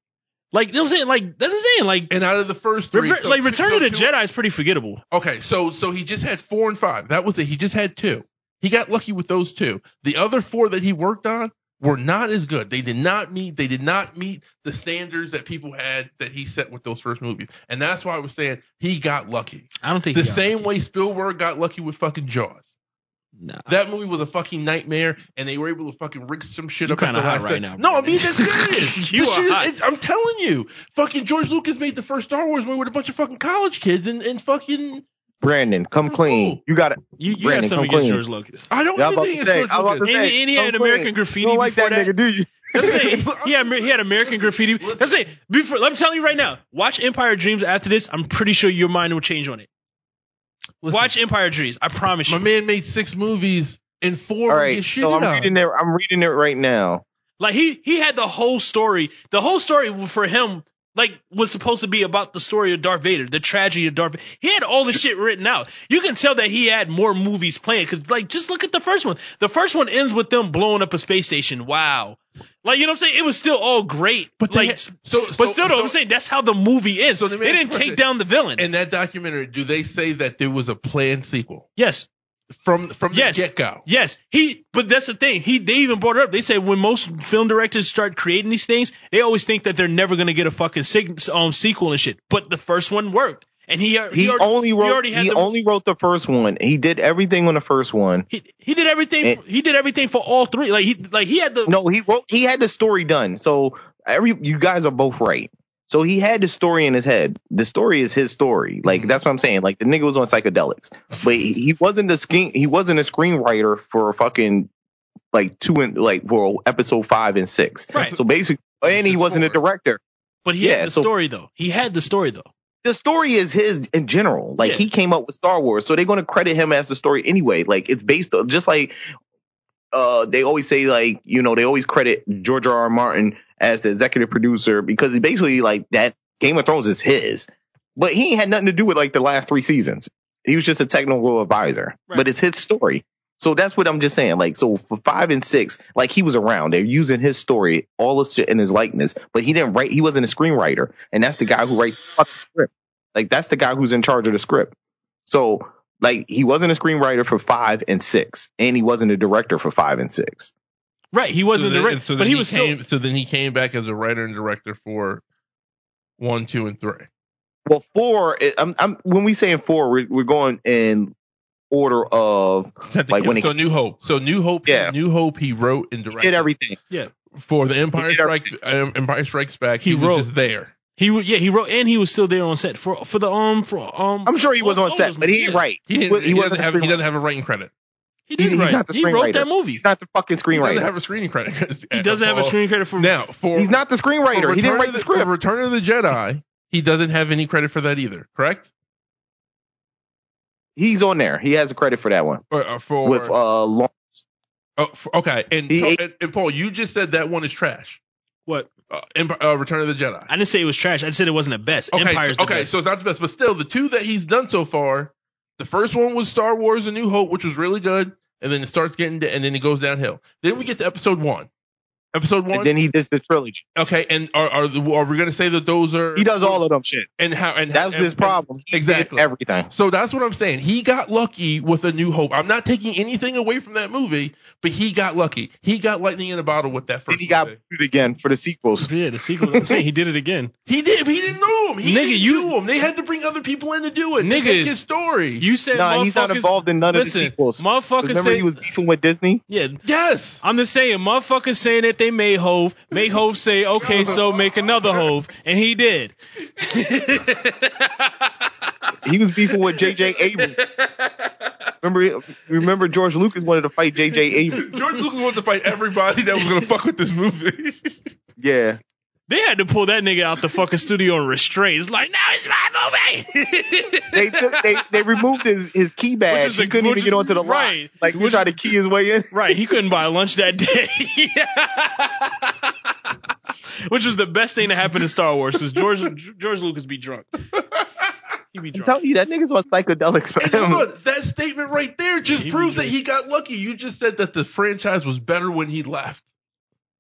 Speaker 1: Like you know what I'm saying? Like that's what I'm saying. Like
Speaker 3: and out of the first three,
Speaker 1: Rever-
Speaker 3: so
Speaker 1: like
Speaker 3: two-
Speaker 1: Return
Speaker 3: so
Speaker 1: of the
Speaker 3: two-
Speaker 1: Jedi is pretty forgettable.
Speaker 3: Okay, so so he just had four and five. That was it. He just had two. He got lucky with those two. The other four that he worked on were not as good. They did not meet. They did not meet the standards that people had that he set with those first movies. And that's why I was saying he got lucky.
Speaker 1: I don't think
Speaker 3: The
Speaker 1: he uh, got
Speaker 3: same
Speaker 1: it.
Speaker 3: way Spielberg got lucky with fucking Jaws.
Speaker 1: Nah.
Speaker 3: That movie was a fucking nightmare, and they were able to fucking rig some shit
Speaker 1: You
Speaker 3: up. at
Speaker 1: kinda
Speaker 3: the
Speaker 1: hot
Speaker 3: last
Speaker 1: right
Speaker 3: second.
Speaker 1: now,
Speaker 3: No, I
Speaker 1: Brandon.
Speaker 3: mean
Speaker 1: *laughs*
Speaker 3: that's serious.
Speaker 1: You
Speaker 3: This
Speaker 1: are
Speaker 3: shit-
Speaker 1: hot.
Speaker 3: it- I'm telling you, fucking George Lucas made the first Star Wars movie with a bunch of fucking college kids and and fucking.
Speaker 2: Brandon, come
Speaker 3: Cool.
Speaker 2: clean. You got it.
Speaker 1: You, you have
Speaker 2: Brandon,
Speaker 1: something
Speaker 2: come
Speaker 1: against
Speaker 2: clean.
Speaker 1: George Lucas.
Speaker 3: I don't
Speaker 2: Yeah, I'm
Speaker 3: even
Speaker 2: about
Speaker 3: think
Speaker 2: to
Speaker 3: it's
Speaker 2: say.
Speaker 3: George
Speaker 2: I'm about to
Speaker 3: Lucas.
Speaker 2: say.
Speaker 1: And, he- and he
Speaker 2: Come
Speaker 1: had
Speaker 2: clean.
Speaker 1: American
Speaker 2: You
Speaker 1: Graffiti
Speaker 2: don't like
Speaker 1: before
Speaker 2: that,
Speaker 1: that.
Speaker 2: nigga, do you?
Speaker 1: That's it.
Speaker 3: *laughs*
Speaker 1: He had, he had American Graffiti. That's it. Before, let me tell you right now. Watch Empire Dreams after this. I'm pretty sure your mind will change on it.
Speaker 3: Listen,
Speaker 1: Watch Empire Dreams. I promise
Speaker 3: My
Speaker 1: you.
Speaker 3: man made six movies, and four
Speaker 2: All
Speaker 3: were
Speaker 2: right.
Speaker 3: get
Speaker 2: So
Speaker 3: shitted
Speaker 2: I'm
Speaker 3: on.
Speaker 2: reading it. I'm reading it right now.
Speaker 1: Like he he had the whole story. The whole story for him like was supposed to be about the story of Darth Vader, the tragedy of Darth. Vader. He had all the shit written out. You can tell that he had more movies planned because like just look at the first one. The first one ends with them blowing up a space station. Wow. Like you know what I'm saying? It was still all great.
Speaker 3: But
Speaker 1: But
Speaker 3: they
Speaker 1: like.
Speaker 3: had- so, so,
Speaker 1: but still, though,
Speaker 3: so-
Speaker 1: I'm saying that's how the movie ends.
Speaker 3: So
Speaker 1: they
Speaker 3: let me
Speaker 1: didn't
Speaker 3: ask you a
Speaker 1: take
Speaker 3: question.
Speaker 1: down the villain.
Speaker 3: In that documentary, do they say that there was a planned sequel
Speaker 1: yes,
Speaker 3: from from the
Speaker 1: Yes.
Speaker 3: get go?
Speaker 1: Yes, he. But that's the thing. He. They even brought it up. They said when most film directors start creating these things, they always think that they're never gonna get a fucking sig- um sequel and shit. But the first one worked, and he he,
Speaker 2: He,
Speaker 1: already,
Speaker 2: only wrote. He,
Speaker 1: already had the-
Speaker 2: only wrote the first one. He did everything on the first one.
Speaker 1: he, he did everything.
Speaker 2: And-
Speaker 1: he did everything for all three. Like he like he had the.
Speaker 2: No, he wrote. He had the story done. So every you guys are both right. So he had the story in his head. The story is his story. Like
Speaker 3: Mhm.
Speaker 1: Mm-hmm.
Speaker 2: that's what I'm saying. Like the nigga was on psychedelics, but he, he wasn't a screen. He wasn't a screenwriter for fucking like two and like for episode five and six.
Speaker 1: Right.
Speaker 2: So basically, and he wasn't a
Speaker 3: Before.
Speaker 2: director.
Speaker 1: but he
Speaker 2: yeah,
Speaker 1: had the
Speaker 2: so-
Speaker 1: story though. He had the story though.
Speaker 2: the story is his in general. Like
Speaker 1: Yeah.
Speaker 2: he came up with Star Wars, so they're going to credit him as the story anyway. Like it's based on just like uh they always say like you know they always credit George R. R. Martin as the executive producer because he basically like that Game of Thrones is his, but he ain't had nothing to do with like the last three seasons. He was just a technical advisor,
Speaker 1: Right.
Speaker 2: but it's his story. So that's what I'm just saying. Like, so for five and six, like he was around. They're using his story, all this shit in his likeness, but he didn't write. He wasn't a screenwriter, and that's the guy who writes the fucking script. Like that's the guy who's in charge of the script. So like he wasn't a screenwriter for five and six, and he wasn't a director for five and six.
Speaker 1: Right. He wasn't the
Speaker 3: then-
Speaker 1: director,
Speaker 3: and so
Speaker 1: but
Speaker 3: then
Speaker 1: he was still.
Speaker 3: came, So then he came back as a writer and director for one, two, and three.
Speaker 2: Well, four. it- I'm, I'm when we saying four, we're, we're going in order of Like, when he-
Speaker 3: so New Hope. So New Hope.
Speaker 2: Yeah.
Speaker 3: New Hope. He wrote and directed
Speaker 2: did everything.
Speaker 3: for the Empire
Speaker 2: He did
Speaker 3: Strike. Um, Empire Strikes Back. He,
Speaker 1: He
Speaker 3: was
Speaker 1: wrote.
Speaker 3: just there.
Speaker 1: He wa- yeah. He wrote and he was still there on set for for the um for um.
Speaker 2: I'm sure he was
Speaker 1: Well,
Speaker 2: on set,
Speaker 1: those-
Speaker 2: but he ain't
Speaker 1: yeah.
Speaker 2: right.
Speaker 3: He,
Speaker 2: He
Speaker 3: didn't,
Speaker 2: was-
Speaker 3: he,
Speaker 2: he wasn't
Speaker 3: doesn't have,
Speaker 2: a
Speaker 3: he doesn't have a writing credit.
Speaker 1: He did
Speaker 2: He- he's
Speaker 1: write.
Speaker 2: not the
Speaker 1: he wrote
Speaker 2: screenwriter.
Speaker 1: that movie.
Speaker 2: He's not the fucking
Speaker 3: He doesn't
Speaker 2: screenwriter.
Speaker 3: have a screening credit. *laughs*
Speaker 1: he doesn't have a screen credit for
Speaker 3: Now, for
Speaker 2: He's not the
Speaker 3: for
Speaker 2: screenwriter. He
Speaker 3: Return
Speaker 2: didn't
Speaker 3: of
Speaker 2: write the
Speaker 3: for
Speaker 2: script.
Speaker 3: Return of the Jedi. He doesn't have any credit for that either, correct?
Speaker 2: He's on there. He has a credit for that one
Speaker 3: Or, uh, for,
Speaker 2: with uh. Long-
Speaker 3: oh, f- okay, and,
Speaker 2: He-
Speaker 3: and, and Paul, you just said that one is trash.
Speaker 1: What?
Speaker 3: Uh, Emp- uh, Return of the Jedi.
Speaker 1: I didn't say it was trash. I just said it wasn't the best.
Speaker 3: Okay,
Speaker 1: Empire's
Speaker 3: so,
Speaker 1: the
Speaker 3: okay,
Speaker 1: best.
Speaker 3: so it's not the best, but still, the two that he's done so far, the first one was Star Wars: A New Hope, which was really good, and then it starts getting, and then it goes downhill. Then we get to Episode One. Episode
Speaker 2: and
Speaker 3: One.
Speaker 2: then he does the trilogy.
Speaker 3: okay, and are are, the, are we going to say that those are?
Speaker 2: He does all of them shit.
Speaker 3: and how and
Speaker 2: That was
Speaker 3: and-
Speaker 2: his problem. He did
Speaker 3: Exactly.
Speaker 2: everything.
Speaker 3: So that's what I'm saying. He got lucky with A New Hope. I'm not taking anything away from that movie, but he got lucky. He got lightning in a bottle with that first.
Speaker 2: Then he got
Speaker 3: movie.
Speaker 2: booted again for the sequels.
Speaker 1: Yeah, the sequel. I'm saying he did it again.
Speaker 3: He did. But he didn't know him. He
Speaker 1: Nigga,
Speaker 3: didn't
Speaker 1: you-
Speaker 3: knew him. They had to bring other people in to do it. to
Speaker 1: Nigga,
Speaker 3: make his story.
Speaker 1: You said
Speaker 2: Nah, he's not
Speaker 1: motherfuckers-
Speaker 2: involved in none
Speaker 1: listen,
Speaker 2: of the sequels.
Speaker 1: Motherfuckers
Speaker 2: Remember,
Speaker 1: say,
Speaker 2: he was beefing with Disney.
Speaker 1: yeah.
Speaker 3: yes.
Speaker 1: I'm just saying, motherfuckers saying that they made Hove. Made Hove say, okay, so make another Hove, and he did.
Speaker 2: He was beefing with
Speaker 1: *laughs*
Speaker 2: J.J. Abrams. Remember, remember George Lucas wanted to fight J.J. Abrams.
Speaker 3: George Lucas wanted to fight everybody that was going to fuck with this movie.
Speaker 2: Yeah,
Speaker 1: They had to pull that nigga out the fucking studio and restrain. It's like, now it's my
Speaker 2: they
Speaker 1: movie.
Speaker 2: took, they they removed his his key
Speaker 1: Which
Speaker 2: badge.
Speaker 1: is
Speaker 2: He
Speaker 1: a-
Speaker 2: couldn't
Speaker 1: which-
Speaker 2: even get onto the lot.
Speaker 1: right.
Speaker 2: Like he
Speaker 1: Which-
Speaker 2: tried to key his way in.
Speaker 1: right, he couldn't buy lunch that day. *laughs* Which was the best thing to happen to Star Wars because George George Lucas be drunk. He be
Speaker 2: I'm
Speaker 1: drunk.
Speaker 2: telling you, that nigga's on psychedelics,
Speaker 3: *laughs* And
Speaker 2: man.
Speaker 3: hold on, that statement right there just
Speaker 1: He
Speaker 3: proves
Speaker 1: was
Speaker 3: that he got lucky. You just said that the franchise was better when he left.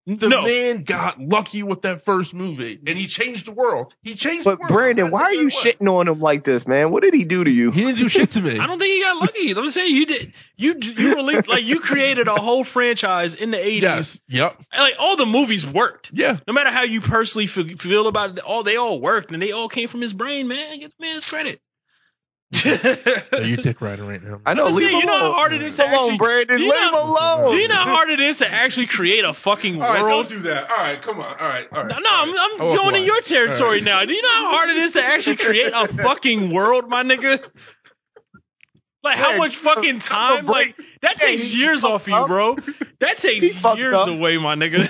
Speaker 3: The
Speaker 1: no,
Speaker 3: man got lucky with that first movie, and he changed the world. He changed.
Speaker 2: But
Speaker 3: the world.
Speaker 2: Brandon,
Speaker 3: That's
Speaker 2: why
Speaker 3: a
Speaker 2: are you
Speaker 3: good one.
Speaker 2: shitting on him like this, man? What did he do to you?
Speaker 3: He didn't do shit to me.
Speaker 1: *laughs* I don't think he got lucky. I'm saying you did. You you released like you created a whole franchise in the 80s.
Speaker 3: yes. Yep.
Speaker 1: And, Like all the movies worked.
Speaker 3: Yeah.
Speaker 1: *laughs* No matter how you personally fe- feel about it, all they all worked and they all came from his brain, man. Get the man his credit. *laughs*
Speaker 3: you dick riding right now.
Speaker 2: I know.
Speaker 1: Let's
Speaker 2: Leave
Speaker 1: see,
Speaker 2: him
Speaker 1: you know how
Speaker 2: alone.
Speaker 1: hard it is
Speaker 2: Leave
Speaker 1: to
Speaker 2: him alone,
Speaker 1: actually-
Speaker 2: Brandon.
Speaker 1: do you
Speaker 2: Leave him
Speaker 1: know-
Speaker 2: alone.
Speaker 1: Do you know how hard it is to actually create a fucking
Speaker 3: All right,
Speaker 1: world?
Speaker 3: don't do that. All right, come on. All right, all right.
Speaker 1: No,
Speaker 3: all
Speaker 1: I'm,
Speaker 3: right.
Speaker 1: I'm
Speaker 3: I walk
Speaker 1: going in
Speaker 3: away.
Speaker 1: your territory
Speaker 3: All right.
Speaker 1: now. Do you know how hard it is to actually create a fucking world, my nigga? Like how
Speaker 2: Yeah,
Speaker 1: much fucking time? Like that
Speaker 2: Yeah,
Speaker 1: takes
Speaker 2: he
Speaker 1: years
Speaker 2: fucked
Speaker 1: off you,
Speaker 2: up.
Speaker 1: bro. That takes
Speaker 2: *laughs* He fucked
Speaker 1: years
Speaker 2: up.
Speaker 1: away, my nigga.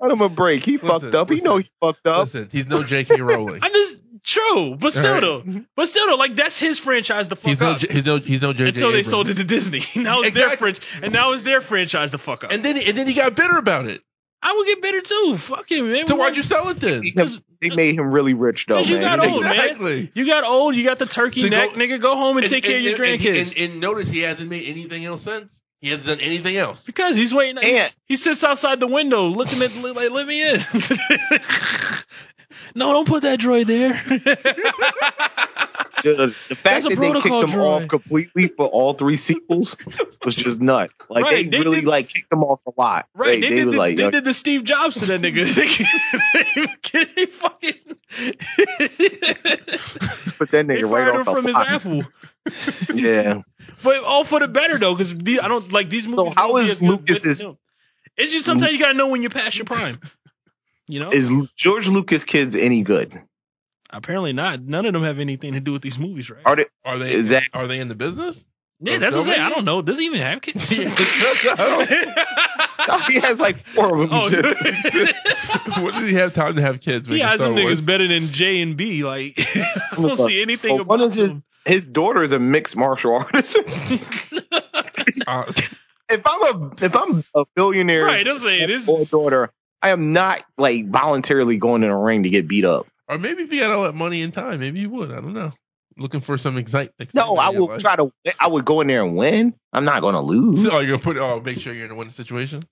Speaker 2: Let him a break. He
Speaker 3: Listen,
Speaker 2: fucked up. He
Speaker 3: listen.
Speaker 2: know he fucked up.
Speaker 3: Listen, he's no
Speaker 1: *laughs*
Speaker 3: J.K. Rowling.
Speaker 1: *laughs* I'm just true, but still
Speaker 3: Alright.
Speaker 1: though, but still though, like that's his franchise to fuck
Speaker 3: He's no,
Speaker 1: up
Speaker 3: J- he's no, he's no J.J.
Speaker 1: until they
Speaker 3: Abrams.
Speaker 1: sold it to Disney. *laughs* now it's their
Speaker 3: Exactly.
Speaker 1: franchise, and now it's their franchise to fuck up.
Speaker 3: And then, and then he got bitter about it.
Speaker 1: I would get bitter too. Fuck him, man.
Speaker 3: So why'd you sell it then?
Speaker 1: Cause-
Speaker 2: They made him really rich though,
Speaker 1: Cause you
Speaker 2: man.
Speaker 1: got old, man.
Speaker 3: Exactly.
Speaker 1: You got old. You got the turkey
Speaker 3: To go-
Speaker 1: neck, nigga. Go home and, take care of your
Speaker 3: and-
Speaker 1: grandkids.
Speaker 3: And, and notice he hasn't made anything else since. He hasn't done anything else.
Speaker 1: because he's waiting. he's-
Speaker 2: And-
Speaker 1: he sits outside the window looking at li- like, let me in. *laughs* no, don't put that droid *laughs* there.
Speaker 2: The, the fact
Speaker 1: a
Speaker 2: that they kicked
Speaker 1: protocol
Speaker 2: him off
Speaker 1: droid.
Speaker 2: completely for all three sequels was just nut. Like
Speaker 1: Right,
Speaker 2: they,
Speaker 1: they
Speaker 2: really
Speaker 1: did-
Speaker 2: like kicked him off a lot.
Speaker 1: right? They,
Speaker 2: They, they,
Speaker 1: did.
Speaker 2: was
Speaker 1: The,
Speaker 2: like,
Speaker 1: they
Speaker 2: yo,
Speaker 1: did the Steve Jobs to that nigga. *laughs* they
Speaker 2: *laughs*
Speaker 1: fucking.
Speaker 2: put that
Speaker 1: they
Speaker 2: nigga right
Speaker 1: fired him
Speaker 2: off the
Speaker 1: from his
Speaker 2: lot.
Speaker 1: apple,
Speaker 2: *laughs* Yeah.
Speaker 1: but all for the better though, because I don't like these movies.
Speaker 2: how
Speaker 1: won't be
Speaker 2: is
Speaker 1: as good with
Speaker 2: Lucas's-
Speaker 1: him. It's just sometimes you gotta know when you're past your prime. You know,
Speaker 2: Is George Lucas kids any good?
Speaker 1: Apparently not. None of them have anything to do with these movies, right?
Speaker 2: Are they
Speaker 3: Are
Speaker 1: *laughs*
Speaker 3: they?
Speaker 2: Is that-
Speaker 3: Are they in the *laughs* business?
Speaker 1: yeah, that's what I'm saying. I
Speaker 3: nobody?
Speaker 1: don't know. Does he even have
Speaker 2: *laughs*
Speaker 1: kids? *laughs*
Speaker 2: he has like four of them.
Speaker 1: oh,
Speaker 2: shit.
Speaker 3: what did he have time to have
Speaker 1: *laughs*
Speaker 3: kids?
Speaker 1: he
Speaker 3: making
Speaker 1: has
Speaker 3: Star
Speaker 1: some
Speaker 3: Wars?
Speaker 1: niggas better than J and B. Like, *laughs* I don't see anything
Speaker 2: Well, one
Speaker 1: about
Speaker 2: is his-
Speaker 1: him.
Speaker 2: His daughter is a mixed martial artist. *laughs* if
Speaker 3: Uh,
Speaker 2: I'm a if I'm a billionaire
Speaker 1: Right, I'm saying this.
Speaker 2: or
Speaker 1: Is,
Speaker 2: daughter, I am not like voluntarily going in a ring to get beat up.
Speaker 3: or maybe if he had all that money and time, maybe he would. I don't know. Looking for some excitement.
Speaker 2: No, I will
Speaker 3: *laughs*
Speaker 2: try to. I would go in there and win. I'm not going to lose.
Speaker 3: Oh, you're gonna put. Oh, make sure you're in a winning situation.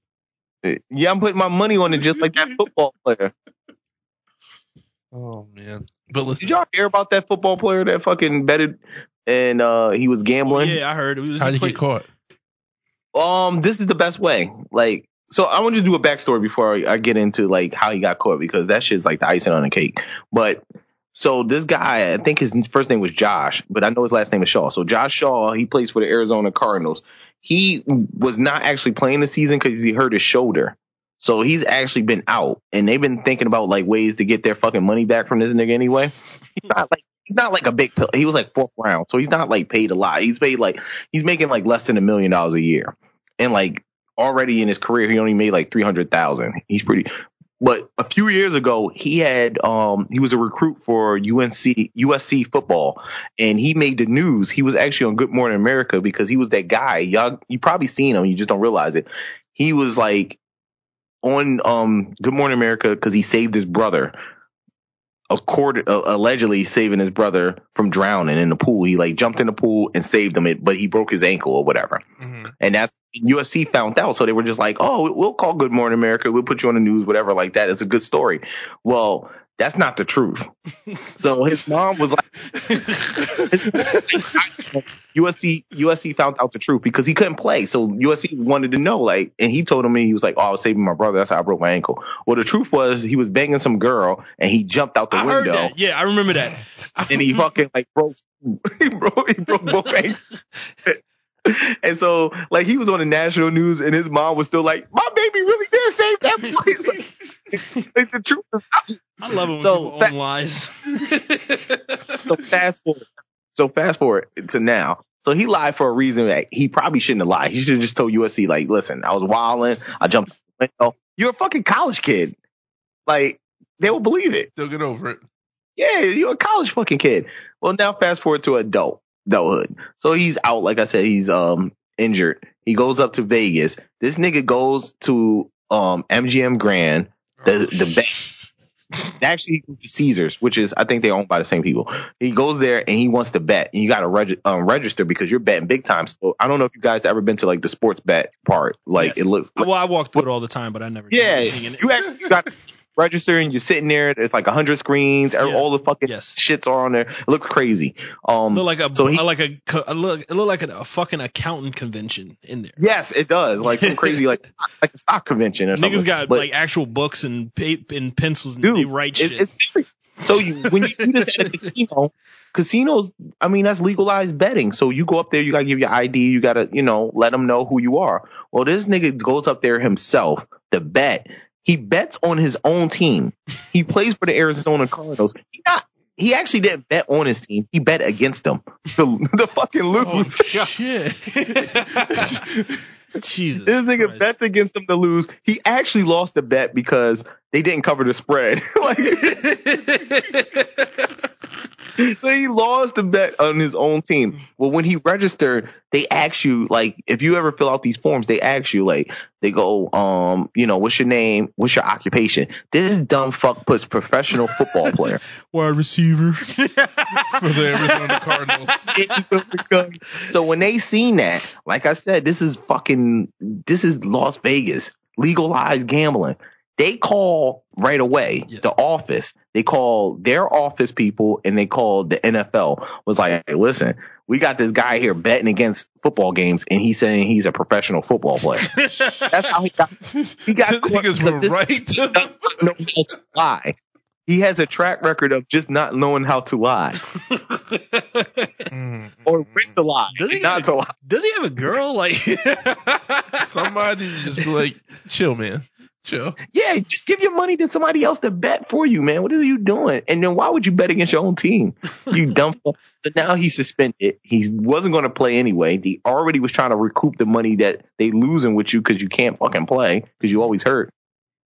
Speaker 2: Yeah, I'm putting my money on it just like that football player.
Speaker 3: Oh man. But listen,
Speaker 2: Did y'all hear about that football player that fucking betted and uh he was gambling?
Speaker 1: yeah, I heard. It was
Speaker 3: how did he
Speaker 1: play-
Speaker 3: get caught?
Speaker 2: Um, this is the best way. Like, so I want you to do a backstory before I, I get into like how he got caught because that shit's like the icing on the cake. But so this guy, I think his first name was Josh, but I know his last name is Shaw. So Josh Shaw, he plays for the Arizona Cardinals. He was not actually playing the season because he hurt his shoulder. So he's actually been out, and they've been thinking about like ways to get their fucking money back from this nigga anyway. He's not like he's not like a big pill. He was like fourth round, so he's not like paid a lot. He's paid like he's making like less than a million dollars a year, and like already in his career, he only made like three hundred thousand. He's pretty. But a few years ago, he had um he was a recruit for UNC USC football, and he made the news. He was actually on Good Morning America because he was that guy. Y'all, you probably seen him, you just don't realize it. He was like on um Good Morning America because he saved his brother accord, uh, allegedly saving his brother from drowning in the pool. He like jumped in the pool and saved him, but he broke his ankle or whatever.
Speaker 3: hmm
Speaker 2: And that's USC found out. So they were just like, oh, we'll call Good Morning America. We'll put you on the news, whatever, like that. It's a good story. Well, that's not
Speaker 1: *laughs*
Speaker 2: the truth. so his mom was like, *laughs* USC, USC found out the truth because he couldn't play. So USC wanted to know, like, and he told me, he was like, oh, I was saving my brother. That's how I broke my ankle. Well, the truth was he was banging some girl and he jumped out the
Speaker 1: I heard
Speaker 2: window
Speaker 1: that. Yeah, I remember that.
Speaker 2: and he fucking like broke *laughs* he broke he broke both ankles. And so like he was on the national news and his mom was still like, My baby really did save that boy. *laughs* Like, like, the truth is out.
Speaker 1: I love it when
Speaker 2: So,
Speaker 1: people
Speaker 2: fa-
Speaker 1: own lies. *laughs*
Speaker 2: So fast forward. So fast forward to now. So he lied for a reason that he probably shouldn't have lied. He should have just told USC, like, listen, I was wilding, I jumped out the window. You're a fucking college kid. Like, they will believe it.
Speaker 3: They'll get over it.
Speaker 2: Yeah, you're a college fucking kid. Well, now fast forward to adult adulthood. So he's out, like I said, he's um injured. He goes up to Vegas. This nigga goes to um MGM Grand, the *laughs* the bank. Actually, he goes to Caesars, which is I think they owned by the same people. He goes there and he wants to bet, and you got to reg- um, register because you're betting big time. So I don't know if you guys ever been to like the sports bet part. Like
Speaker 1: Yes.
Speaker 2: it looks.
Speaker 1: well, I walk through it all the time, but I never. did
Speaker 2: Yeah,
Speaker 1: anything in it.
Speaker 2: you actually you got to register and you're sitting there. It's like a hundred screens. and
Speaker 1: Yes.
Speaker 2: All the fucking
Speaker 1: Yes.
Speaker 2: shits are on there. It looks crazy. Um,
Speaker 1: Look like a
Speaker 2: So he-
Speaker 1: like a co- I look it look like a, a fucking accountant convention in there.
Speaker 2: yes, it does.
Speaker 1: *laughs*
Speaker 2: Like some crazy, like like a stock convention or something.
Speaker 1: Niggas got
Speaker 2: But,
Speaker 1: like actual books and paper and pencils and
Speaker 2: dude,
Speaker 1: they write
Speaker 2: it-
Speaker 1: shit. *laughs*
Speaker 2: it's serious. So you when you do this at a casino, casinos. I mean, that's legalized betting. So you go up there, you gotta give your ID, you gotta you know let them know who you are. Well, this nigga goes up there himself to bet. He bets on his own team. He plays for the Arizona Cardinals. He not. He actually didn't bet on his team. He bet against them. *laughs* The, the fucking lose. *laughs*
Speaker 3: Oh shit!
Speaker 1: Jesus.
Speaker 2: This nigga
Speaker 1: Christ.
Speaker 2: bets against them to lose. He actually lost the bet because they didn't cover the spread. *laughs* like,
Speaker 1: *laughs*
Speaker 2: so he lost the bet on his own team. Well, when he registered, they ask you like, if you ever fill out these forms, they ask you like, they go, um, you know, what's your name? What's your occupation? This dumb fuck puts professional football player.
Speaker 3: Wide
Speaker 2: *laughs*
Speaker 3: receiver *laughs* for the Arizona *laughs* Cardinals.
Speaker 2: *laughs* so when they seen that, like I said, this is fucking this is Las Vegas, legalized gambling. They call right away
Speaker 1: Yeah.
Speaker 2: the office. They call their office people and they called the NFL. Was like, hey, listen, we got this guy here betting against football games, and he's saying he's a professional football player. That's how he got.
Speaker 1: *laughs*
Speaker 2: He got
Speaker 3: These niggas
Speaker 2: caught
Speaker 3: were
Speaker 2: because
Speaker 3: right to the
Speaker 2: this- *laughs* no, that's a lie. He has a track record of just not knowing how to lie
Speaker 3: Mm,
Speaker 2: or
Speaker 3: mm,
Speaker 2: when to lie,
Speaker 1: Does he
Speaker 2: not
Speaker 1: get a-
Speaker 2: to lie.
Speaker 1: Does he have a girl? Like *laughs*
Speaker 3: mm. Somebody just be like, chill, man, chill.
Speaker 2: Yeah, just give your money to somebody else to bet for you, man. What are you doing? And then why would you bet against your own team? You dumb. fuck. so now he's suspended. He wasn't going to play anyway. He already was trying to recoup the money that they losing with you because you can't fucking play because you always hurt.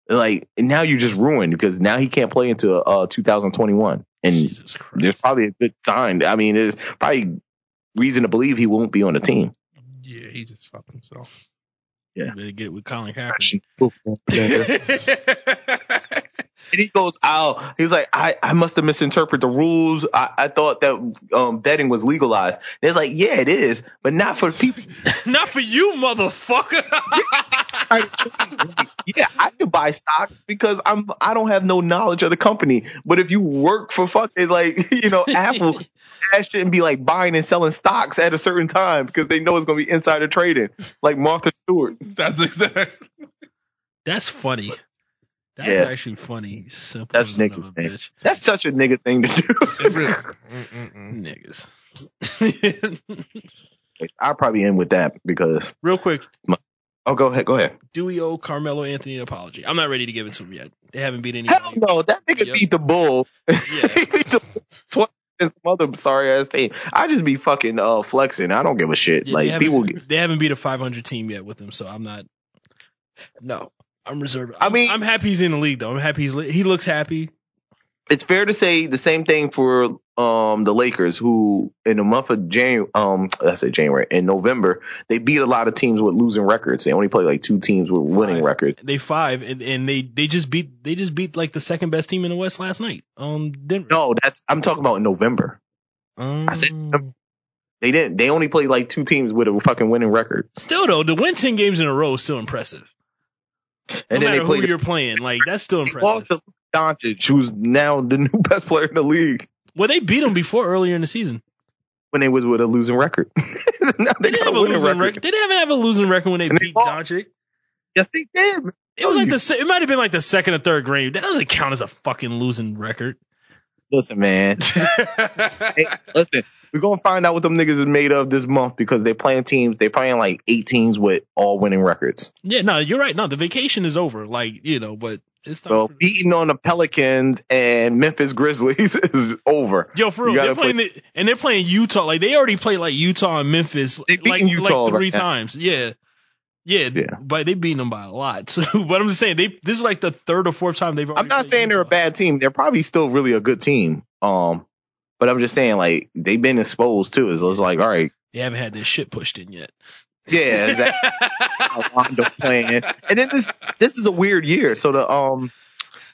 Speaker 2: Like and now you just ruined because now he can't play until uh 2021, and
Speaker 1: Jesus
Speaker 2: there's
Speaker 1: Christ.
Speaker 2: probably a good sign. I mean, there's probably reason to believe he won't be on the team.
Speaker 3: Yeah, he just fucked himself.
Speaker 1: Better get with Colin
Speaker 2: Yeah.
Speaker 1: Kaepernick.
Speaker 2: And he goes out. He's like, I, I must have misinterpreted the rules. I, I thought that um, betting was legalized. And it's like, yeah, it is, but not for people.
Speaker 1: *laughs* Not for you, motherfucker.
Speaker 2: yeah, I can buy stock because I'm I don't have no knowledge of the company. But if you work for fucking like *laughs* you know Apple, that shouldn't be like buying and selling stocks at a certain time because they know it's gonna be insider trading, like Martha Stewart.
Speaker 3: That's exact.
Speaker 1: *laughs* That's funny. That's
Speaker 2: Yeah.
Speaker 1: actually funny. Simple
Speaker 2: That's
Speaker 1: son
Speaker 2: nigga
Speaker 1: of a
Speaker 2: thing.
Speaker 1: bitch.
Speaker 2: That's such a nigga thing to
Speaker 3: It
Speaker 2: do.
Speaker 3: really- mm, mm, *laughs* mm.
Speaker 1: Niggas.
Speaker 2: *laughs* I'll probably end with that because
Speaker 1: Real quick,
Speaker 2: oh, go ahead, go ahead.
Speaker 1: do we owe Carmelo Anthony an apology? I'm not ready to give it to him yet. They haven't beat anybody.
Speaker 2: Hell no, that nigga
Speaker 1: Yep.
Speaker 2: beat the Bulls.
Speaker 1: Yeah.
Speaker 2: he beat the Bulls twice *laughs* this mother sorry ass team. I just be fucking uh flexing. I don't give a shit.
Speaker 1: Yeah, they
Speaker 2: like
Speaker 1: haven't-
Speaker 2: people. get-
Speaker 1: They haven't beat a 500 team yet with him, so I'm not. No, I'm reserved.
Speaker 2: I mean-
Speaker 1: I'm happy he's in the league though. I'm happy he's li- he looks happy.
Speaker 2: It's fair to say the same thing for um the Lakers, who in the month of January, um, I said January in November, they beat a lot of teams with losing records. They only play like two teams with winning
Speaker 1: Five.
Speaker 2: records.
Speaker 1: They five and, and they they just beat they just beat like the second best team in the West last night. Um, Denver.
Speaker 2: No, that's I'm talking about in November.
Speaker 1: um,
Speaker 2: said- They didn't. They only played like two teams with a fucking winning record,
Speaker 1: still though to win 10 games in a row is still impressive.
Speaker 2: and
Speaker 1: no
Speaker 2: then
Speaker 1: matter
Speaker 2: they played.
Speaker 1: who you're playing, like that's still
Speaker 2: they
Speaker 1: impressive.
Speaker 2: lost to Doncic, who's now the *laughs* new best player in the league.
Speaker 1: Well, they beat him before earlier in the season.
Speaker 2: When they was with a losing record, *laughs* now
Speaker 1: They didn't
Speaker 2: got
Speaker 1: have a losing record. They didn't have a losing record when they
Speaker 2: And they
Speaker 1: beat
Speaker 2: lost.
Speaker 1: Doncic.
Speaker 2: Yes, they did.
Speaker 1: It was
Speaker 2: Oh,
Speaker 1: like
Speaker 2: you-
Speaker 1: the se- it might have been like the second or third grade. That doesn't count as a fucking losing record.
Speaker 2: Listen, man. *laughs* Hey, listen, we're gonna find out what them niggas is made of this month because they're playing teams. They're playing like eight teams with all winning records.
Speaker 1: yeah, no, you're right. No, the vacation is over. Like you know, but it's time.
Speaker 2: So
Speaker 1: for-
Speaker 2: beating on the Pelicans and Memphis Grizzlies *laughs* is over.
Speaker 1: Yo, for
Speaker 2: you
Speaker 1: real, they're
Speaker 2: gotta play-
Speaker 1: playing the, and they're playing Utah. Like they already played like Utah and Memphis
Speaker 2: They
Speaker 1: like,
Speaker 2: beating Utah
Speaker 1: like three
Speaker 2: right now.
Speaker 1: times. Yeah. yeah,
Speaker 2: Yeah.
Speaker 1: but they beat them by a lot. *laughs* So, but I'm just saying they this is like the third or fourth time they've.
Speaker 2: I'm
Speaker 1: already
Speaker 2: not
Speaker 1: played
Speaker 2: saying they're a
Speaker 1: Utah.
Speaker 2: bad team. They're probably still really a good team. Um, but I'm just saying like they've been exposed too. So it's like all right,
Speaker 1: They haven't had their shit pushed in yet.
Speaker 2: yeah, exactly.
Speaker 1: *laughs*
Speaker 2: Rondo playing. And then this this is a weird year. So the um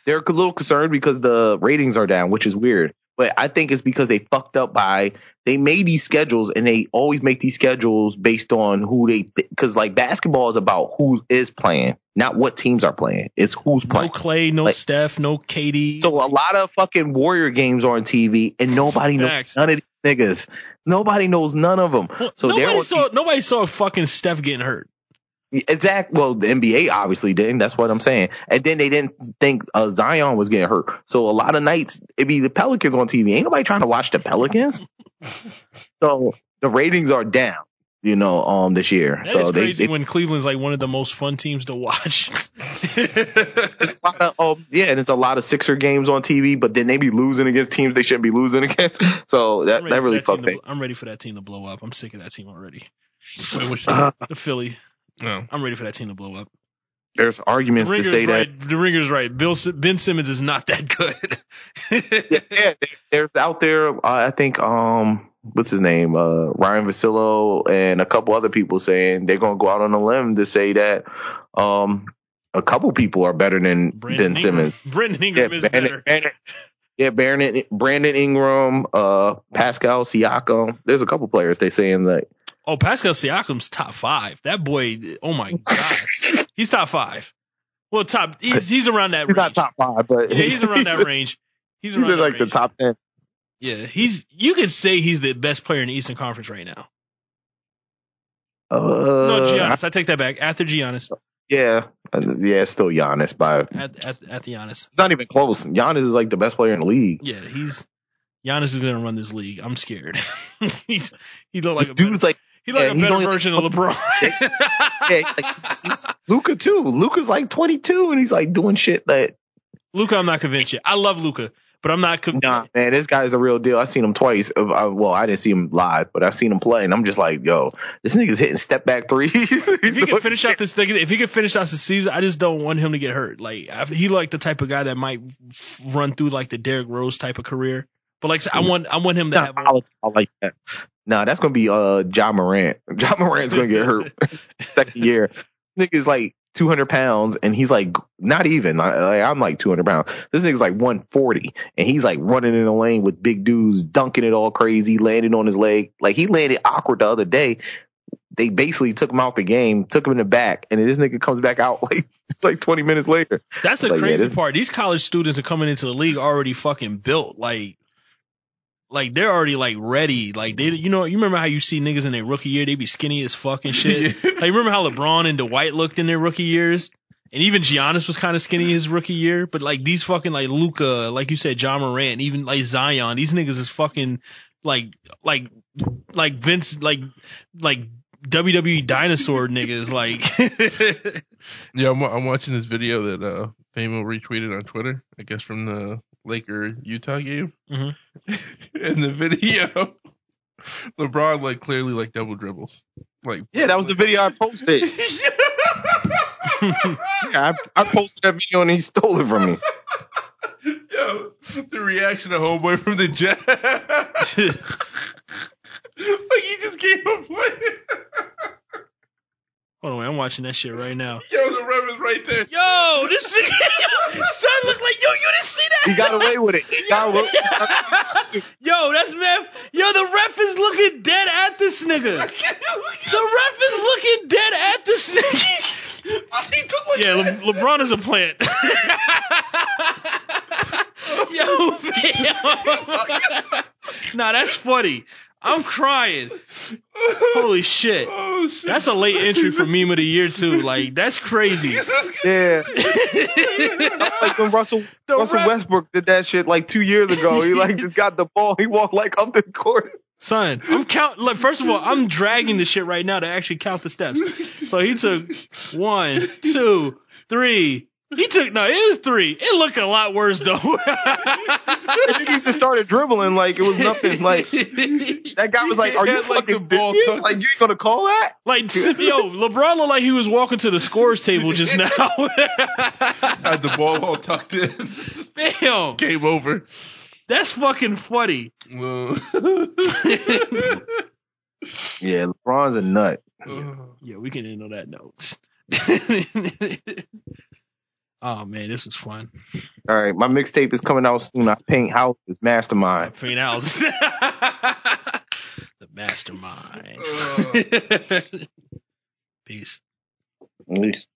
Speaker 2: they're a little concerned because the ratings are down, which is weird. But I think it's because they fucked up by they made these schedules and they always make these schedules based on who they because like basketball is about who is playing, not what teams are playing. It's who's
Speaker 1: no
Speaker 2: playing.
Speaker 1: Clay, no
Speaker 2: Like-
Speaker 1: Steph, no Katie.
Speaker 2: So a lot of fucking warrior games are on TV and nobody knows
Speaker 1: Facts.
Speaker 2: none of these niggas. Nobody knows none of them. so they're
Speaker 1: nobody
Speaker 2: on
Speaker 1: saw nobody saw fucking Steph getting hurt.
Speaker 2: Exact. Well, the NBA obviously didn't. That's what I'm saying. And then they didn't think uh, Zion was getting hurt. So a lot of nights it'd be the Pelicans on TV. Ain't nobody trying to watch
Speaker 1: *laughs*
Speaker 2: the Pelicans. so the ratings are down. You know, um, this year.
Speaker 1: That is
Speaker 2: so they,
Speaker 1: crazy
Speaker 2: they
Speaker 1: when Cleveland's like one of the most fun teams to watch.
Speaker 2: *laughs* there's a lot of, um, yeah, and it's a lot of Sixer games on TV. But then they be losing against teams they shouldn't be losing *laughs* against. So
Speaker 1: I'm
Speaker 2: that
Speaker 1: ready
Speaker 2: that
Speaker 1: for
Speaker 2: really
Speaker 1: team
Speaker 2: fucked
Speaker 1: to
Speaker 2: me.
Speaker 1: bl- I'm ready for that team to blow up. I'm sick of that team already.
Speaker 3: Wait, which team? *laughs*
Speaker 2: Uh,
Speaker 1: The Philly.
Speaker 3: no.
Speaker 1: I'm ready for that team to blow up.
Speaker 2: there's
Speaker 1: The
Speaker 2: arguments to
Speaker 1: ringer's
Speaker 2: say that
Speaker 1: right. The ringer's right. Bill Si- Ben Simmons is not that good. *laughs*
Speaker 2: yeah, yeah, there- there's out there. Uh, I think um, what's his name? Uh, Ryan Vasillo and a couple other people saying they're gonna go out on a limb to say that um, a couple people are better than
Speaker 1: Brandon
Speaker 2: Ben
Speaker 1: Ingram-
Speaker 2: Simmons.
Speaker 1: Brandon
Speaker 2: Yeah,
Speaker 1: Ingram *laughs* is
Speaker 2: Brandon,
Speaker 1: better.
Speaker 2: Brandon, yeah, Brandon, Brandon Ingram, uh, Pascal Siakam. There's a couple players they saying that.
Speaker 1: Oh, Pascal Siakam's top five. That boy. Oh
Speaker 2: *laughs*
Speaker 1: my god. He's top five. Well, top. He's he's around that.
Speaker 2: He's not
Speaker 1: range.
Speaker 2: top five, but
Speaker 1: Yeah, he's around
Speaker 2: *laughs*
Speaker 1: that range. He's
Speaker 2: He's
Speaker 1: around
Speaker 2: in
Speaker 1: that
Speaker 2: like the
Speaker 1: range.
Speaker 2: top ten.
Speaker 1: Yeah, he's. You could say he's the best player in the Eastern Conference right now.
Speaker 2: Uh,
Speaker 1: no, Giannis. I take that back. After Giannis,
Speaker 2: yeah, uh, yeah, it's still Giannis. By
Speaker 1: at at, at the Giannis.
Speaker 2: it's not even close. Giannis is like the best player in the league.
Speaker 1: Yeah, he's. Giannis is gonna run this league. I'm scared. *laughs* he's he look like a better,
Speaker 2: Dude's like.
Speaker 1: he look
Speaker 2: yeah,
Speaker 1: like a
Speaker 2: he's
Speaker 1: better
Speaker 2: only-
Speaker 1: version of LeBron.
Speaker 2: *laughs* yeah,
Speaker 1: *laughs*
Speaker 2: Luca too. Luca's like 22 and he's like doing shit that
Speaker 1: Luca, I'm not convinced yet. I love Luca, but I'm not. Con-
Speaker 2: nah man, this guy's a real deal. I seen him twice. Uh, I- well, I didn't see him live, but I seen him play and I'm just like, yo, this nigga's hitting step back threes.
Speaker 1: If
Speaker 2: *laughs*
Speaker 1: he can finish out this, if he can finish out the season, I just don't want him to get hurt. Like I, he like the type of guy that might f- run through like the Derrick Rose type of career. But like I said, I want, I want him to
Speaker 2: Nah,
Speaker 1: have.
Speaker 2: I like- I like that. Nah, that's gonna be uh John Morant. *laughs* John Morant's gonna get hurt *laughs* second year. This nigga's like 200 pounds and he's like not even. I, like, I'm like 200 pounds. This nigga's like 140 and he's like running in the lane with big dudes, dunking it all crazy, landing on his leg. Like he landed awkward the other day. They basically took him out the game, took him in the back, and then this nigga comes back out *laughs* like like 20 minutes later.
Speaker 1: That's the
Speaker 2: Like, yeah,
Speaker 1: crazy
Speaker 2: this-
Speaker 1: part. These college students are coming into the league already fucking built. Like, like they're already like ready. Like they, you know, you remember how you see niggas in their rookie year, they be skinny as fuck
Speaker 2: *laughs*
Speaker 1: and shit.
Speaker 3: *laughs*
Speaker 1: like remember how LeBron and Dwight looked in their rookie years, and even Giannis was kind of skinny his rookie year. But like these fucking like Luca, like you said, John Morant, even like Zion, these niggas is fucking like like like Vince like like WWE dinosaur niggas
Speaker 2: *laughs*
Speaker 1: like. *laughs*
Speaker 3: Yeah, I'm, wa- I'm watching this video that uh Famo retweeted on Twitter. I guess from the Laker Utah game.
Speaker 1: Mhm.
Speaker 3: *laughs* In the video, *laughs* LeBron like clearly like double dribbles. Like
Speaker 2: Yeah, that was the video I *laughs* posted. Yeah, I, I posted that video and he stole it from me.
Speaker 3: Yo, the reaction of homeboy from the Jets. *laughs* like he just gave up playing.
Speaker 1: Hold on, wait, I'm watching that shit right now.
Speaker 3: Yo, the ref is right there. *laughs*
Speaker 1: Yo, this nigga, *laughs* son looked like yo. You didn't see that?
Speaker 2: He got away with *laughs* it. He got away-
Speaker 1: *laughs* Yo, that's man. Yo, the ref is looking dead at this nigga. The ref is looking dead at this nigga.
Speaker 3: he took
Speaker 1: *laughs*
Speaker 3: like
Speaker 1: Yeah,
Speaker 3: this.
Speaker 1: Le- LeBron is a plant. *laughs* yo, man. *laughs* nah, that's funny. I'm crying. *laughs* Holy shit.
Speaker 3: oh shit.
Speaker 1: That's a late entry for meme of the year too. Like that's crazy. *laughs*
Speaker 3: *laughs*
Speaker 2: yeah,
Speaker 1: the
Speaker 2: like when Russell Russell
Speaker 1: ref-
Speaker 2: Westbrook did that shit like two years ago. He like just got the ball. He walked like up the court.
Speaker 1: son, I'm count. Like first of all, I'm dragging this shit right now to actually count the steps. So he took one, two, three. He took no, it is three. It looked a lot worse though. *laughs*
Speaker 2: And then he just started dribbling like it was nothing. Like
Speaker 3: *laughs*
Speaker 2: that guy was like, "Are
Speaker 3: He
Speaker 2: you
Speaker 3: had, like, the
Speaker 2: fucking
Speaker 3: ball
Speaker 2: serious?
Speaker 3: tucked-
Speaker 2: Like you ain't gonna call that?"
Speaker 1: like yo, LeBron looked like he was walking to the scores table just now. *laughs*
Speaker 3: Had the ball all tucked in. *laughs*
Speaker 1: Damn,
Speaker 3: Game over.
Speaker 1: that's fucking funny. *laughs*
Speaker 3: *laughs* Well,
Speaker 2: Yeah, LeBron's a nut.
Speaker 3: Oh.
Speaker 1: Yeah, we can end on that note. *laughs* oh man, this was fun.
Speaker 2: All right, my mixtape is coming out soon. I paint houses, mastermind.
Speaker 1: Fiend House. *laughs* the mastermind. *laughs* Peace.
Speaker 2: At least.